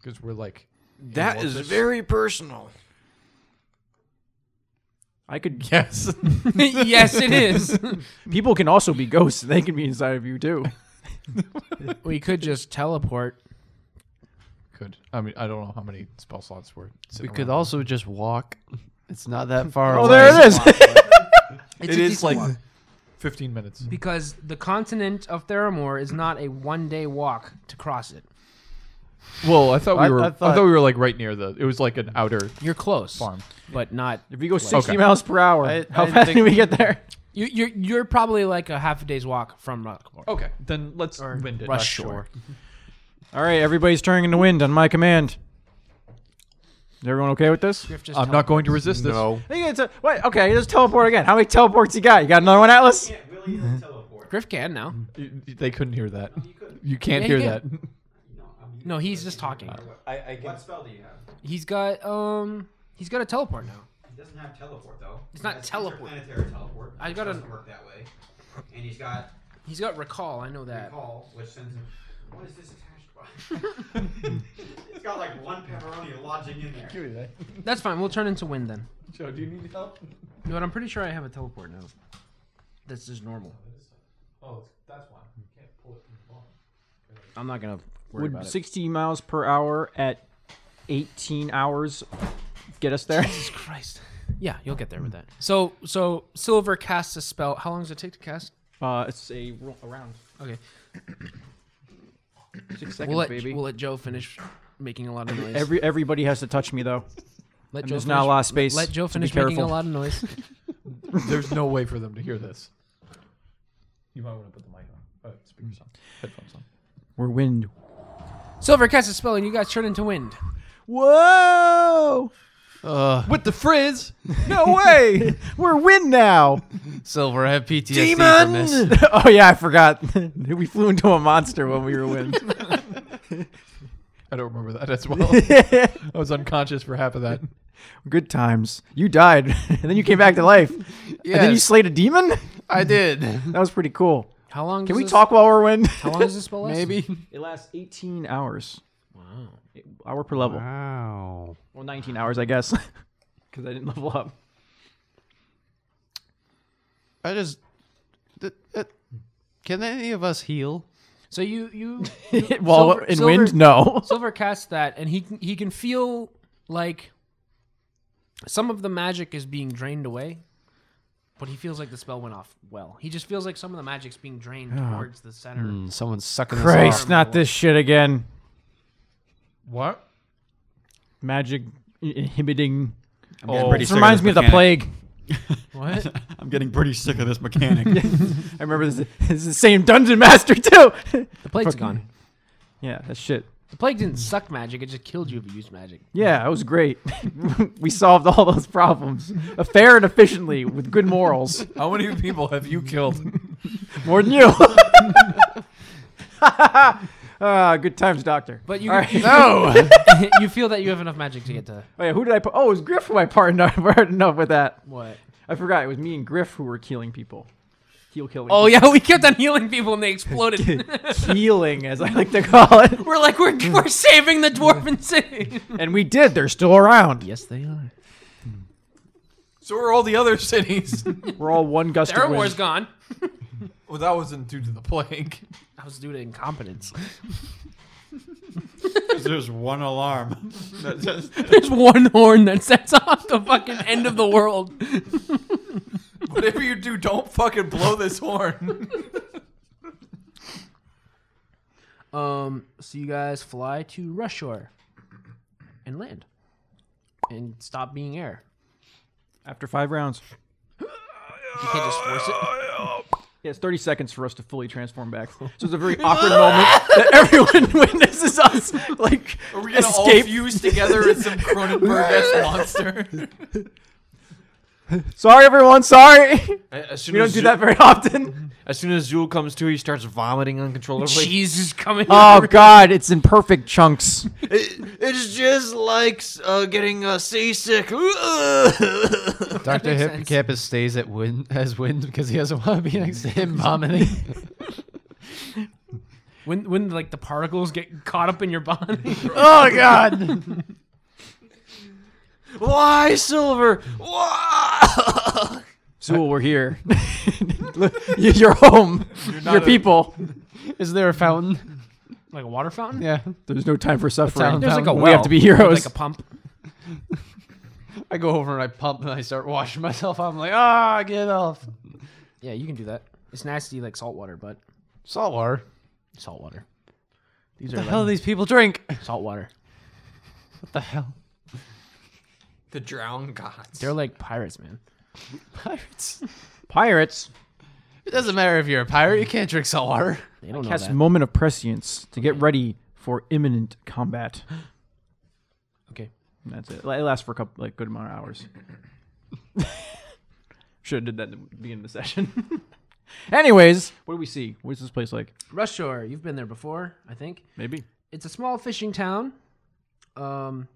B: Because we're like,
F: That is very personal.
E: I could.
B: yes.
A: yes, it is.
E: People can also be ghosts. They can be inside of you too.
A: we could just teleport.
B: Could I mean I don't know how many spell slots were.
D: We
B: sitting
D: could
B: around.
D: also just walk. It's not that far
E: Oh,
D: away.
E: there it is.
B: It is like 15 minutes.
A: Because the continent of Theramore is not a one day walk to cross it.
B: Well, I thought we
D: I-
B: were. I
D: I
B: thought,
D: thought-
B: we were like right near the. It was like an outer
A: You're close,
B: farm.
A: but not.
E: If you go 60
B: Okay.
E: miles per hour,
D: I-
E: how
D: I
E: fast
D: think-
E: can we get there?
A: You, you're you're probably like a half a day's walk from Rockport.
B: Okay, then let's wind it.
A: Rush Shore.
E: All right, everybody's turning in the wind on my command. Is everyone okay with this?
A: Griff just
B: I'm not going to resist this.
C: No.
E: Hey, it's a- wait, okay, just teleport again. How many teleports you got? You got another one, Atlas?
A: Griff can now.
B: You- you- They couldn't hear that. You can't
A: Yeah,
B: hear
A: you
B: that.
A: can. No, he's just talking.
D: I, I can,
A: He's got um. He's got a teleport now.
H: He doesn't have teleport though.
A: It's not
H: He has
A: teleport.
H: Interplanetary teleport.
A: I
H: which
A: gotta-
H: doesn't work that way. And he's got
A: He's got recall. I know that.
H: recall, which sends him. What is this attached by? it's got like one pepperoni lodging in there.
A: That's fine. We'll turn into wind then.
B: Joe, do you need help?
A: No, but I'm pretty sure I have a teleport now. That's just normal.
B: Oh, that's why. You can't pull it from the bottom.
A: I'm not gonna worry
E: Would
A: about it.
E: 60 miles per hour at 18 hours get us there?
A: Jesus Christ. Yeah, you'll get there with that. So, so Silver casts a spell. How long does it take to cast?
E: Uh, it's a ro- around
A: Okay,
E: six seconds,
A: we'll let
E: baby.
A: we'll let Joe finish making a lot of noise.
E: Every everybody has to touch me though.
A: let
E: and
A: Joe
E: there's not a lot of space.
A: Let Joe
E: to be
A: finish making a
E: careful.
A: lot of noise.
B: There's no way for them to hear this. You might want to put the mic on. Uh, speakers on. Headphones on.
E: We're wind.
A: Silver casts a spell, and you guys turn into wind.
E: Whoa!
D: uh,
B: With the frizz.
E: No way! We're wind now.
D: Silver, I have PTSD from this.
E: oh yeah, I forgot. we flew into a monster when we were wind.
B: I don't remember that as well. I was unconscious for half of that.
E: Good times. You died, and then you came back to life. And then you
D: Yes.
E: slayed a demon.
D: I did.
E: That was pretty cool.
A: How long?
E: Can
A: does
E: we
A: this-
E: talk while we're wind?
A: How long does this spell last?
D: Maybe.
E: It lasts 18 hours,
A: Wow.
E: hour per level.
D: Wow.
E: Well, 19 hours, I guess, because I didn't level up.
D: I just. th- that- can any of us heal?
A: So you you
E: well,
A: Silver-
E: in
A: Silver-
E: wind, no.
A: Silver casts that, and he can- he can feel like some of the magic is being drained away, but he feels like the spell went off well. He just feels like some of the magic's being drained towards the center.
D: Hmm, Someone's sucking us
E: Christ,
A: arm.
E: not this shit again.
B: What?
E: Magic i- inhibiting.
G: I'm getting
B: Oh.
G: pretty
E: This
G: sick
E: reminds
G: of
E: me
G: this
E: of the
G: mechanic.
E: plague.
A: What?
G: I'm getting pretty sick of this mechanic.
E: I remember this, this is the same dungeon master too.
A: the plague's
E: Fucking-
A: gone.
E: yeah, that shit.
A: The plague didn't suck magic; it just killed you if you used magic.
E: Yeah, it was great. we solved all those problems Uh, fair and efficiently with good morals.
B: How many people have you killed?
E: More than you. Ah, good times, Doctor.
A: But you
E: All right.
A: no, you feel that you have enough magic to get to
E: Oh yeah, who did I put? Oh, it was Griff who I partnered up, partnered up with that.
A: what?
E: I forgot. It was me and Griff who were killing people. Heal killing.
A: Oh yeah, we kept on healing people and they exploded.
E: healing, as I like to call it.
A: we're like we're, we're saving the dwarven city.
E: And we did. They're still around.
A: Yes, they are.
B: So are all the other cities.
E: We're all one gust of
A: Theramor's
E: wind.
A: gone.
B: well, that wasn't due to the plague.
A: That was due to incompetence.
G: There's one alarm. That just-
A: There's one horn that sets off the fucking end of the world.
B: Whatever you do, don't fucking blow this horn.
A: Um, so you guys fly to Rush Shore and land and stop being air.
E: After five rounds.
A: You can't just force it.
E: Yeah, it's 30 seconds for us to fully transform back. So it's a very awkward moment that everyone witnesses us like
B: We're gonna all
E: escape.
B: fuse together as some Cronenberg-esque monster.
E: Sorry, everyone. Sorry.
F: As soon
E: We don't
F: as
E: do
F: Zu-
E: that very often.
F: As soon as Zool comes to, he starts vomiting uncontrollably.
A: Cheese is coming.
E: Oh God, it's in perfect chunks.
F: It, it's just like uh, getting uh, seasick.
D: Dr.
A: makes
D: Hippocampus stays at wind, as wind because he doesn't want to be next to him vomiting.
A: When when like the particles get caught up in your body.
D: oh, God.
F: Why, Silver? Why?
E: Zool, we're here. Look, y- Your home. Your people.
D: Is there a fountain?
A: like a water fountain?
D: Yeah.
E: There's no time for suffering.
D: sounds- There's like a
E: We have to be heroes.
A: Like a pump.
D: I go over and I pump and I start washing myself. I'm like, ah, get off.
A: Yeah, you can do that. It's nasty like salt water, but
D: Salt water.
A: salt water. These
D: What
A: are
D: the hell do
A: like
D: these people drink?
A: salt water.
D: What the hell?
F: the drowned gods.
A: They're like pirates, man.
D: Pirates.
E: Pirates.
D: It doesn't matter if you're a pirate, you can't drink salt water.
A: They don't know
E: Cast
A: that.
E: moment of prescience to get ready for imminent combat.
A: Okay.
E: And That's it. It lasts for a couple, like, good amount of hours. Should have did that at the beginning of the session. Anyways, what do we see? What is this place like?
A: Rush Shore, you've been there before, I think.
E: Maybe.
A: It's a small fishing town. Um,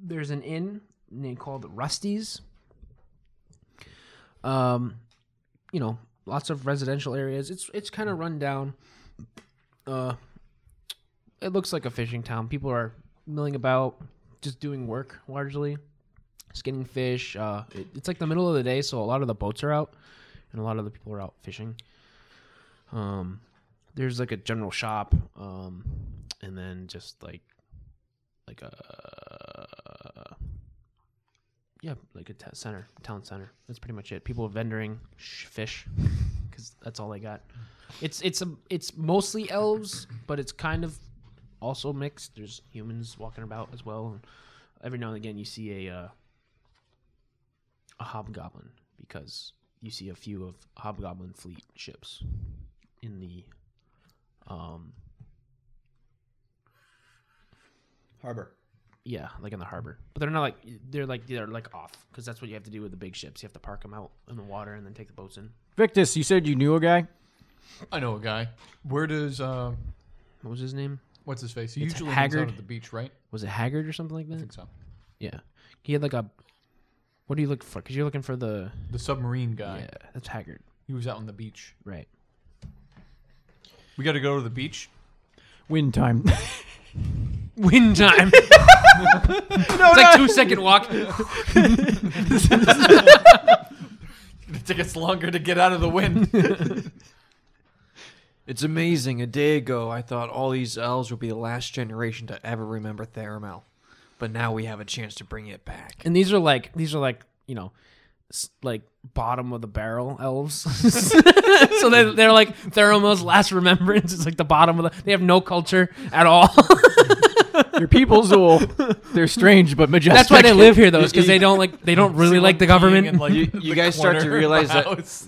A: there's an inn named called Rusty's. Um, you know, lots of residential areas. It's it's kind of run down. Uh, it looks like a fishing town. People are milling about, just doing work largely, skinning fish. Uh, it- it's like the middle of the day, so a lot of the boats are out, and a lot of the people are out fishing. Um, there's like a general shop um and then just like like a yeah like a t- center town center that's pretty much it people are vendoring sh- fish because that's all they got it's it's a it's mostly elves but it's kind of also mixed there's humans walking about as well and every now and again you see a uh, a hobgoblin because you see a few of hobgoblin fleet ships in the um
G: Harbor.
A: yeah like in the harbor but they're not like they're like they're like off because that's what you have to do with the big ships you have to park them out in the water and then take the boats in
E: Victus, you said you knew a guy?
B: I know a guy. Where does uh,
A: what was his name
B: what's his face? He
A: It's
B: usually hangs out
A: Haggard.
B: at the beach, right?
A: was it haggard or something like
B: I
A: that
B: think so.
A: yeah he had like a what do you look for because you're looking for the
B: The submarine guy.
A: yeah that's haggard
B: He was out on the beach.
A: right
B: We got to go to the beach.
E: Win time.
A: wind time it's like two second walk
B: It takes longer to get out of the wind.
F: It's amazing. A day ago, I thought all these elves would be the last generation to ever remember Theramel. But now we have a chance to bring it back.
A: and these are like these are like you know s- like bottom of the barrel elves so they, they're like Theromel's last remembrance is like the bottom of the they have no culture at all
E: Your people, Zool. They're strange but majestic.
A: that's why they live here though because they don't like they don't really like the government
B: Like,
F: You,
B: the
F: you guys start to
B: corner of
F: realize
B: the
F: that,
B: house.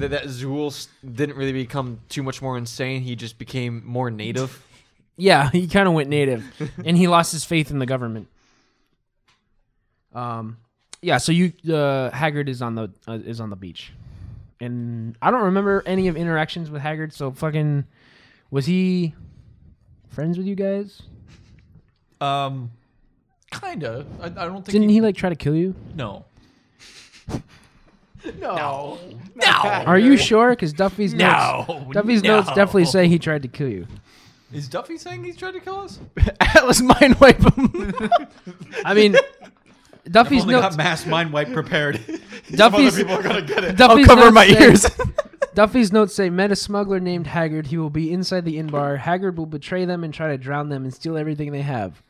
F: that that Zool s- didn't really become too much more insane. He just became more native.
A: yeah he kind of went native and he lost his faith in the government um yeah so you uh haggard is on the uh, is on the beach and i don't remember any of interactions with haggard so fucking was he friends with you guys
B: Um, kinda. I, I don't think.
A: Didn't he like try to kill you?
B: No.
G: Oh,
A: Are you sure? Because Duffy's notes.
B: No.
A: Duffy's notes definitely say he tried to kill you.
B: Is Duffy saying he's trying to kill us?
E: Atlas mind wipe them.
A: I mean, Duffy's
G: Only got
A: notes.
G: mass mind wipe prepared.
A: Duffy's.
G: People are gonna get it.
A: Duffy's
E: cover
A: notes
E: my
A: say-
E: ears.
A: Duffy's notes say met a smuggler named Haggard. He will be inside the inn bar. Haggard will betray them and try to drown them and steal everything they have.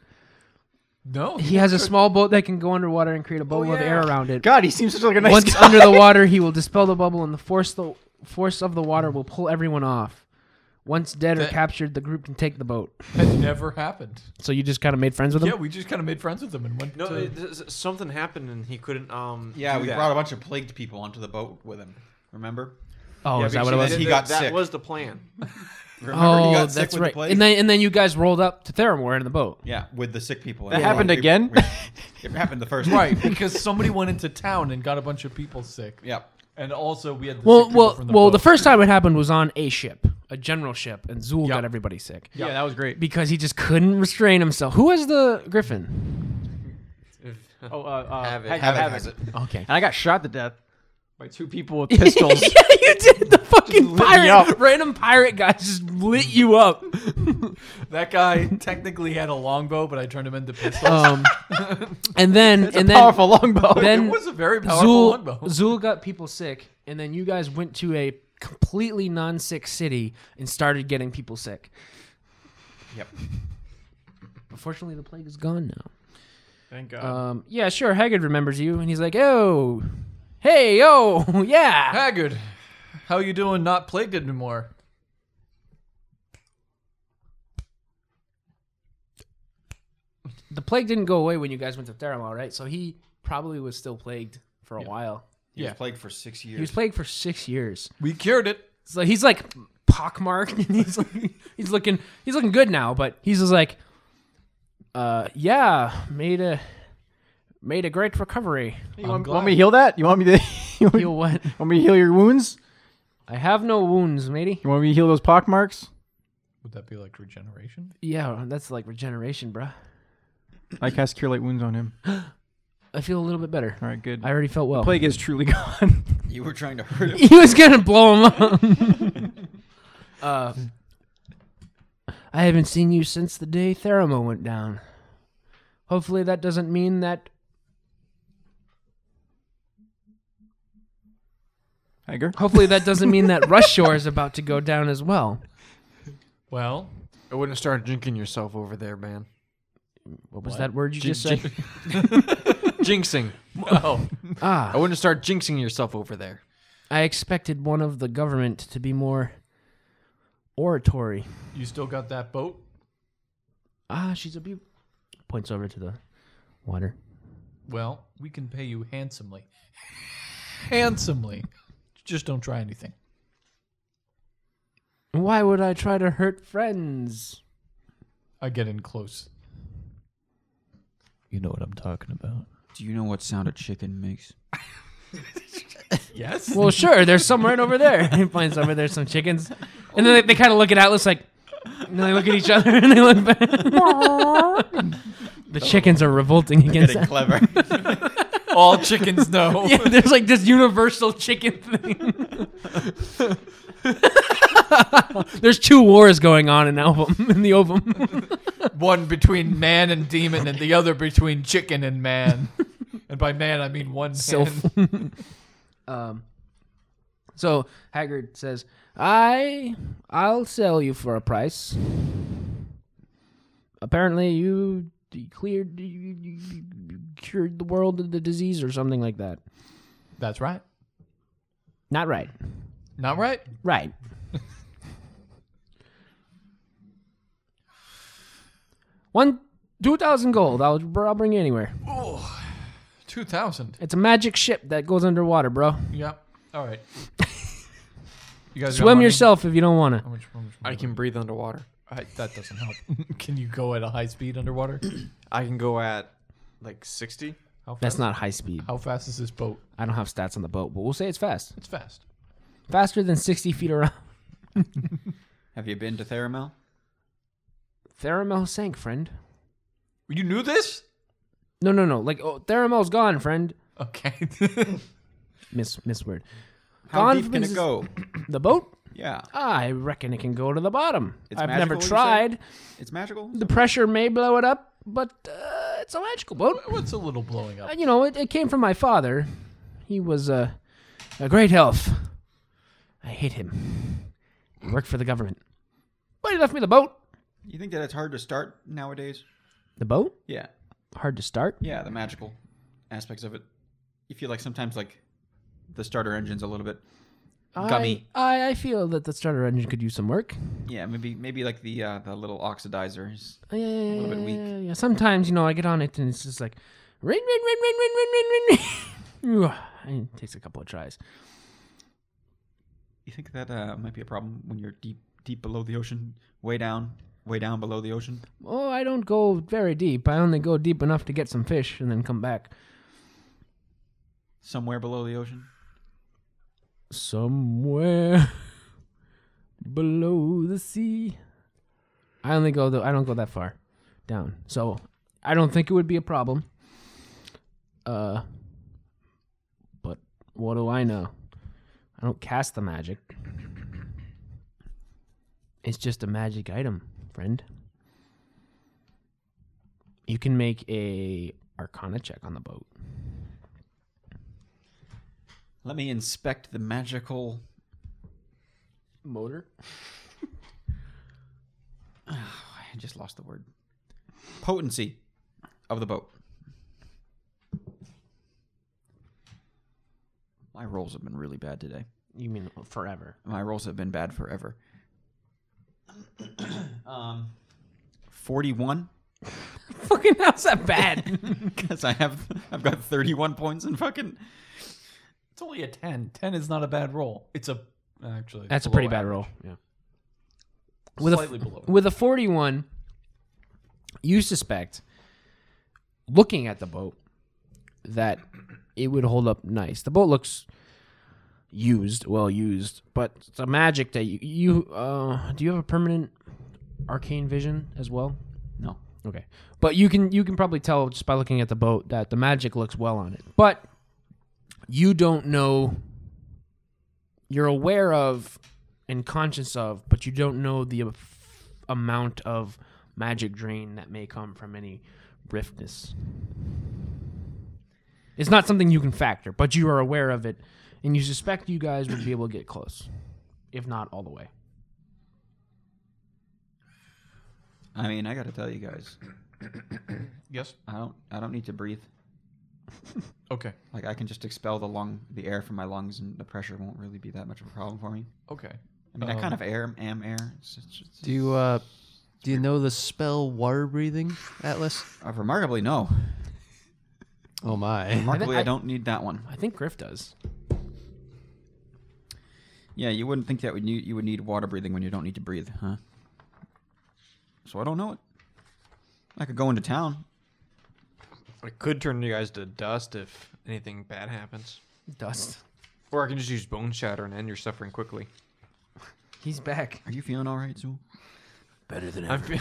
B: No.
A: He has a small boat that can go underwater and create a bubble of air around it.
E: Oh, God, he seems such like a nice
A: Once
E: guy.
A: under the water, he will dispel the bubble, and the force the force of the water will pull everyone off. Once dead or
B: That-
A: captured, the group can take the boat.
B: That never happened.
A: So you just kind of made friends with him.
B: Yeah, we just kind of made friends with him and went.
F: No,
B: to,
F: it- th- th- something happened and he couldn't. Um,
G: Yeah,
F: do
G: we
F: that.
G: brought a bunch of plagued people onto the boat with him. Remember?
A: Oh,
G: Yeah,
A: is that
G: because
A: what it
G: he
A: was?
G: did-
F: Th-
G: got
F: that
G: sick.
F: was the plan.
C: Remember,
A: Oh,
C: he got sick
A: that's
C: with the
A: right.
C: plague?
A: And then and then you guys rolled up to Theramore in the boat.
C: yeah, with the sick people.
E: That happened again?
C: We- it happened the first time.
B: right, because somebody went into town and got a bunch of people sick.
C: Yeah.
B: And also we had the
A: Well,
B: sick people
A: well,
B: from
A: well.
B: boat.
A: The first time it happened was on a ship, a general ship, and Zool got everybody sick
E: Yeah, that was great.
A: because he just couldn't restrain himself. Who was the Griffin?
E: Oh, uh, uh,
D: Havoc.
E: Hag-
C: Havoc
E: Havoc.
C: has it.
A: Okay.
E: And I got shot to death by two people with pistols.
A: yeah, you did. The fucking
E: lit me
A: pirate,
E: up.
A: random pirate guy just lit you up.
B: that guy technically had a longbow, but I turned him into pistols.
A: Um, and then and then
E: Powerful longbow.
A: then
B: it was a very powerful
A: Zool,
B: longbow.
A: Zool got people sick, and then you guys went to a completely non-sick city and started getting people sick.
C: Yep.
A: Unfortunately, the plague is gone now.
B: Thank God.
A: Um, yeah, sure. Haggard remembers you, and he's like, "Oh, hey, oh, yeah."
B: Haggard, how you doing? Not plagued anymore.
A: The plague didn't go away when you guys went to Theramore, right? So he probably was still plagued for a while.
C: He was plagued for six
A: He was
C: years.
A: plagued for six years.
B: We cured it.
A: So he's like pockmarked, and he's like, he's looking he's looking good now, but he's just like, uh, yeah, made a made a great recovery.
E: You want, want me to heal that? You want me to you want, me-
A: Heal what?
E: want me to heal your wounds?
A: I have no wounds, matey.
E: You want me to heal those pock marks?
B: Would that be like regeneration?
A: Yeah, that's like regeneration, bruh.
E: I cast cure light wounds on him.
A: I feel a little bit better.
E: All right, good.
A: I already felt well.
E: Plague is truly gone.
C: you were trying to hurt him.
A: he was gonna blow him up. uh, I haven't seen you since the day Theramo went down. Hopefully, that doesn't mean that.
E: Hager.
A: Hopefully, that doesn't mean that Rushshore is about to go down as well.
B: Well,
D: I wouldn't start drinking yourself over there, man.
A: What was that word you just said?
D: Jinxing.
B: oh,
D: I
A: ah,
D: wouldn't start jinxing yourself over there.
A: I expected one of the government to be more oratory.
B: you still got that boat?
A: Ah, she's a beaut. Points over to the water.
B: Well, we can pay you handsomely. Handsomely. Just don't try anything.
A: Why would I try to hurt friends?
B: I get in close. You know what I'm talking about.
G: Do you know what sound a chicken makes?
B: Yes.
A: Well, sure. There's some right over there. He finds over there some chickens, and then they, they kind of look at Atlas like, and they look at each other and they look back. the chickens are revolting against.
C: Getting
A: That.
C: clever.
B: All chickens know.
A: Yeah, there's like this universal chicken thing. there's two wars going on in Ovum in the Ovum.
B: One between man and demon, and the other between chicken and man. and by man, I mean one
A: Sylph.
B: man.
A: Um, so Haggard says, "I, I'll sell you for a price." Apparently, you d- cleared, you, you, you cured the world of the disease or something like that.
B: That's right.
A: Not right.
B: Not right.
A: Right. One, two thousand gold. I'll, bro, I'll bring you anywhere.
B: Two thousand.
A: It's a magic ship that goes underwater, bro.
B: Yep. All right. You guys got
A: Swim
B: money?
A: yourself if you don't want to.
B: How much, how much
D: I
B: money?
D: can breathe underwater.
B: I- that doesn't help. can you go at a high speed underwater?
D: I can go at like 60.
B: How fast?
A: That's not high speed.
B: How fast is this boat?
A: I don't have stats on the boat, but we'll say it's fast.
B: It's fast.
A: faster than 60 feet around.
G: Have you been to Theramel?
A: Theramel sank, friend.
B: You knew this?
A: No, no, no. Like, oh, Theramel's gone, friend.
B: Okay.
A: Miss, miss word.
G: How
A: Gone
G: deep
A: from
G: can it
A: his-
G: go?
A: The boat? Ah,
G: Yeah,
A: I reckon it can go to the bottom.
G: It's
A: I've never
G: magical, you say?
A: tried.
G: it's magical.
A: The pressure may blow it up, but uh, it's a magical boat.
B: What's Oh, a little blowing up?
A: Uh, You know, it, it came from my father. He was a, a great elf. I hate him. He worked for the government. But he left me the boat.
G: You think that it's hard to start nowadays?
A: The boat?
G: Yeah,
A: Hard to start.
G: yeah, the magical aspects of it. You feel like sometimes like the starter engine's a little bit. Gummy.
A: I, I, I feel that the starter engine could use some work.
G: Yeah, maybe maybe like the uh, the little oxidizers.
A: Oh, Yeah, yeah, yeah,
G: little bit
A: yeah,
G: weak.
A: yeah, yeah. Sometimes, you know, I get on it and it's just like, rain, rain, rain, rain, rain, rain, rain, rain. and it takes a couple of tries.
G: You think that uh, might be a problem when you're deep
C: deep below the ocean, way down, way down below the ocean.
A: Oh, I don't go very deep. I only go deep enough to get some fish and then come back.
C: Somewhere below the ocean.
A: Somewhere below the sea. I only go though I don't go that far down. So I don't think it would be a problem. Uh but what do I know? I don't cast the magic. It's just a magic item, friend. You can make a arcana check on the boat.
C: Let me inspect the magical.
A: Motor?
C: I just lost the word. Potency of the boat. My rolls have been really bad today.
A: You mean forever.
C: My rolls have been bad forever. um, 41
A: Fucking how's that bad?
C: because I have I've got 31 points in fucking
B: It's only a 10. 10 is not a bad roll. It's a actually
A: That's a
B: below
A: pretty bad
B: average.
A: roll. Yeah. With
B: Slightly
A: a,
B: below.
A: With a 41, you suspect, looking at the boat, that it would hold up nice. The boat looks used, well used, but it's a magic that you, you uh, do you have a permanent arcane vision as well?
C: no.
A: Okay. But you can you can probably tell just by looking at the boat that the magic looks well on it. But you don't know you're aware of and conscious of, but you don't know the af- amount of magic drain that may come from any riftness. It's not something you can factor, but you are aware of it and you suspect you guys would be able to get close, if not all the way.
C: I mean, I got to tell you guys,
B: Yes.
C: I don't I don't need to breathe.
B: Okay.
C: Like I can just expel the lung the air from my lungs and the pressure won't really be that much of a problem for me.
B: Okay.
C: I mean, I
B: Um,
C: kind of air am air. It's, it's, it's,
D: Do you uh do you know the spell water breathing, Atlas?
C: uh, remarkably no.
D: Oh my.
C: Remarkably, I,
A: I-
C: don't need that one.
A: I think Griff does.
C: Yeah, you wouldn't think that would need, you would need water breathing when you don't need to breathe, huh? So I don't know it. I could go into town.
F: I could turn you guys to dust if anything bad happens.
A: Dust.
F: Or I can just use bone shatter and end your suffering quickly.
A: He's back.
C: Are you feeling all right, Zool?
D: Better than
F: I'm fe-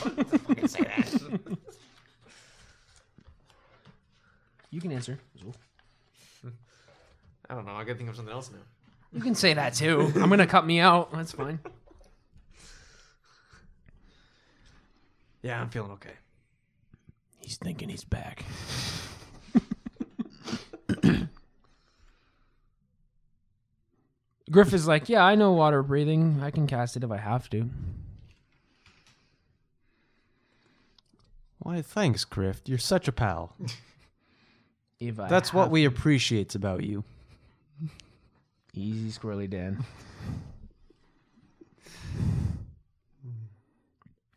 A: You can answer. Zool.
F: I don't know. I gotta think of something else now.
A: You can say that too. I'm gonna cut me out. That's fine.
F: Yeah, I'm feeling okay.
A: He's thinking he's back. Griff is like, yeah, I know water breathing. I can cast it if I have to.
D: Why thanks, Grift. You're such a pal.
A: If I
D: That's what
A: have-
D: we appreciates about you.
A: easy squirrely Dan.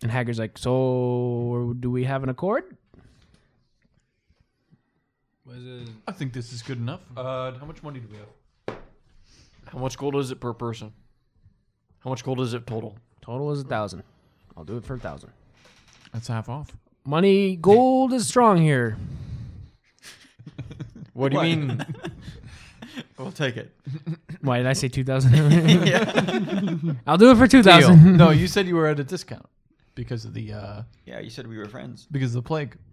A: and Haggard's like, so do we have an accord?
B: I think this is good enough. Uh, how much money do we have?
F: How much gold is it per person? How much gold is it total?
A: Total is a thousand. I'll do it for a thousand.
B: That's half off.
A: Money, gold is strong here.
F: What do you mean?
C: We'll take it.
A: Why did I say two thousand? I'll do it for two thousand.
B: no, you said you were at a discount because of the uh
C: Yeah, you said we were friends.
B: because of the plague.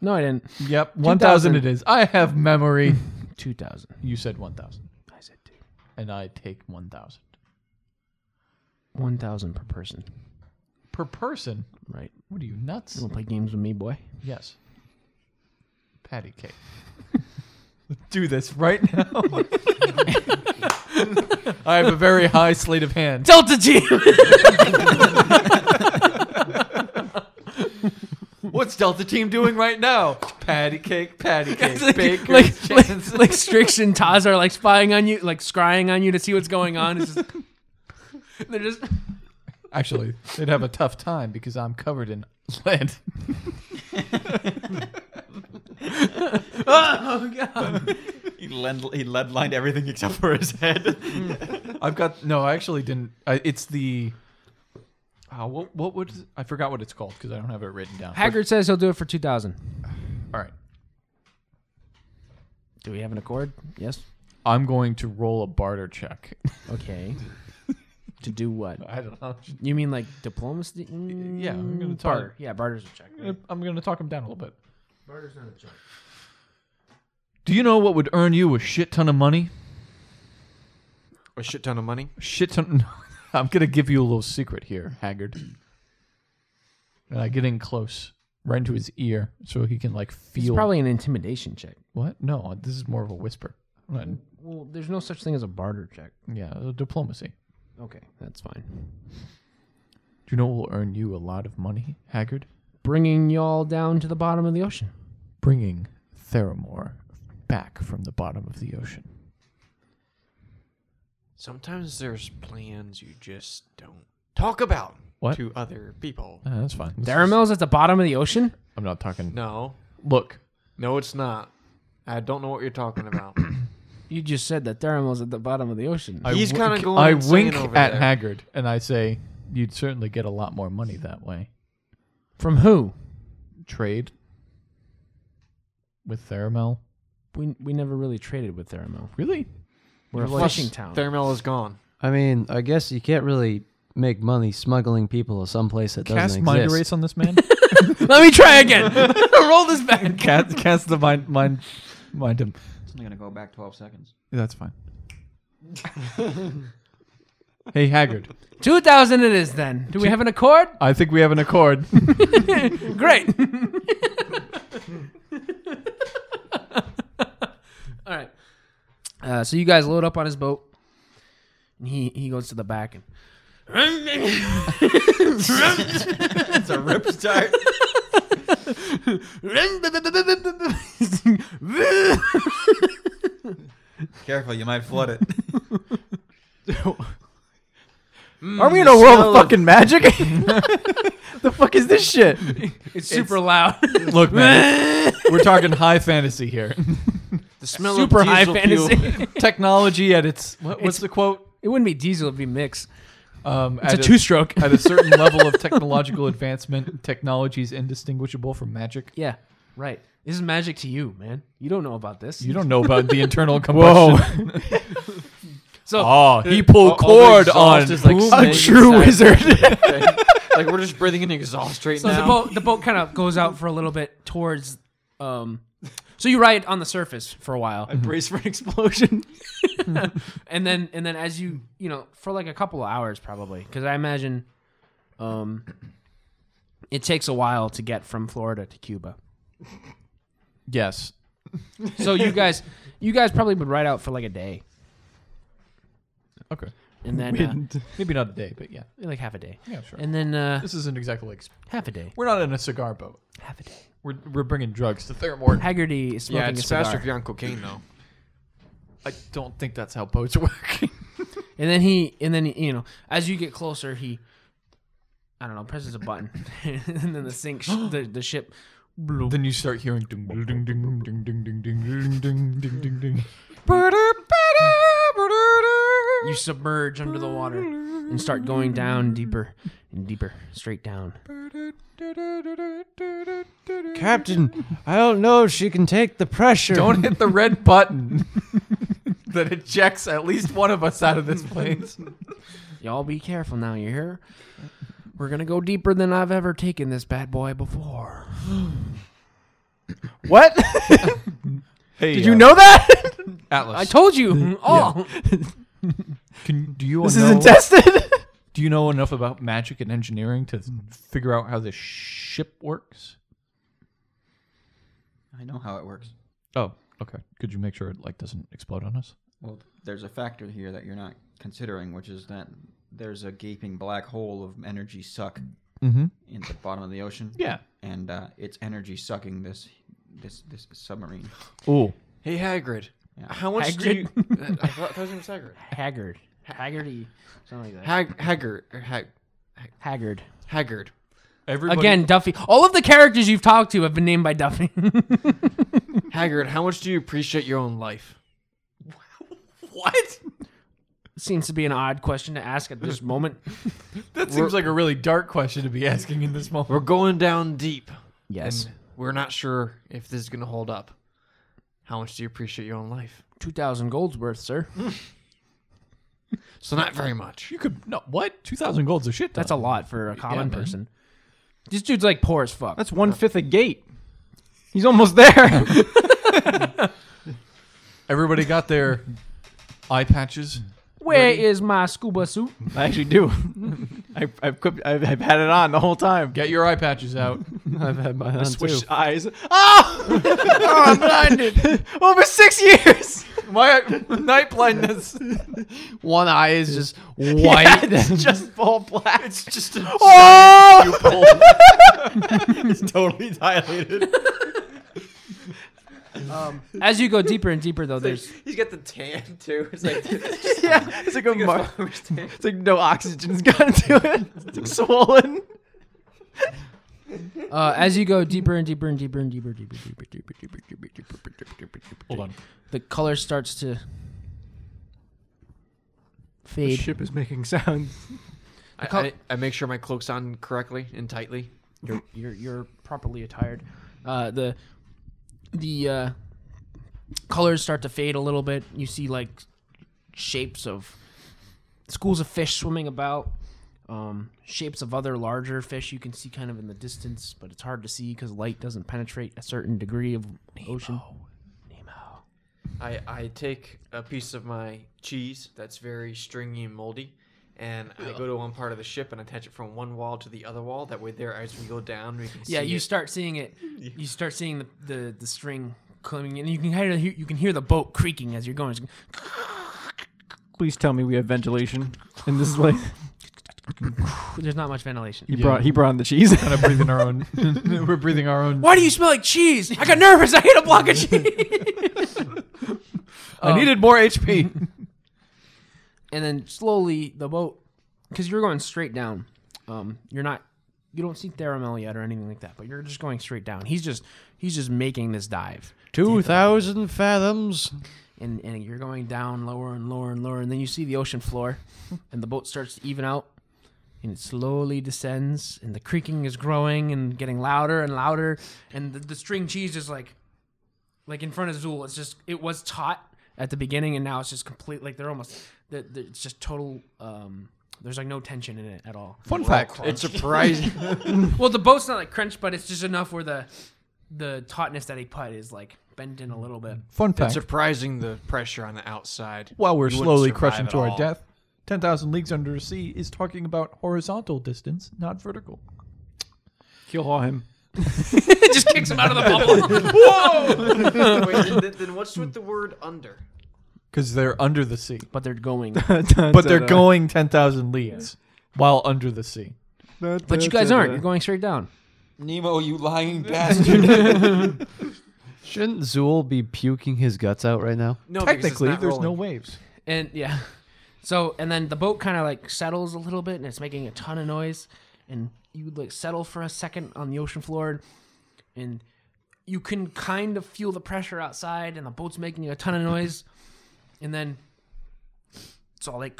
A: No, I didn't.
B: Yep, one thousand
A: 2,000.
B: it is. I have memory.
A: Two thousand.
B: you said one thousand,
A: I said two.
B: and I take one thousand
A: One thousand per person.
B: per person.
A: Right.
B: What are you nuts?
A: You wanna play games with me, boy?
B: Yes, patty cake. Do this right now. I have a very high slate of hand.
A: Delta G.
B: What's Delta Team doing right now? Patty cake, patty cake,
A: like, like, like, like Strix and Taz are like spying on you, like scrying on you to see what's going on. It's just, they're just
B: Actually, they'd have a tough time because I'm covered in lead.
C: He lead, he lead lined everything except for his head.
B: I've got no. I actually didn't. I, it's the. Uh, what what would I forgot what it's called because I don't have it written down. But-
A: Haggard says he'll do it for two thousand.
B: all right,
A: Do we have an accord? Yes.
B: I'm going to roll a barter check.
A: Okay. to do what?
B: I don't know.
A: You mean like diplomacy? Mm,
B: Yeah, I'm gonna talk.
A: barter. Yeah, barter's a check.
B: I'm going to talk him down a little bit. Barter's not a check. Do you know what would earn you a shit ton of money?
F: A shit ton of money.
B: Shit ton. I'm going to give you a little secret here, Haggard. And I get in close, right into his ear, so he can like
A: It's
B: feel.
A: probably an intimidation check.
B: what? No, this is more of a whisper. Not-
A: Well, there's no such thing as a barter check.
B: yeah, diplomacy.
A: Okay, that's fine.
B: Do you know what will earn you a lot of money, Haggard?
A: Bringing y'all down to the bottom of the ocean.
B: Bringing Theramore back from the bottom of the ocean.
F: Sometimes there's plans you just don't talk about
B: What?
F: to other people.
B: Ah, that's fine. This is-
A: Theramel's at the bottom of the ocean.
B: I'm not talking.
F: No,
B: Look,
F: no, it's not. I don't know what you're talking about.
A: You just said that Theramel's at the bottom of the ocean.
B: I
F: He's
B: wink-
F: kinda going
B: I
F: insane
B: wink
F: over
B: at
F: there.
B: Haggard and I say, "You'd certainly get a lot more money that way.
A: From who?
B: Trade with Theramel.
A: We we never really traded with Theramel.
B: Really?
A: We're a
F: Plus,
A: fishing town.
F: Thermal is gone.
D: I mean, I guess you can't really make money smuggling people to someplace that
B: Cast
D: doesn't
B: mind
D: exist.
B: erase on this man.
A: Let me try again.
B: Roll this back. Cast, cast the mind, mind, mind him.
G: It's only gonna go back 12 seconds.
B: That's fine. hey Haggard,
A: Two thousand it is then. Do we have an accord?
B: I think we have an accord.
A: Great. All right. Uh, so you guys load up on his boat, and he he goes to the back and.
G: It's a rip start. Careful, you might flood it.
E: Are we in a world of fucking magic? the fuck is this shit?
A: It's super loud.
B: Look, man, we're talking high fantasy here.
F: The smell
A: super
F: of
A: high
F: diesel fuel.
A: fantasy.
B: Technology at its what,
A: It's-
B: what's the quote?
A: it wouldn't be diesel, it'd be mix.
B: Um,
A: It's
B: at
A: a two stroke.
B: at a certain level of technological advancement, technology is indistinguishable from magic.
A: yeah, right. This is magic to you, man. You don't know about this.
B: You don't know about the internal combustion.
A: So
B: oh, he pulled cord on
E: A true wizard.
F: like we're just breathing in exhaust right
A: So the
F: now.
A: boat the boat kind of goes out for a little bit towards um so you ride on the surface for a while
D: Brace for an explosion.
A: and then and then as you you know for like a couple of hours probably cuz I imagine um it takes a while to get from Florida to Cuba.
B: yes.
A: So you guys you guys probably would ride out for like a day
B: Okay.
A: and then uh,
B: Maybe not a day, but yeah.
A: like half a day.
B: Yeah, sure.
A: And then uh
B: This isn't exactly like
A: half a day.
B: we're not in a cigar boat.
A: Half a day.
B: We're we're bringing drugs to Theramore.
A: Haggerty is smoking
F: yeah, it's
A: a cigar.
F: faster if you're on cocaine though.
B: I don't think that's how boats work.
A: And then he, and then you know, as you get closer, he, I don't know, presses a button, and then the sink, sh- the the ship,
B: then you start hearing ding ding ding ding ding ding ding ding ding ding ding ding.
A: you submerge under the water and start going down deeper and deeper, straight down.
D: Captain, I don't know if she can take the pressure.
B: Don't hit the red button that ejects at least one of us out of this plane.
A: Y'all be careful now. You hear? We're gonna go deeper than I've ever taken this bad boy before.
E: what?
B: Hey, uh,
E: Did you know that?
B: Atlas?
A: I told you. Oh,
B: Can, do you
E: this
B: know,
E: isn't tested.
B: Do you know enough about magic and engineering to figure out how this ship works?
G: I know how it works.
B: Oh, okay. Could you make sure it like doesn't explode on us?
G: Well, there's a factor here that you're not considering, which is that there's a gaping black hole of energy suck
B: Mm-hmm.
G: in the bottom of the ocean.
B: Yeah.
G: And uh, it's energy sucking this this this submarine.
B: Ooh.
F: Hey Hagrid,
G: Yeah.
F: how much do you? I thought that was Hagrid.
A: Haggard, Haggerty, something like that.
F: Hag Haggard or Hag
A: Haggard.
F: Haggard.
B: Everybody.
A: Again, Duffy. All of the characters you've talked to have been named by Duffy.
F: Haggard, how much do you appreciate your own life?
B: What?
A: seems to be an odd question to ask at this moment.
B: That seems like a really dark question to be asking in this moment.
F: We're going down deep.
A: Yes.
F: And we're not sure if this is going to hold up. How much do you appreciate your own life?
A: 2,000 gold's worth, sir.
F: So, not very much.
B: You could no what? Two thousand gold's a shit.
A: That's a
B: ton.
A: lot for a common
B: man.
A: person. This dude's like poor as fuck.
E: That's one fifth of gate. He's almost there.
B: Everybody got their eye patches.
A: Where is my scuba suit?
E: I actually do. I've, I've, equipped- I've, I've had it on the whole time.
B: Get your eye patches out.
D: I've had mine on too.
E: Switch eyes. Oh!
F: Ah,
E: I'm blinded. Over six years.
D: My night blindness. One eye is just white.
E: Yeah, it's just all black. It's just a oh!
G: totally dilated.
A: As you go deeper and deeper, though, there's
F: He's got the tan, too. It's like,
E: yeah, it's like a mar- It's like no oxygen's gotten to it. It's like swollen.
A: uh, as you go deeper and deeper and deeper and deeper, deeper, deeper, deeper, deeper, deeper, deeper,
B: Hold on.
A: the color starts to
D: The
A: fade.
D: ship is making sounds.
F: I,
A: call-
F: I, I make sure my cloak's on correctly and tightly.
A: You're you're you're properly attired. Uh, the the uh, colors start to fade a little bit. You see like shapes of schools of fish swimming about. Um, shapes of other larger fish you can see kind of in the distance, but it's hard to see because light doesn't penetrate a certain degree of ocean.
F: I, I take a piece of my cheese that's very stringy and moldy, and I go to one part of the ship and attach it from one wall to the other wall. That way, there as we go down, we can
A: Yeah,
F: see
A: you
F: it.
A: start seeing it. You start seeing the, the, the string coming in. You can kind of hear, you can hear the boat creaking as you're going. It's-
E: Please tell me we have ventilation in this place.
A: There's not much ventilation.
E: He brought he brought in the cheese.
B: Kind of breathing our own. We're breathing our own.
A: Why do you smell like cheese? I got nervous. I ate a block of cheese.
B: uh,
D: I needed more HP.
A: and then slowly the boat, because you're going straight down. Um, you're not, you don't see Theramel yet or anything like that. But you're just going straight down. He's just, he's just making this dive.
D: Two thousand fathoms.
A: and, and you're going down lower and lower and lower, and then you see the ocean floor, and the boat starts to even out, and it slowly descends, and the creaking is growing and getting louder and louder, and the, the string cheese is like, like in front of Zool, it's just it was taut at the beginning, and now it's just complete like they're almost, the, the, it's just total. um There's like no tension in it at all.
B: Fun fact.
F: It's surprising.
A: Well, the boat's not like crunched, but it's just enough where the the tautness that he put is like bent in a little bit.
B: Fun
F: it's
B: fact.
F: surprising the pressure on the outside.
B: While we're
F: You wouldn't
B: slowly
F: survive
B: crushing
F: at
B: to our
F: all.
B: death, ten thousand leagues under the sea is talking about horizontal distance, not vertical.
E: Kill all him.
A: It just kicks him out of the bubble.
F: Wait, then, then what's with the word under?
B: Because they're under the sea,
A: but they're going.
B: but they're going ten thousand leagues while under the sea.
A: But you guys aren't. You're going straight down.
G: Nemo, you lying bastard.
D: Shouldn't Zool be puking his guts out right now?
F: No, because it's
B: Technically,
F: not
B: there's no
F: rolling.
B: waves.
A: And yeah. So and then the boat kind of like settles a little bit and it's making a ton of noise and you like settle for a second on the ocean floor and you can kind of feel the pressure outside and the boat's making a ton of noise and then it's all like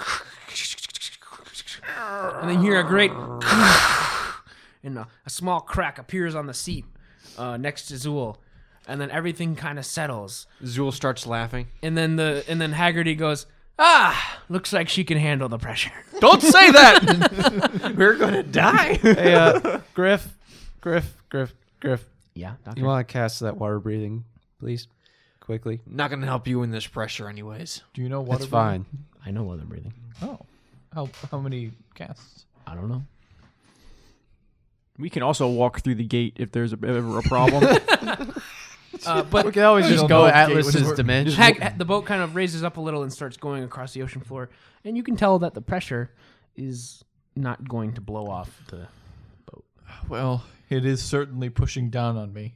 A: and then you hear a great and a, a small crack appears on the seat uh, next to Zool and then everything kind of settles
F: Zool starts laughing.
A: and then the and then Haggerty goes, "Ah, looks like she can handle the pressure."
D: Don't say that.
F: We're gonna die.
D: hey, uh, Griff, Griff, Griff, Griff.
A: Yeah,
D: You want to cast that water breathing, please, quickly.
F: Not gonna help you in this pressure, anyways.
B: Do you know what?
D: That's fine.
A: I know other breathing.
B: Oh, how how many casts?
A: I don't know.
E: We can also walk through the gate if there's a, ever a problem.
A: Uh, but
D: We can always
B: There's
D: just
B: no
D: go
B: gate
D: Atlas's
B: whatsoever.
D: dimension.
A: Hag- ha- the boat kind of raises up a little and starts going across the ocean floor, and you can tell that the pressure is not going to blow off the.
B: Well, it is certainly pushing down on me.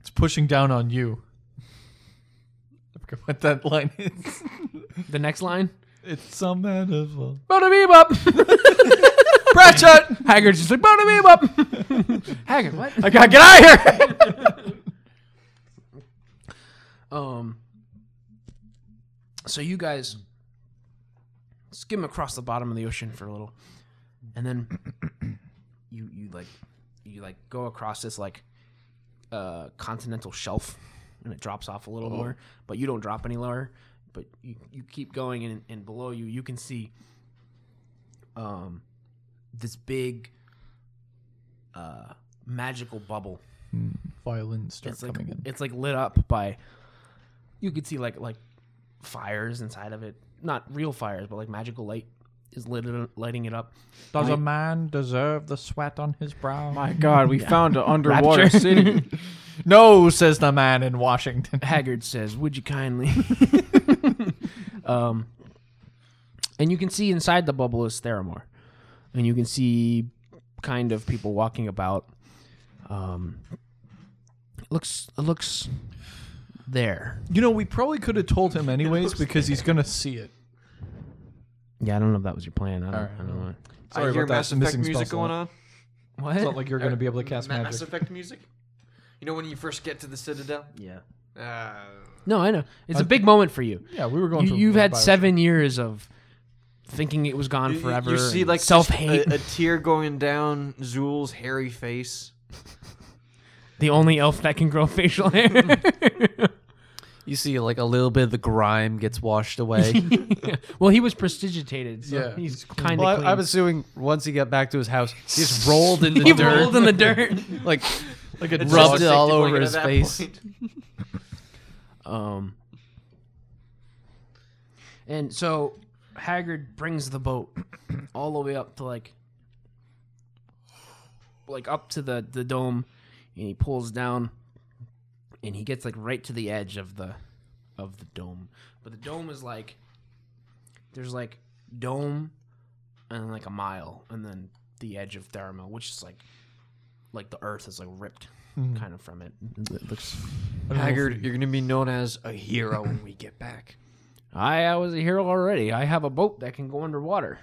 B: It's pushing down on you. I forget what that line is.
A: The next line.
B: It's some kind of a-
A: Bada beep up. Pressure. Haggard's just like bada beep up. Haggard, what?
E: I gotta get out of here.
A: Um. So you guys skim across the bottom of the ocean for a little, and then you you like you like go across this like uh, continental shelf, and it drops off a little more, but you don't drop any lower. But you, you keep going, and, and below you you can see um this big uh magical bubble
B: Violins start
A: it's like
B: coming in.
A: it's like lit up by you could see like like fires inside of it not real fires but like magical light is lit lighting it up
B: Does
A: I-
B: a man deserve the sweat on his brow?
E: My God, we found an underwater
A: Rapture.
E: city.
B: no, says the man in Washington.
A: haggard says would you kindly um and you can see inside the bubble is theramore and you can see kind of people walking about um it looks it looks there
B: You know, we probably could have told him anyways because he's gonna see it.
A: yeah i don't know if that was your plan i don't, I don't know
B: Sorry
F: I hear
B: about
F: Mass
B: that.
F: Effect
B: Missing
F: music
B: spell
F: going on.
A: what
B: It's not like you're gonna be able to cast
F: Ma- Mass
B: magic.
F: Effect music. You know when you first get to the Citadel?
A: yeah
F: Uh,
A: No, I know. It's a big moment for you.
B: Yeah, we were going.
A: you
B: through
A: you've had
B: Bioshock.
A: seven years of thinking it was gone
F: you- you-
A: forever.
F: You see
A: and
F: like just
A: self-hate.
F: a, a tear going down Zool's hairy face.
A: the only elf that can grow facial
B: Hmm.
A: hair,
D: You see, like a little bit of the grime gets washed away.
A: well, he was prestigitated, so
B: Yeah,
A: he's
B: he's clean.
A: kind of.
D: well, I,
A: clean.
D: I'm assuming once he got back to his house, he just rolled in the
A: he
D: dirt,
A: rolled in the dirt.
D: like
B: Like a
D: It's
B: drug.
D: just- it all over his face.
A: Um, and so Haggard brings the boat all the way up to like, like up to the the dome, and he pulls down, and he gets like right to the edge of the, of the dome. But the dome is like, there's like dome, and like a mile, and then the edge of Theramel, which is like, like the earth is like ripped kind of from it. Hmm. It looks
F: Haggard, you're gonna be known as a hero when we get back.
A: I, I was a hero already. I have a boat that can go underwater.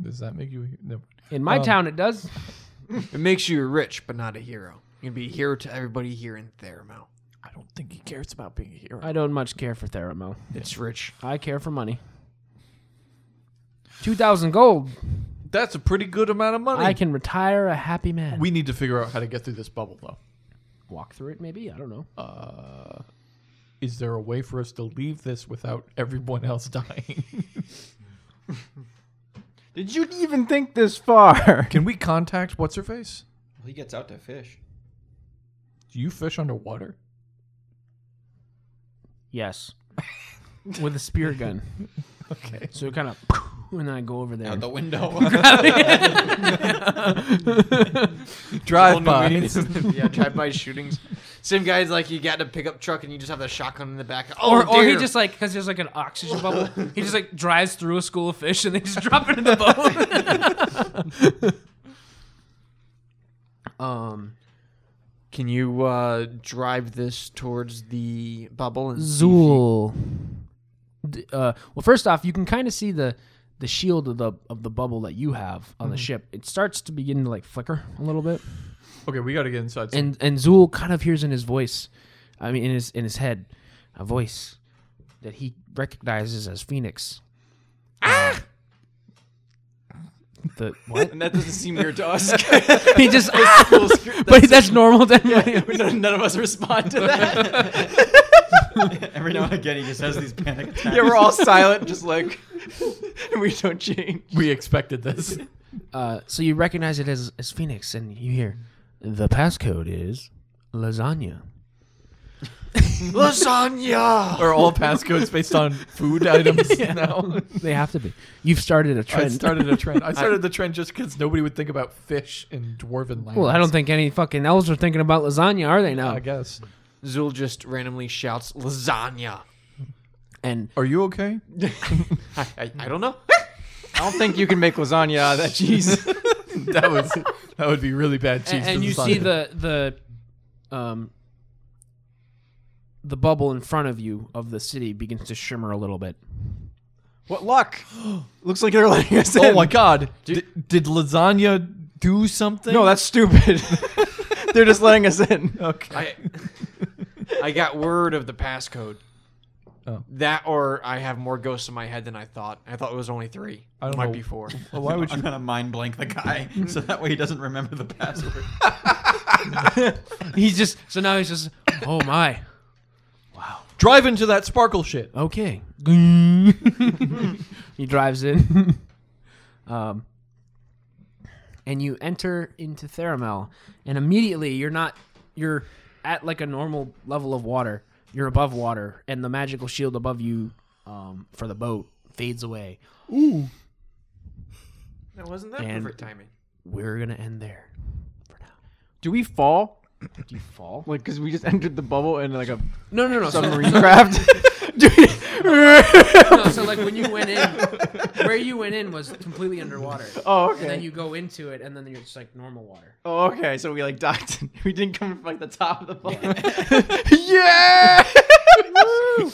B: Does that make you? No.
A: In my
B: Um,
A: town, it does.
F: It makes you rich, but not a hero. You're gonna be a hero to everybody here in Theramel.
B: I don't think he cares about being a hero.
A: I don't much care for Theramo.
F: It's rich.
A: I care for money. 2,000 gold.
B: That's a pretty good amount of money.
A: I can retire a happy man.
B: we need to figure out how to get through this bubble, though. Uh,
A: Walk through it, maybe? I don't know.
B: Is there a way for us to leave this without everyone else dying?
E: Did you even think this far?
B: can we contact what's her face?
G: He gets out to fish.
B: Do you fish underwater?
A: Yes. With a spear gun.
B: Okay.
A: So it kind of. And then I go over there.
C: Out the window.
D: drive by.
F: yeah, drive by shootings. Same guy's like you got in a pickup truck and you just have the shotgun in the back. Oh,
A: or, or he
F: dear.
A: just like, because there's like an oxygen bubble, he just like drives through a school of fish and they just drop it in the boat. um,
F: Can you uh, drive this towards the bubble? And see if you-
A: Zool. D- Uh, well, first off, you can kind of see the the shield of the of the bubble that you have on the ship. It starts to begin to like flicker a little bit,
B: Okay, we got to get inside.
A: and and Zool kind of hears in his voice, I mean in his in his head, a voice that he recognizes as Phoenix. Ah. The what?
G: And that doesn't seem weird to us.
A: he just, but that's normal to everybody.
G: None of us respond to that. Every now and again, he just has these panic attacks.
D: we're all silent, just like we don't change.
B: we expected this.
A: Uh, so you recognize it as, as Phoenix, and you hear the passcode is lasagna.
F: lasagna.
B: Are all passcodes based on food items now?
A: They have to be. You've started a
B: I
A: trend.
B: started a trend. I started the trend just because nobody would think about fish in dwarven lands.
A: well, I don't think any fucking elves are thinking about lasagna, are they now?
B: I guess.
F: Zool just randomly shouts lasagna.
A: And
B: Are you okay?
F: I, I, I don't know.
D: I don't think you can make lasagna out of that cheese.
B: that was that would be really bad cheese.
A: and, and
B: for
A: you
B: lasagna.
A: see the the um the bubble in front of you of the city begins to shimmer a little bit.
D: what luck? Looks like they're letting us
B: Oh
D: in.
B: my god! Did, did lasagna do something?
D: No, that's stupid. they're just letting us in.
B: okay.
F: I I got word of the passcode.
B: Oh.
F: That or I have more ghosts in my head than I thought. I thought it was only three.
B: I don't
F: it might
B: know.
F: be four.
B: Well, why would
G: I'm
B: you?
G: gonna mind blank the guy so that way he doesn't remember the password.
A: He's just so now he's just oh my
B: Drive into that sparkle shit.
A: okay. he drives in, um, and you enter into Theramel, and immediately you're not you're at like a normal level of water. You're above water, and the magical shield above you um, for the boat fades away.
F: That wasn't that
A: And-
F: perfect timing.
A: We're gonna end there.
E: Do we fall?
A: Do you fall?
E: Like, because we just entered the bubble and like a
A: No, no, no. So,
E: submarine craft. Do we-
A: no, so like when you went in, where you went in was completely underwater.
E: oh,
A: And then
E: okay.
A: you go into it, and then you're just like normal water.
E: Oh, okay. So we like docked. We didn't come from like the top of the bubble. yeah.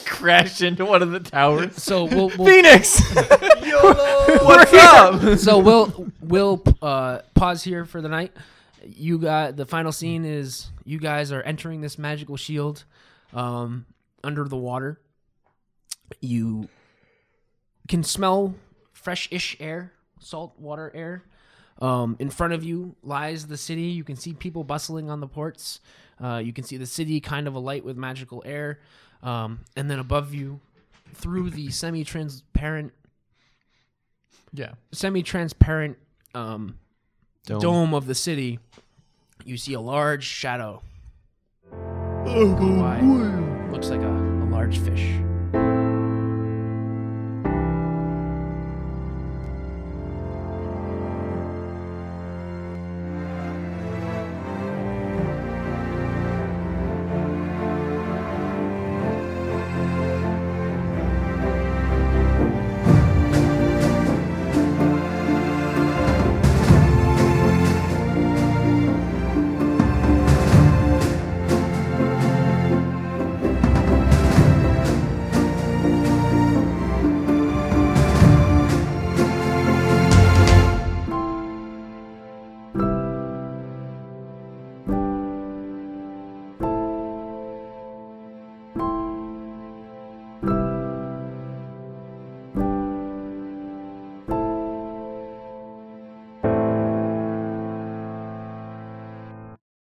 D: Crash into one of the towers.
A: So we'll, we'll
E: Phoenix.
D: What's up?
A: so we'll we'll uh, pause here for the night. You got the final scene is you guys are entering this magical shield um, under the water. You can smell fresh-ish air, salt water air. Um, in front of you lies the city. You can see people bustling on the ports. Uh, you can see the city kind of alight with magical air. Um, and then above you, through the semi-transparent
B: Yeah.
A: semi-transparent um, dome. of the city, you see a large shadow. go by. Looks like a, a large fish.